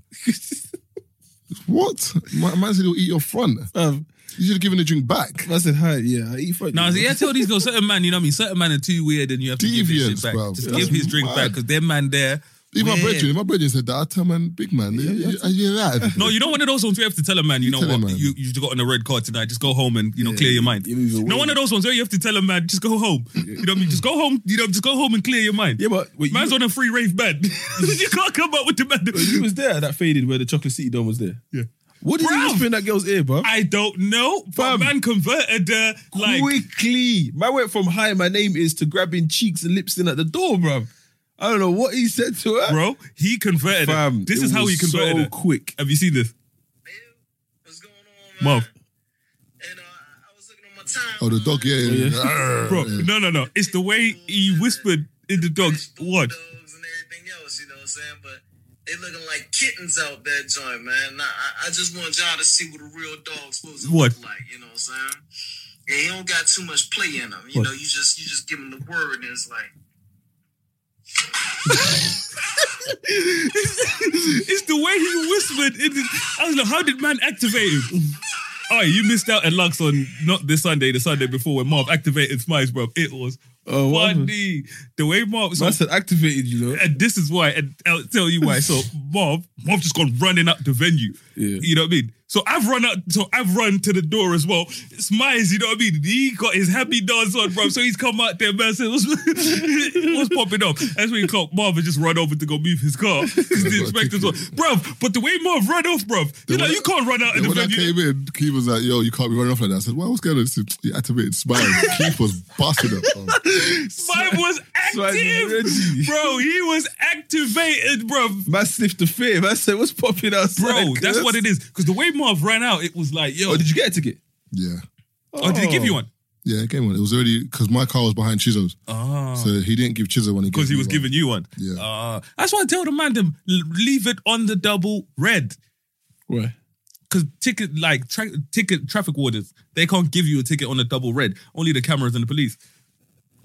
S1: what? Ma- Man said he'll eat your front.
S4: Fam,
S1: You should have given the drink back.
S4: I said hi. Yeah, I eat front.
S6: Now,
S4: you
S6: see,
S4: know.
S6: yeah, tell these girls certain man, you know what I mean? Certain man are too weird and you have to give his
S1: Deviants,
S6: shit back.
S1: bruv.
S6: Just
S1: That's
S6: give his drink
S1: mad.
S6: back because their man there.
S1: Even my
S6: weird.
S1: brethren, if my brethren said that, I tell man, big man, you- you- are you that?
S6: No, you know one of those ones where you have to tell a man, you know
S1: tell
S6: what,
S1: him, man.
S6: you you got on a red card tonight. Just go home and you know clear your mind.
S4: you lose your
S6: No
S4: way.
S6: one of those ones where you have to tell a man, just go home. You know what I mean? Just go home. You know, just go home and clear your mind.
S4: yeah, but wait,
S6: Man's
S4: you,
S6: on a free rave bed. you can't come up with the
S4: you
S6: man.
S4: was there at that faded where the chocolate city dome was there.
S6: Yeah.
S4: What did you
S6: Bruv.
S4: whisper in that girl's ear, bro?
S6: I don't know, but
S4: Fam.
S6: man converted uh, like
S4: quickly. Man went from hi, my name is to grabbing cheeks and lips in at the door, bruv. I don't know what he said to her.
S6: bro. He converted.
S4: Fam,
S6: her. This
S4: it
S6: is how
S4: was
S6: he converted.
S4: So
S6: her.
S4: quick.
S6: Have you seen this,
S9: What's going on, man?
S6: Mom?
S9: And uh, I was looking on my time.
S1: Oh, the dog, yeah. yeah. Arr,
S6: Bro,
S1: yeah.
S6: no, no, no. It's the way he whispered in the dog's what.
S9: Dogs and everything else, you know what I'm saying? But they looking like kittens out that joint, man. Nah, I, I just want y'all to see what a real dog's supposed to
S6: What?
S9: look like, you know what I'm saying? And he don't got too much play in him. You know, you just you just give him the word and it's like
S6: It's the way he whispered. In the, I was like, how did man activate him? Oh, you missed out at Lux on not this Sunday, the Sunday before when Marv activated Smiles, bro. It was
S4: Oh, what happened?
S6: funny. The way Marv. So,
S4: Man said activated, you know.
S6: and this is why, and I'll tell you why. So Marv, Marv just gone running up the venue.
S4: Yeah.
S6: You know what I mean? So I've run out, so I've run to the door as well. Smiles, you know what I mean? He got his happy dance on, bro. So he's come out there, man. Said, what's, what's popping up? That's when he clocked Marv and just run over to go move his car. Because the inspector's on. Bruv, but the way Marv ran off, bruv, you know,
S1: way-
S6: you can't run out
S1: And
S6: in the
S1: when I
S6: venue.
S1: came in, Keith was like, yo, you can't be running off like that. I said, well, what's going on? He said, You activated smile. Keith was busted up. bro.
S6: Smile was
S4: Smiles is
S6: active.
S4: ready.
S6: Bro, he was activated, bruv.
S4: Man sniffed the fear. Man said, what's popping outside?
S6: Bro, that's what it is. Because the way Marv ran out, it was like, yo.
S4: Oh, did you get a ticket?
S1: Yeah.
S6: Oh, did he give you one?
S1: Yeah, game one. It was already, because my car was behind Chizo's.
S6: Oh.
S1: So he didn't give Chizo when he
S6: Because he was
S1: giving.
S6: giving you one.
S1: Yeah.
S6: Ah, that's why I tell the man them l- leave it on the double red.
S4: Right.
S6: Because ticket like tra- ticket traffic warders, they can't give you a ticket on the double red. Only the cameras and the police.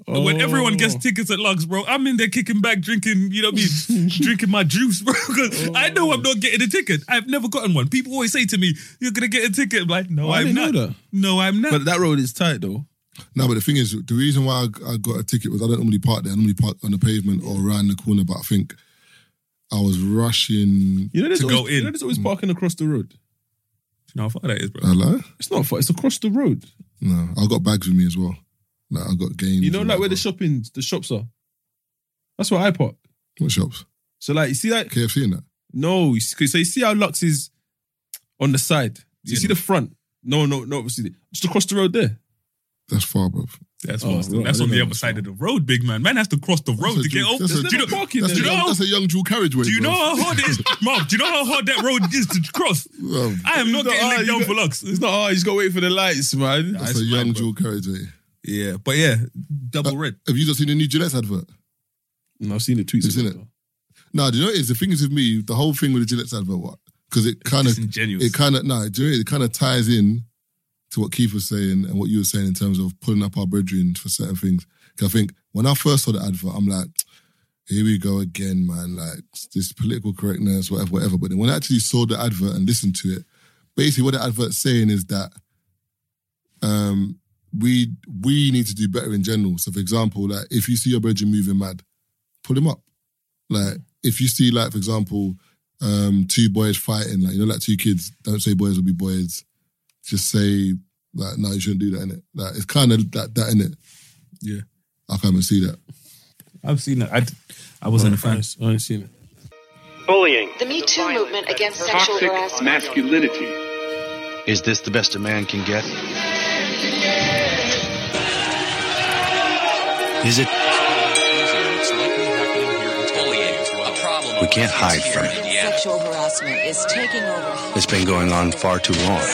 S6: But When everyone
S4: Oh.
S6: gets tickets at Lux, bro, I'm in there kicking back, drinking, you know what I mean, drinking my juice, bro. Because I
S4: Oh.
S6: know I'm not getting a ticket. I've never gotten one. People always say to me, "You're gonna get a ticket." I'm like, no,
S4: I
S6: I'm
S4: didn't
S6: not.
S4: know that.
S6: No, I'm not.
S4: But that road is tight, though.
S1: No, but the thing is, the reason why I, I got a ticket was I don't normally park there. I normally park on the pavement or around the corner, but I think I was rushing.
S4: You know, there's
S6: To
S4: always,
S6: go in.
S4: You know, there's
S1: Mm.
S4: always parking across the road.
S6: you know how far that is, bro.
S1: Hello?
S4: It's not far. It's across the road.
S1: No, I got bags with me as well. Like I got games.
S4: You know,
S1: and
S4: like where the
S1: whatever.
S4: shopping, the shops are. That's where I park.
S1: what shops?
S4: So, like, you see that?
S1: KFC and that.
S4: No, you see- so you see how Lux is on the side. So you
S6: Yeah.
S4: see the front. No, no, no. Obviously, just across the road there.
S1: That's far, bro.
S6: That's,
S4: Oh,
S6: what I'm saying.
S4: right,
S6: that's
S4: I
S6: on
S4: didn't
S6: the
S4: know
S6: other
S4: that.
S6: side of the road, big man. Man has to cross the road
S1: a
S6: to get
S1: dual-
S6: over.
S1: that's a
S6: Do you
S1: dual-
S6: know,
S4: parking
S1: That's,
S4: there.
S6: do
S1: a
S6: you
S1: young,
S6: know,
S1: that's a young dual carriageway.
S6: do you
S1: bro.
S6: know how hard it is, Mom? Do you know how hard that road is to cross?
S1: Bro,
S6: I am not
S4: No,
S6: getting
S4: ah,
S6: let
S4: you
S6: down
S4: got-
S6: for Lux.
S4: It's not hard. You just gotta wait for the lights, man.
S1: that's a young dual carriageway.
S6: Yeah, but yeah, double red.
S1: Have you not seen the new Gillette advert?
S4: No, I've seen the tweets.
S1: You've seen
S4: about
S1: it? No, do you know what it is? The thing is with me, the whole thing with the Gillette advert, what? Because it kind of
S6: disingenuous.
S1: it kind of no, do you know what it kind of ties in to what Keith was saying and what you were saying in terms of pulling up our brethren for certain things. 'Cause I think when I first saw the advert, I'm like, here we go again, man. Like this political correctness, whatever, whatever. But then when I actually saw the advert and listened to it, basically what the advert's saying is that um, we we need to do better in general. So, for example, like if you see your brethren moving mad, pull him up. Like if you see, like for example, um, two boys fighting, like you know, like two kids, don't say boys will be boys. Just say like, no, you shouldn't do that in it. Like it's kind of that that in it.
S6: Yeah.
S1: I can't even see that.
S6: I've seen that. I, d- I wasn't a
S4: that. I
S6: fan.
S4: ain't- I ain't seen it.
S10: Bullying.
S11: The Me Too movement against sexual
S10: Toxic
S11: harassment.
S10: masculinity.
S12: Is this the best a man can get? Is it?
S10: It's likely happening here in Bullying is a problem
S12: We can't hide from it.
S13: Sexual harassment is taking over.
S12: It's been going on far too long.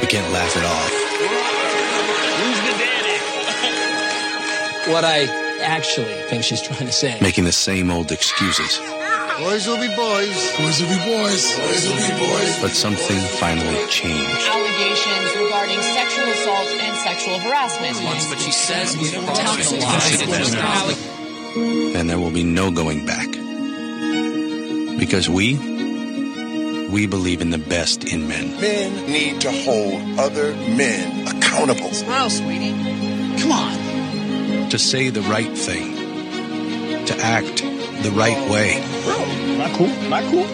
S12: We can't laugh it off.
S14: What I actually think she's trying to say.
S12: Making the same old excuses.
S14: Boys will be boys. Boys will be boys. Boys will be boys.
S12: But something finally changed.
S13: Allegations regarding sexual assault and sexual harassment. but she says we don't
S12: And there will be no going back. Because we, we believe in the best in men.
S15: Men need to hold other men accountable.
S13: Smile, sweetie. Come on.
S12: To say the right thing. To act the right way.
S16: Not cool. Not cool.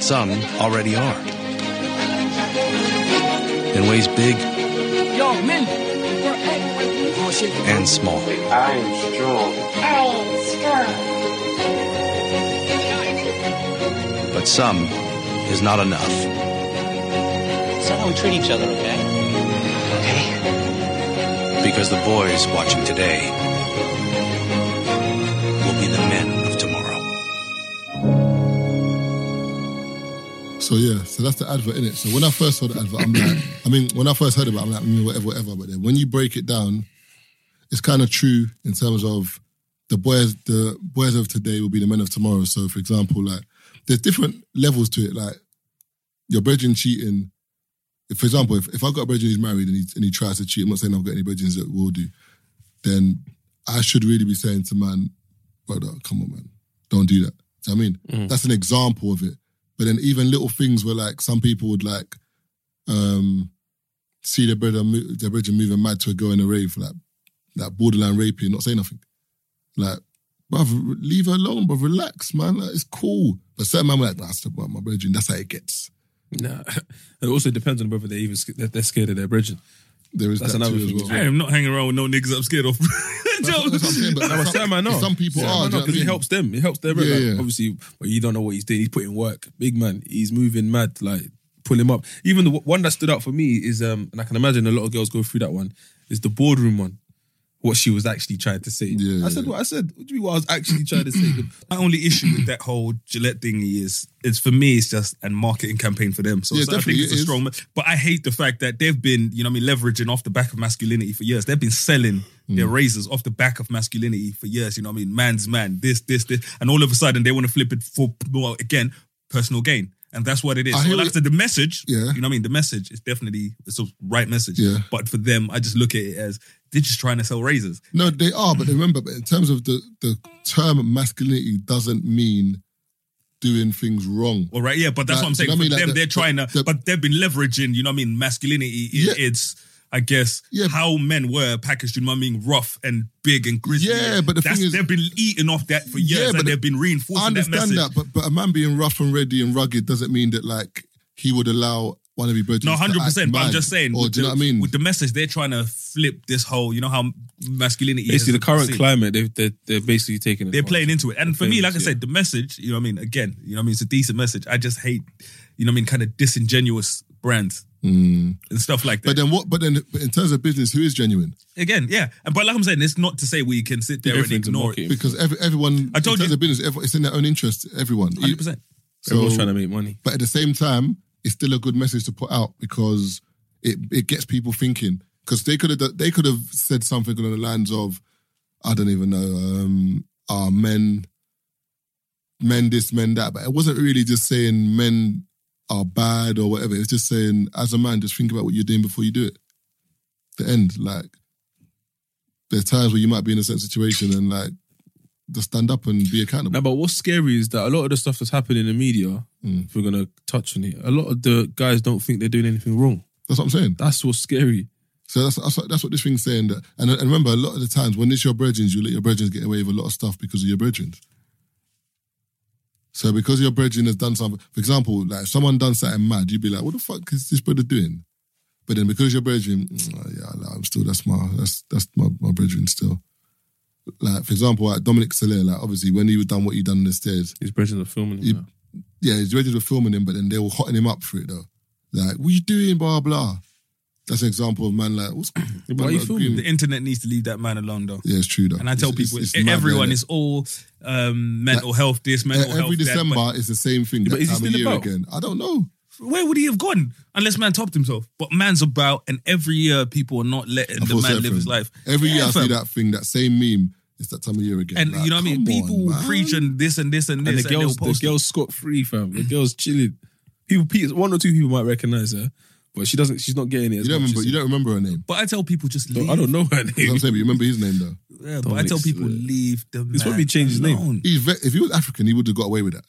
S12: Some already are. In ways big
S14: Yo, men. We're angry. Oh, shit.
S12: and small.
S14: I am strong. I
S12: But some is not enough.
S14: am strong. So how we treat each other, okay?
S12: Because the boys watching today will be the men of tomorrow.
S1: So yeah, so that's the advert in it. So when I first saw the advert, I'm like, I mean, when I first heard about, it, I'm like, mm, whatever, whatever. But then when you break it down, it's kind of true in terms of the boys, the boys of today will be the men of tomorrow. So for example, like there's different levels to it. Like your brethren cheating. If, for example, if, if I've got a brethren who's married and he, and he tries to cheat, I'm not saying I've got any brethren that will do. Then I should really be saying to man, brother, come on, man, don't do that. Do you know what I mean?
S4: Mm.
S1: That's an example of it. But then even little things where like some people would like um see their brother mo- their brother moving mad to a girl in a rave, like like borderline raping, not say nothing. Like, bruv, re- leave her alone, bruv, relax, man. Like, it's cool. But certain man were like, that's the bruv, my brethren, that's how it gets.
S4: Nah. It also depends on whether they even sc- that they're scared of their bridging.
S1: There is
S4: That's
S1: that
S4: another
S1: too as
S4: thing.
S1: well.
S6: I am not hanging around with no niggas I'm scared of.
S1: That's- that's what I'm saying, but
S4: Nah, but
S1: some-
S4: some, I know.
S1: some people
S4: Some I
S1: are, do
S4: know,
S1: you know what I
S4: 'cause it
S1: mean?
S4: helps them. It helps them.
S1: Yeah,
S4: like,
S1: yeah.
S4: Obviously, but you don't know what he's doing. He's putting work. Big man. He's moving mad. Like pull him up. Even the w- one that stood out for me is, um, and I can imagine a lot of girls go through that one. Is the boardroom one. What she was actually trying to say.
S1: Yeah,
S4: I said
S1: yeah.
S4: what I said. What do you mean what I was actually trying to say?
S6: My only issue with that whole Gillette thing is, it's for me, it's just a marketing campaign for them. So,
S1: Yeah,
S6: so I think
S1: definitely,
S6: it's
S1: it
S6: a
S1: is.
S6: strong. But I hate the fact that they've been, you know, what I mean, leveraging off the back of masculinity for years. They've been selling
S1: Mm.
S6: their razors off the back of masculinity for years. You know, what I mean, man's man, this, this, this, and all of a sudden they want to flip it for well, again personal gain. And that's what it is.
S1: I
S6: So
S1: hear
S6: like I
S1: what-
S6: said, the message,
S1: Yeah.
S6: you know what I mean? The message is definitely it's a right message.
S1: Yeah.
S6: But for them, I just look at it as they're just trying to sell razors.
S1: No, they are, but remember, but in terms of the, the term masculinity doesn't mean doing things wrong.
S6: All right, yeah, but that's
S1: Like,
S6: what I'm saying.
S1: you know what I
S6: For
S1: mean? Like
S6: them,
S1: the-
S6: they're
S1: the-
S6: trying to,
S1: the-
S6: but they've been leveraging, you know what I mean, masculinity. It-
S1: Yeah.
S6: It's, I guess,
S1: Yeah.
S6: how men were packaged, you know what I mean, rough and big and gritty.
S1: Yeah, but the
S6: That's-
S1: thing is-
S6: they've been eating off that for
S1: Yeah,
S6: years
S1: but
S6: and
S1: the-
S6: they've been
S1: I
S6: reinforcing that
S1: understand
S6: message.
S1: that, but but a man being rough and ready and rugged doesn't mean that like he would allow one of his brethren.
S6: No,
S1: to act
S6: hundred percent. But I'm
S1: mad.
S6: just saying,
S1: Or
S6: with
S1: do you
S6: the-
S1: know what I mean?
S6: With the message, they're trying to flip this whole, you know how masculinity is.
S4: Basically, the current
S6: perceived.
S4: climate, they've, they're, they're basically taking.
S6: They're playing into it. And for me,
S4: Things,
S6: like I
S4: yeah.
S6: said, the message, you know what I mean? Again, you know what I mean? It's a decent message. I just hate, you know what I mean, kind of disingenuous brands
S1: Mm.
S6: and stuff like that.
S1: But then what? But then but in terms of business, who is genuine?
S6: Again, yeah. And but like I'm saying, it's not to say we can sit there and
S4: Everything's a
S6: ignore
S4: marketing.
S6: it.
S1: Because every, everyone,
S6: I
S1: in
S6: told
S1: terms
S6: you-
S1: of business, every- it's in their own interest. Everyone,
S6: Hundred percent.
S4: Everyone's trying to make money.
S1: but at the same time, it's still a good message to put out because it it gets people thinking. Because they could have they could have said something along the lines of, I don't even know, um, are men, men this, men that. But it wasn't really just saying men are bad or whatever. It's just saying as a man, just think about what you're doing before you do it. The end. Like there's times where you might be in a certain situation and like just stand up and be accountable.
S4: No, but what's scary is that a lot of the stuff that's happening in the media,
S1: Mm.
S4: if we're gonna touch on it, a lot of the guys don't think they're doing anything wrong.
S1: That's what I'm saying.
S4: That's what's scary.
S1: So that's, that's what- that's what this thing's saying. That and, and remember, a lot of the times when it's your brethren, you let your brethren get away with a lot of stuff because of your brethren. So because your brethren has done something, for example, like if someone done something mad, you'd be like, "What the fuck is this brother doing?" But then because your brethren, "Mm, oh, yeah, like, I'm still that's my that's that's my, my brethren still. Like for example, like Dominic Soler, like obviously when he was done what he done on the stairs,
S4: His brethren are filming him
S1: You-
S4: now.
S1: yeah, his brethren were filming him, but then they were hotting him up for it though. Like, what you doing, blah blah. That's an example of man like. What's,
S6: Why
S1: man
S6: are you
S1: like
S6: filming?
S1: Green-
S6: The internet needs to leave that man alone, though.
S1: Yeah, it's true. Though.
S6: And I tell
S1: It's-
S6: people, e-,
S1: it's- it's mad,
S6: everyone
S1: innit?
S6: is all um, mental
S1: Like, e-,
S6: health. This mental
S1: every
S6: health. that,
S1: December
S6: but-
S1: it's the same thing.
S6: Yeah,
S1: that
S6: but is he
S1: time of
S6: still
S1: year
S6: about?
S1: again. I don't know.
S6: Where would he have gone? Unless man topped himself. But man's about, and every year people are not letting
S1: I
S6: the
S1: feel
S6: man
S1: sorry
S6: live
S1: for
S6: his
S1: him.
S6: life.
S1: Every year
S6: Yeah,
S1: I see
S6: fam.
S1: that thing, that same meme. It's that time of year again.
S6: And
S1: Like,
S6: you know what I mean?
S1: come on,
S6: People
S1: man.
S6: preach and this and this and
S4: And the
S6: this.
S4: girls,
S6: they'll
S4: the
S6: post it.
S4: girls scot free, fam. The girls chilling. People, people, one or two people might recognize her, but she doesn't. She's not getting it. As
S1: You don't
S4: much
S1: remember.
S4: as
S1: You don't remember her name.
S6: But I tell people just leave.
S4: I don't know her
S1: You know what
S4: name.
S1: I'm saying, but you remember his name though.
S6: Yeah, but I tell people leave the man.
S4: He's probably changed his name.
S6: alone.
S1: He's ve- if he was African, he would have got away with that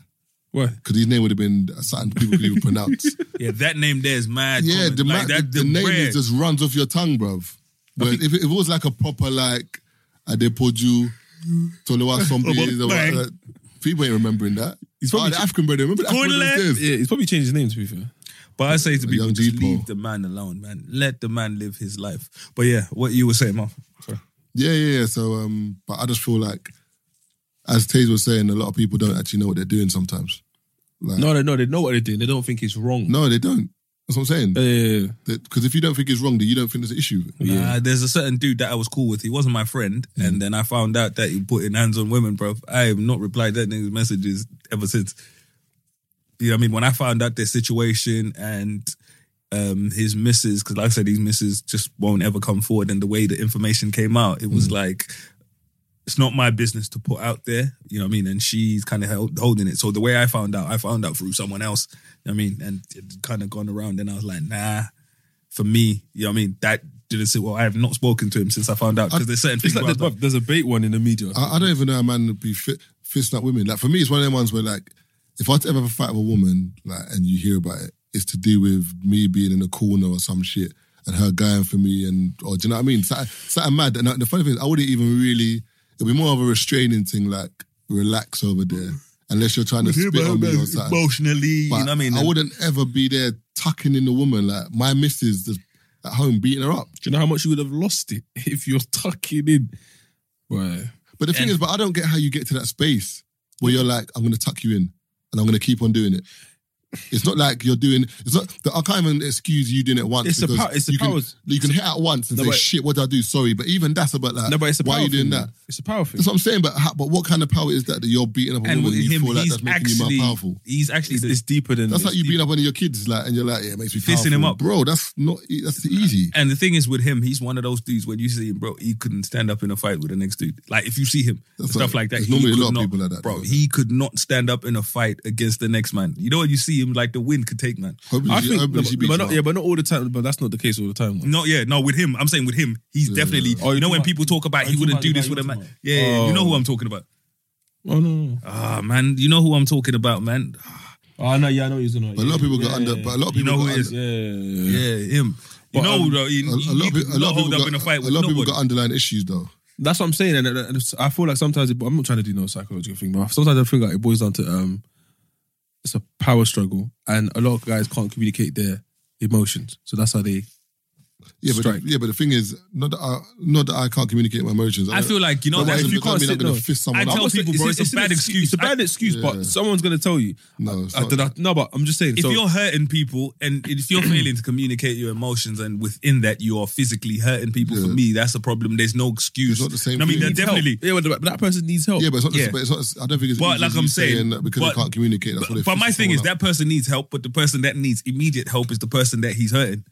S4: Why?
S1: because his name would have been uh, something people could even pronounce.
S6: Yeah, that name there is mad.
S1: yeah,
S6: common.
S1: the,
S6: Like,
S1: ma-
S6: that-
S1: the, name
S6: rare-
S1: is just runs off your tongue, bruv. But if, it- if it was like a proper like Adepoju, Tolowa somebody,
S6: bang.
S1: like, people ain't remembering that.
S4: He's
S1: Oh,
S4: probably
S1: the African brother, remember the African brother
S6: Gordon
S1: upstairs?
S4: Yeah, he's probably changed his name to be fair.
S6: But I say to
S1: A
S6: people,
S1: young
S6: just
S1: Deepo.
S6: leave the man alone, man. Let the man live his life. But yeah, what you were saying, Mark. Sorry.
S1: Yeah, yeah, yeah. So, um, but I just feel like, as Taze was saying, a lot of people don't actually know what they're doing sometimes. Like,
S4: No, no, no. They know what they're doing. They don't think it's wrong.
S1: no, they don't. That's what I'm saying.
S4: Yeah, yeah, yeah.
S1: Because if you don't think it's wrong, then you don't think there's an issue. with it.
S6: Nah, Uh, there's a certain dude that I was cool with. He wasn't my friend, and then I found out that he put in hands on women, bro. I have not replied that nigga's messages ever since. You know what I mean? When I found out their situation and um his missus, because like I said, these missus just won't ever come forward. And the way the information came out, it was like it's not my business to put out there. You know what I mean? And she's kind of held, holding it. So the way I found out, I found out through someone else. You know what I mean? And it kind of gone around, and I was like, nah for me, you know what I mean? That didn't sit well. I have not spoken to him since I found out because there's certain
S4: It's
S6: things.
S4: like
S6: where I
S4: there's,
S6: was like,
S4: bruv, there's a bait one in the media.
S1: I, I don't even know a man would be fit, fisting up women. Like for me, it's one of them ones where like, if I ever have a fight with a woman, like, and you hear about it, it's to do with me being in a corner or some shit, and her going for me, and or do you know what I mean? Something something mad. And uh, the funny thing is, I wouldn't even really. It'd be more of a restraining thing, like relax over there, unless you're trying to spit on me or something.
S6: emotionally,
S1: But
S6: you know what I mean?
S1: I
S6: And
S1: wouldn't ever be there tucking in the woman like my missus just at home beating her up.
S4: Do you know how much you would have lost it if you're tucking in? Right.
S1: But the thing
S6: And-
S1: is, but I don't get how you get to that space where you're like, I'm gonna tuck you in and I'm gonna keep on doing it. It's not like you're doing. It's not. I can't even excuse you doing it once.
S4: It's the
S1: because
S4: pow- it's the
S1: you can,
S4: powers.
S1: You can hit out once and
S4: No,
S1: say,
S4: but-
S1: "Shit, what did I do? Sorry." But even that's about like.
S4: No, but it's a power
S1: why are you doing
S4: thing,
S1: that?
S4: man. It's a power thing.
S1: That's what I'm saying. But how, but what kind of power is that that you're beating up a
S6: and
S1: woman
S6: with
S1: and you
S6: him,
S1: feel like
S6: he's
S1: that's making
S6: actually
S1: you more powerful?
S6: he's actually
S4: It's,
S6: the,
S4: it's deeper than
S1: That's
S4: this.
S1: like you beating up one of your kids, like, and you're like, "Yeah, it makes me
S6: Fisting him
S1: powerful."
S6: up.
S1: bro. That's not. e- That's easy.
S6: and the thing is with him, he's one of those dudes when you see him, bro, he couldn't stand up in a fight with the next dude. Like if you see him,
S1: That's
S6: stuff
S1: right.
S6: like that.
S1: There's
S6: he
S1: normally a
S6: could
S1: lot of
S6: not-
S1: people like that,
S6: bro.
S1: though.
S6: He could not stand up in a fight against the next man. You know when you see him, like the wind could take man.
S1: Hopefully
S4: I
S1: she-
S4: think,
S1: hopefully
S4: no,
S1: she
S4: but-
S1: beats
S4: but
S1: him
S4: not,
S1: up.
S4: yeah, but not all the time. But that's not the case all the time. though.
S6: No, yeah, no, with him. I'm saying with him, he's definitely.
S4: Oh,
S6: you
S4: you're
S6: know when
S4: talking
S6: people talk about
S4: oh,
S6: he
S4: you're
S6: wouldn't
S4: talking
S6: do
S4: about-
S6: this with
S4: you're
S6: a man.
S4: talking about-
S6: Yeah, yeah, you know who
S4: Oh.
S6: I'm talking about.
S4: Oh no, no. no.
S6: Ah, man, you know who I'm talking about, man.
S4: Oh no, yeah, I know he's gonna.
S1: But a lot of people got under. But a lot of
S6: You
S1: people
S6: know
S1: got
S6: who it is.
S1: under-
S4: Yeah, yeah, yeah.
S6: Yeah, him. You
S4: But,
S6: know,
S4: um,
S6: though, he,
S1: a, a lot of
S6: he
S1: people, a lot of
S6: hold
S1: people
S6: up
S1: got,
S6: in a fight
S1: a
S6: with
S1: lot of people
S6: nobody.
S1: got underlying issues though.
S4: That's what I'm saying, and, and it's- I feel like sometimes it, I'm not trying to do no psychological thing, but sometimes I feel like it boils down to um, it's a power struggle, and a lot of guys can't communicate their emotions, so that's how they.
S1: Yeah, but
S4: Strike.
S1: yeah, but the thing is, not that I, not that I can't communicate my emotions.
S6: I feel like you know
S1: But
S6: that's
S1: if
S6: if
S1: you
S6: you
S1: can't
S6: can't.
S1: mean I'm
S4: sit
S1: gonna
S4: down.
S1: fist someone
S6: I
S1: up.
S6: tell people, bro, it's,
S4: an
S6: a bad excuse.
S4: It's a bad
S6: I-
S4: excuse,
S1: Yeah.
S4: but someone's gonna tell you.
S1: No, it's
S4: I,
S1: not.
S4: did I- no, but I'm just saying.
S6: If
S4: so,
S6: you're hurting people and if you're failing to communicate your emotions and within that you are physically hurting people, for
S1: Yeah.
S6: me that's a problem. There's no excuse.
S1: It's not the same
S6: I mean,
S1: thing.
S6: they're
S1: Needs
S6: definitely.
S4: yeah, but that- that person needs help.
S1: yeah, but it's not.
S6: Yeah.
S1: But it's not. I don't think it's.
S6: But
S1: easy
S6: like
S1: as you
S6: I'm saying,
S1: that because
S6: but-
S1: they can't communicate. That's why they
S6: But, but my
S1: fist
S6: thing is
S1: someone up.
S6: that person needs help, but the person that needs immediate help is the person that he's hurting.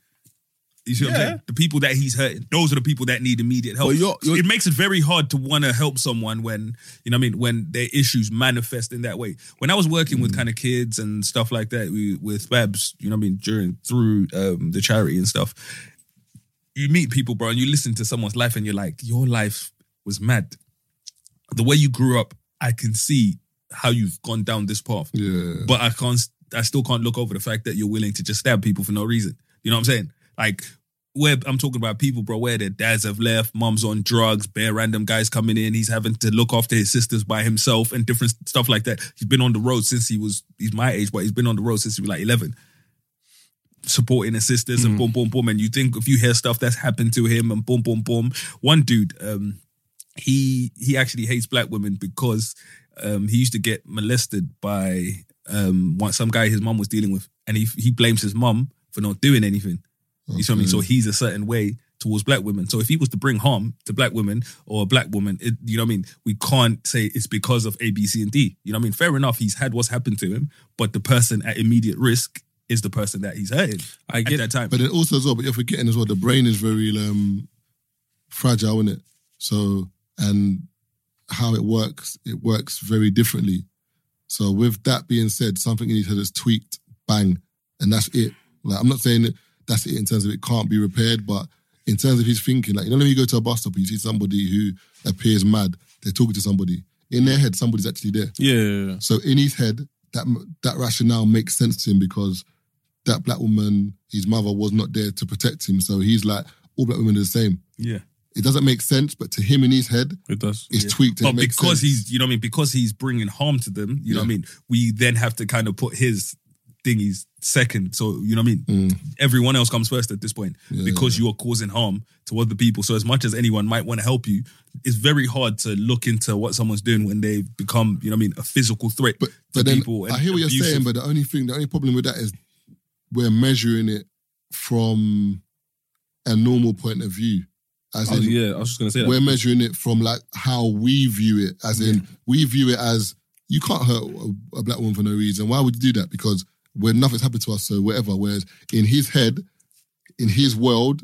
S6: You see what I'm
S4: Yeah.
S6: saying? The people that he's hurting, those are the people that need immediate help.
S4: But you're- you're-
S6: it makes it very hard to want to help someone when you know what I mean when their issues manifest in that way. When I was working
S4: Hmm.
S6: with kind of kids and stuff like that, we, with Babs, you know what I mean, during through um, the charity and stuff, you meet people, bro, and you listen to someone's life, and you're like, your life was mad. The way you grew up, I can see how you've gone down this path
S1: Yeah.
S6: but I can't. I still can't look over the fact that you're willing to just stab people for no reason. You know what I'm saying? Like where I'm talking about people, bro, where their dads have left, mom's on drugs, bare random guys coming in. He's having to look after his sisters by himself and different stuff like that. He's been on the road since he was. He's my age, but he's been on the road since he was like 11. Supporting his sisters and boom, boom, boom. And you think if you hear stuff that's happened to him and boom, boom, boom. One dude, um, he he actually hates black women because um, he used to get molested by um, one, some guy his mum was dealing with, and he he blames his mum for not doing anything. You see what I mean? So he's a certain way towards black women. So if he was to bring harm to black women or a black woman, it, you know what I mean? We can't say it's because of A, B, C, and D. You know what I mean? Fair enough, he's had what's happened to him, but the person at immediate risk is the person that he's hurting I get, at that time.
S1: But then also as well, but you're forgetting as well, the brain is very um, fragile, isn't it? So and how it works, it works very differently. So with that being said, something in each other's tweaked, bang, and that's it. Like I'm not saying that that's it in terms of it can't be repaired, but in terms of his thinking, like you know when you go to a bus stop, you see somebody who appears mad, they're talking to somebody. In their head, somebody's actually there.
S4: Yeah, yeah, yeah.
S1: So in his head, that that rationale makes sense to him because that black woman, his mother, was not there to protect him. So he's like, all black women are the same.
S6: Yeah.
S1: It doesn't make sense, but to him in his head,
S4: it does.
S1: It's tweaked. and
S6: But
S1: it makes sense.
S6: because he's, you know what I mean, because he's bringing harm to them, you know what I mean, we then have to kind of put his thingies second. So, you know what I mean? Everyone else comes first at this point
S1: Mm. Yeah,
S6: because you are causing harm to other people. So, as much as anyone might want to help you, it's very hard to look into what someone's doing when they become, you know what I mean, a physical threat to
S1: But then
S6: people.
S1: I hear what you're saying, but the only thing, the only problem with that is we're measuring it from a normal point of view. As
S4: Oh,
S1: in,
S4: yeah, I was just gonna say that.
S1: we're measuring it from like how we view it. As in, we view it as you can't hurt a, a black woman for no reason. Why would you do that? Because when nothing's happened to us, so whatever. Whereas in his head, in his world,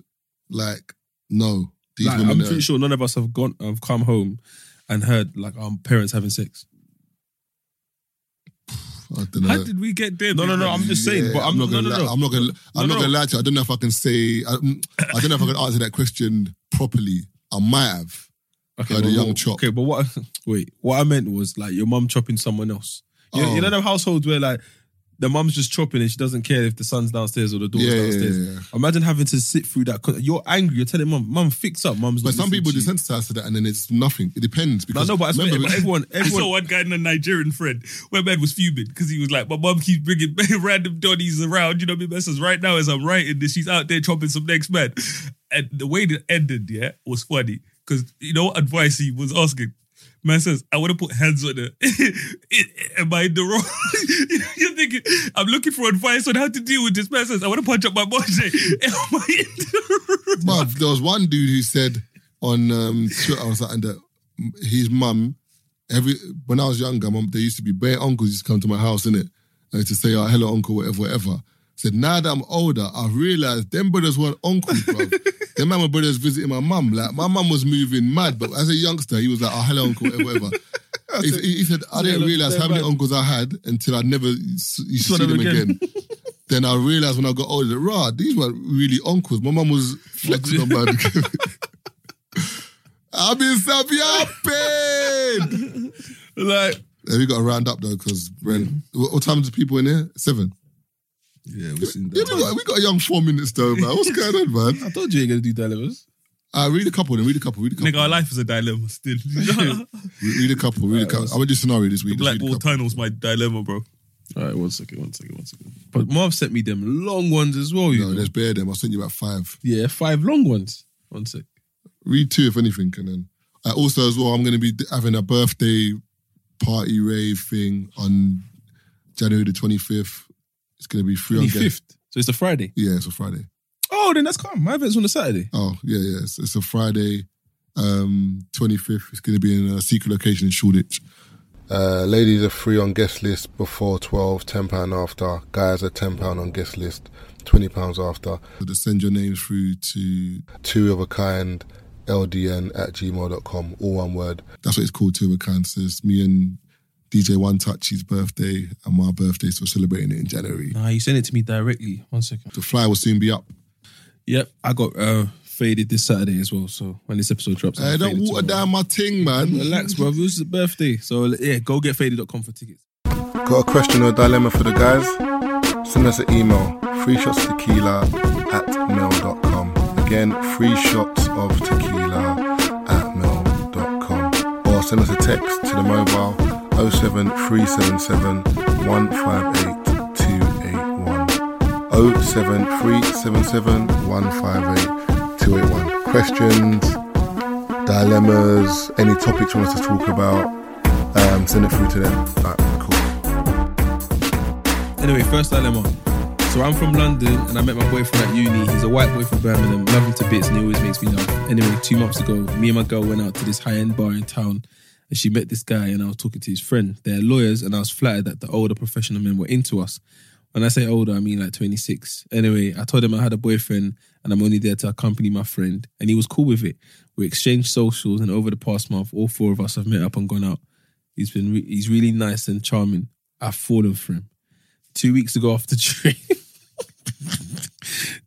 S1: like no, these
S4: Like,
S1: women.
S4: I'm
S1: are-
S4: pretty sure none of us have gone have come home and heard like our parents having sex.
S1: I don't know.
S4: How did we get there? No, no, no. I'm just saying.
S1: Yeah,
S4: but I'm,
S1: not
S4: no,
S1: gonna.
S4: no,
S1: lie,
S4: no.
S1: I'm not gonna.
S4: No,
S1: I'm
S4: no,
S1: not gonna lie to you. I don't know if I can say. I, mm, I don't know if I can answer that question properly. I might have.
S4: Okay,
S1: Like the
S4: but
S1: young
S4: what-
S1: chop.
S4: Okay, but what? Wait, what I meant was like your mum chopping someone else. You, you
S1: Oh.
S4: know them households where like the mum's just chopping and she doesn't care if the son's downstairs or the daughter's
S1: Yeah, yeah,
S4: downstairs.
S1: yeah.
S4: Imagine having to sit through that. 'cause You're angry. You're telling mum, mum, fix up. Mum's.
S1: But
S4: not
S1: some
S4: listening
S1: people
S4: to you."
S1: desensitize to that, and then it's nothing. It depends.
S4: No,
S1: Because
S4: no, but, that's what-
S1: remember-
S4: but everyone,
S6: I saw
S4: everyone.
S6: one guy in a Nigerian friend where man was fuming because he was like, "My mom keeps bringing random donnies around." You know, what I mean, messes right now as I'm writing this, she's out there chopping some next man, and the way that ended, yeah, was funny because you know what advice he was asking. Man says, "I want to put hands on her." Am I in the wrong? You're thinking, "I'm looking for advice on how to deal with this." Man says, "I want to punch up my boy." Am I in the wrong?
S1: Bruv, there was one dude who said on um, Twitter or something that his mum, every when I was younger, mum, there used to be bare uncles used to come to my house, innit? And to say, oh, hello, uncle, whatever, whatever. Said, now that I'm older, I've realised them brothers weren't uncles, bruv. them man were brothers visiting my mum. Like, my mum was moving mad, but as a youngster, he was like, oh, hello, uncle, whatever, whatever. He, he- he said, I didn't
S4: Hello,
S1: realise how many
S4: mad.
S1: uncles I had until I never s- used to
S4: Saw
S1: see
S4: them
S1: them
S4: again.
S1: again then I realized when I got older, that, rah, these weren't really uncles. My mum was flexing on my. I've been happy.
S4: Like,
S1: we got to round up though, because what, what time is the people in here? Seven.
S4: yeah, we've seen
S1: Yeah, we, got, we got a young four minutes though, man. What's going on, man?
S4: I told you you're gonna do dilemmas.
S1: I read a couple. Then read a couple. Read a couple.
S6: Nigga, our life is a dilemma still.
S1: Re- Read a couple. Read a couple. I went to scenario this week. Just
S6: Black
S1: read a
S6: wall
S1: couple.
S6: tunnel's my dilemma, bro.
S4: All right, one second, one second, one second. But Marv sent me them long ones as well. You
S1: No,
S4: know?
S1: let's bear them. I sent you about five.
S4: Yeah, five long ones. One sec.
S1: read two if anything, and then I also as well. I'm going to be having a birthday party rave thing on January the 25th. It's going to be free on
S4: Twenty
S1: guest.
S4: fifth. So it's a Friday.
S1: Yeah, it's a Friday.
S4: Oh, then that's calm. My event's on a Saturday.
S1: Oh yeah, yeah. It's, it's a Friday, um, 25th. It's going to be in a secret location in Shoreditch.
S7: Uh, ladies are free on guest list before 12, £10 after. Guys are £10 on guest list, £20 after.
S1: So just send your names through to
S7: Two of a kind, ldn at gmail.com, all one word.
S1: that's what it's called too. With cancer, it's me and DJ One Touchy's birthday and my birthday, so we're celebrating it in January.
S4: Nah, you sent it to me directly. One second.
S1: The flyer will soon be up.
S4: Yep, I got uh, faded this Saturday as well. So when this episode drops,
S1: Hey,
S4: I'm
S1: Uh, don't
S4: faded
S1: water
S4: tomorrow.
S1: down my ting, man.
S4: Relax, bro. It was his birthday. So yeah, go get faded.com for tickets.
S7: Got a question or dilemma for the guys? Send us an email, free shots tequila at mail.com. Again, free shots of tequila at mail.com. Or send us a text to the mobile 07377 158 281. 07377 158 281. Questions, dilemmas, any topics you want us to talk about, um, send it through to them. Alright, cool.
S4: Anyway, first dilemma. So I'm from London and I met my boyfriend at uni. He's a white boy from Birmingham. Love him to bits and he always makes me laugh. Anyway, two months ago, me and my girl went out to this high-end bar in town and she met this guy and I was talking to his friend. They're lawyers and I was flattered that the older professional men were into us. When I say older, I mean like 26. Anyway, I told him I had a boyfriend and I'm only there to accompany my friend and he was cool with it. We exchanged socials and over the past month, all four of us have met up and gone out. He's been re- he's really nice and charming. I've fallen for him. Two weeks ago after drinks,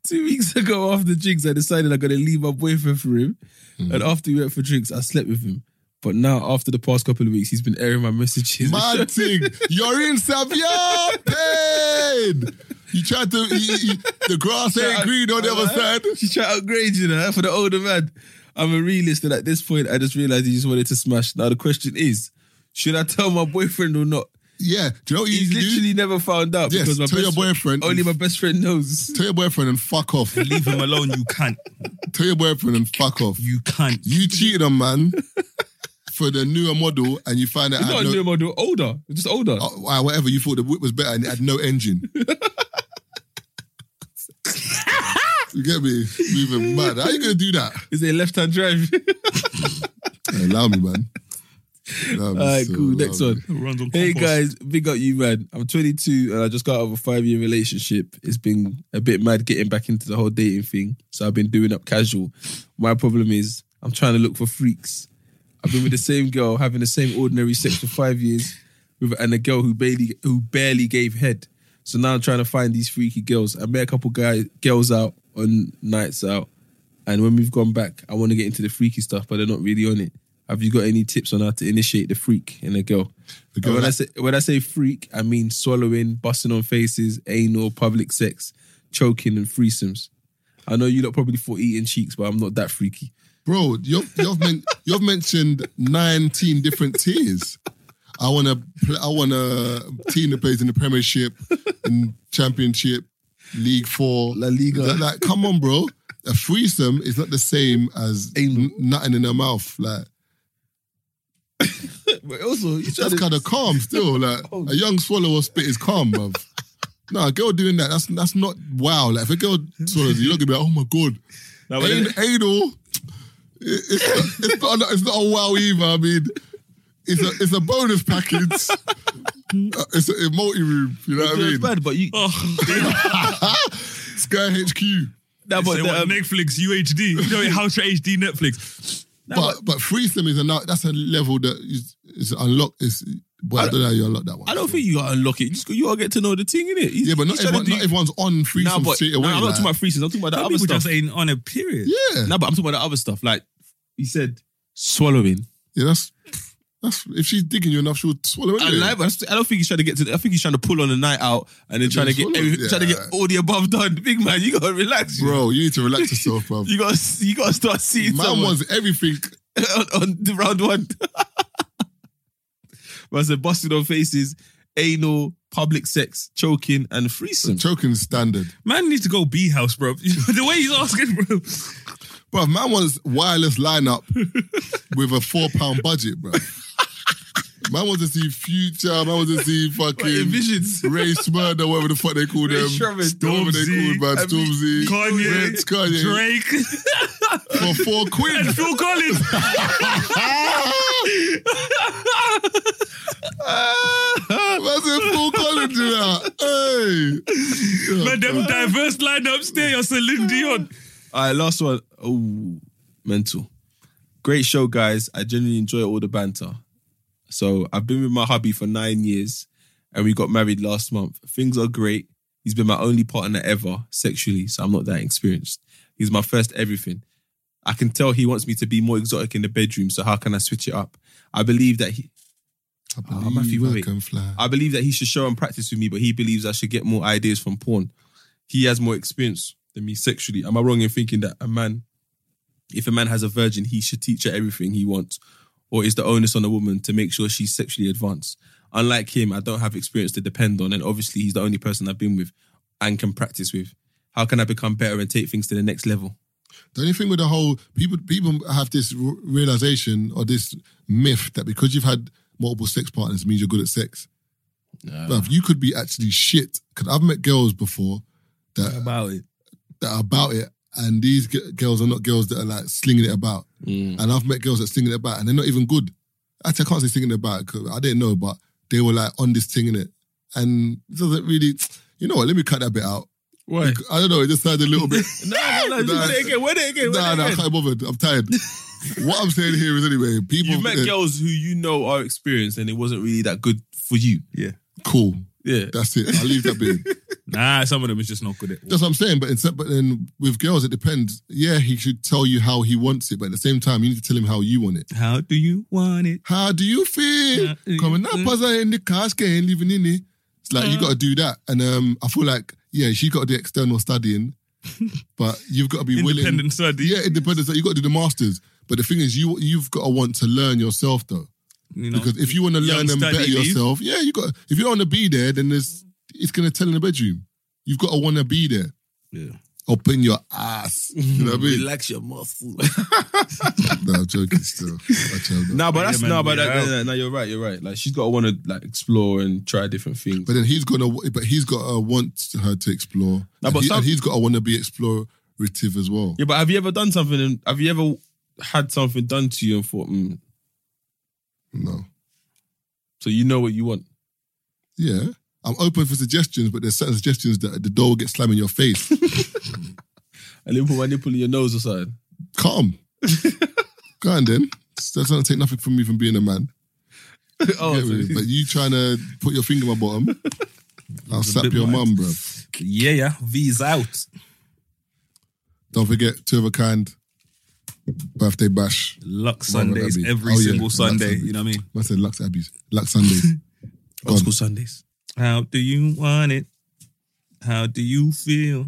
S4: two weeks ago after drinks, I decided I'm gonna leave my boyfriend for him.
S1: Hmm.
S4: And after we went for drinks, I slept with him. But now, after the past couple of weeks, he's been airing my messages.
S1: Mad thing. You're in Savia pain. You tried to, you, you, the grass ain't green on the other side.
S4: Uh-huh. She tried to upgrade you know, for the older man. I'm a realist, and at this point, I just realized he just wanted to smash. Now the question is, should I tell my boyfriend or not?
S1: Yeah, do you know what Oh, you
S4: he's
S1: do?
S4: literally never found out
S1: Yes,
S4: because my
S1: tell your
S4: best friend-
S1: boyfriend.
S4: only my best friend knows.
S1: Tell your boyfriend and fuck off.
S6: Leave him alone, you can't.
S1: Tell your boyfriend and fuck off.
S6: You can't.
S1: You cheated on man for the newer model and you find out
S4: It's
S1: I
S4: not a
S1: know-
S4: new model, older, just older.
S1: Oh, why, whatever you thought the whip was better and it had no engine. you get me? Moving mad. How you gonna do that?
S4: Is it left hand drive?
S1: Hey, allow me, man. Allow me,
S4: All right,
S1: so
S4: cool. Next
S1: allow me.
S4: one. Hey guys, big up you, man. I'm 22 and I just got out of a five year relationship. It's been a bit mad getting back into the whole dating thing. So I've been doing up casual. My problem is I'm trying to look for freaks. I've been with the same girl, having the same ordinary sex for five years, with and a girl who barely who barely gave head. So now I'm trying to find these freaky girls. I met a couple guy girls out on nights out, and when we've gone back, I want to get into the freaky stuff, but they're not really on it. Have you got any tips on how to initiate the freak in a girl?
S1: girl
S4: And when I
S1: that-
S4: say when I say freak, I mean swallowing, busting on faces, anal, public sex, choking, and threesomes. I know you lot probably thought eating cheeks, but I'm not that freaky.
S1: Bro, you've you've, men- you've mentioned nineteen different tiers. I wanna pl- I wanna team that plays in the Premiership, in Championship, League Four, La Liga. Like, like, come on, bro. A threesome is not the same as n- nothing in their mouth. Like,
S4: But also, it's
S1: that's kind of calm still. Like a young swallow or spit is calm, bruv. No, a girl doing that, that's that's not wow. Like if a girl swallows, you're not gonna be like, oh my god.
S6: Now, when
S1: An- anal, it- it's not, it's, not a, it's not a wow either. I mean, it's a it's a bonus package. Uh, it's a, multi room. You know what I
S4: It's
S1: mean?
S4: bad, but you.
S1: Sky HQ.
S4: Nah, but
S6: Say
S4: the,
S6: what,
S4: um,
S6: Netflix, UHD. You know how to HD Netflix.
S1: but but threesome is a that's a level that is, is unlocked. Is but I, don't know how you unlock that one.
S4: I don't think you gotta unlock it. You just you gotta get to know the thing in it.
S1: yeah, but not, everyone, not everyone's on
S4: Nah,
S1: threesome
S4: but
S1: straight away.
S4: nah, I'm not
S1: like.
S4: talking about threesomes. I'm talking about the
S6: Some
S4: other
S6: people
S4: stuff.
S6: just ain't on a period.
S1: yeah,
S4: No, but I'm talking about the other stuff. Like he said, swallowing.
S1: yeah. That's that's if she's digging you enough, she'll swallow it.
S4: I lie, but I don't think he's trying to get to. The, I think he's trying to pull on a night out and then trying to get
S1: swallow
S4: every,
S1: it, yeah.
S4: trying to get all the above done. Big man, you gotta relax, you know.
S1: Bro, you need to relax yourself, bro.
S4: You gotta you gotta start seeing
S1: Man
S4: someone
S1: wants everything.
S4: on, on the round one. but I said busted on faces, anal, public sex, choking, and threesome.
S1: Choking standard.
S6: Man needs to go B house, bro. the way he's asking, bro.
S1: Bro, man wants wireless lineup with a four pound budget, bro. Man wants to see Future. Man wants to see fucking
S4: Visions.
S1: Ray Smyrna, whatever the fuck they call
S4: Ray
S1: them.
S4: Sherman,
S1: whatever they
S6: Stormzy,
S1: call man.
S4: I mean,
S1: Stormzy.
S6: Kanye,
S1: Prince, Kanye.
S6: Drake,
S1: For four quid.
S6: and Phil Collins.
S1: That's a full college, you know. Hey.
S6: Man, them diverse lineups there. You're Celine Dion.
S4: All right, last one. Oh, mental. Great show, guys. I genuinely enjoy all the banter. So I've been with my hubby for nine years and we got married last month. Things are great. He's been my only partner ever sexually, so I'm not that experienced. He's my first everything. I can tell he wants me to be more exotic in the bedroom, so how can I switch it up? I believe that he
S1: I
S4: Ah, Matthew,
S1: believe
S4: wait,
S1: I
S4: wait.
S1: can fly.
S4: I believe that he should show and practice with me, but he believes I should get more ideas from porn. He has more experience than me sexually. Am I wrong in thinking that a man, if a man has a virgin, he should teach her everything he wants? Or is the onus on a woman to make sure she's sexually advanced? Unlike him, I don't have experience to depend on, and obviously he's the only person I've been with and can practice with. How can I become better and take things to the next level?
S1: The only thing with the whole people people have this r- realization or this myth that because you've had multiple sex partners means you're good at sex. Bruv, you could be actually shit. Because I've met girls before that
S6: about it.
S1: that are about it, and these g- girls are not girls that are like slinging it about. And I've met girls that slinging it about, and they're not even good. Actually, I can't say slinging it about 'cause I didn't know, but they were like on this thing in it, and it doesn't really. You know what? Let me cut that bit out.
S4: Why?
S1: I don't know. It just sounded a little bit.
S6: No, no,
S1: Nah.
S6: no. Just say it again. Wait it again. wait
S1: Nah,
S6: it
S1: nah, I
S6: again.
S1: can't bother. I'm tired. what I'm saying here is anyway, people.
S4: You've met
S1: uh,
S4: girls who you know are experienced and it wasn't really that good for you.
S6: Yeah.
S1: Cool.
S4: Yeah.
S1: That's it. I'll leave that bit. in.
S6: Nah, some of them is just not good at all.
S1: That's what I'm saying. But in, but then with girls, it depends. Yeah, he should tell you how he wants it, but at the same time, you need to tell him how you want it.
S6: How do you want it?
S1: How do you feel?
S6: Yeah.
S1: Coming up as I in the casket and living in it. It's like you got to do that, and um, I feel like yeah, she got to do external studying, but you've got to be willing.
S6: Independent study.
S1: Yeah, independent. study. You got to do the masters. But the thing is, you you've got to want to learn yourself though,
S6: You know,
S1: because if you want to
S6: young
S1: learn and
S6: study
S1: better
S4: eh?
S6: leave.
S1: yourself, yeah, you got. If you don't want to be there, then there's it's gonna tell in the bedroom. You've got to want to be there.
S4: Yeah.
S1: Open your ass. You know what I mean?
S4: Relax your muscle.
S1: no, I'm joking still. I child,
S4: nah, but that's
S6: Yeah, man,
S4: nah, but
S6: we
S4: that,
S6: out.
S4: no, you're right, you're right. Like she's got to want to like explore and try different things.
S1: But then he's gonna, but he's gotta want her to explore.
S4: No,
S1: and,
S4: but
S1: he,
S4: some-
S1: and he's gotta want to be explorative as well.
S4: yeah, but have you ever done something? And have you ever had something done to you and thought, mm,
S1: No,
S4: so you know what you want?
S1: yeah, I'm open for suggestions, but there's certain suggestions that the door will get slammed in your face.
S4: And then put my nipple in your nose or something.
S1: Calm, go on then. That doesn't take nothing from me from being a man.
S4: oh,
S1: Get with it. But you trying to put your finger in my bottom? I'll slap
S6: bit
S1: your
S6: wide.
S1: mum, bro.
S6: Yeah, yeah. V's out.
S1: Don't forget, two of a kind birthday bash.
S6: Luck
S1: What would that
S6: Sundays
S1: be?
S6: every
S1: Oh, yeah,
S6: single
S1: Lux
S6: Sunday.
S1: Sundays.
S6: You know what I mean?
S1: I said Lux Abbeys, Lux Sundays. Go on.
S4: school Sundays.
S6: How do you want it? How do you feel?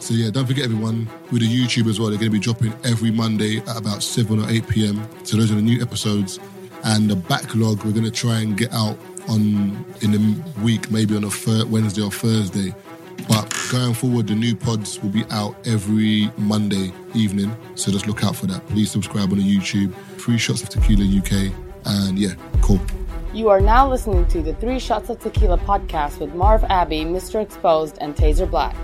S1: So yeah, don't forget everyone with the YouTube as well. They're going to be dropping every Monday at about seven or eight PM. So those are the new episodes, and the backlog we're going to try and get out on in the week, maybe on a thir- Wednesday or Thursday. But going forward, the new pods will be out every Monday evening. So just look out for that. Please subscribe on the YouTube. Three shots of tequila UK, and yeah, cool.
S17: You are now listening to the Three Shots of Tequila podcast with Marv Abbey, Mr. Exposed, and Taser Black.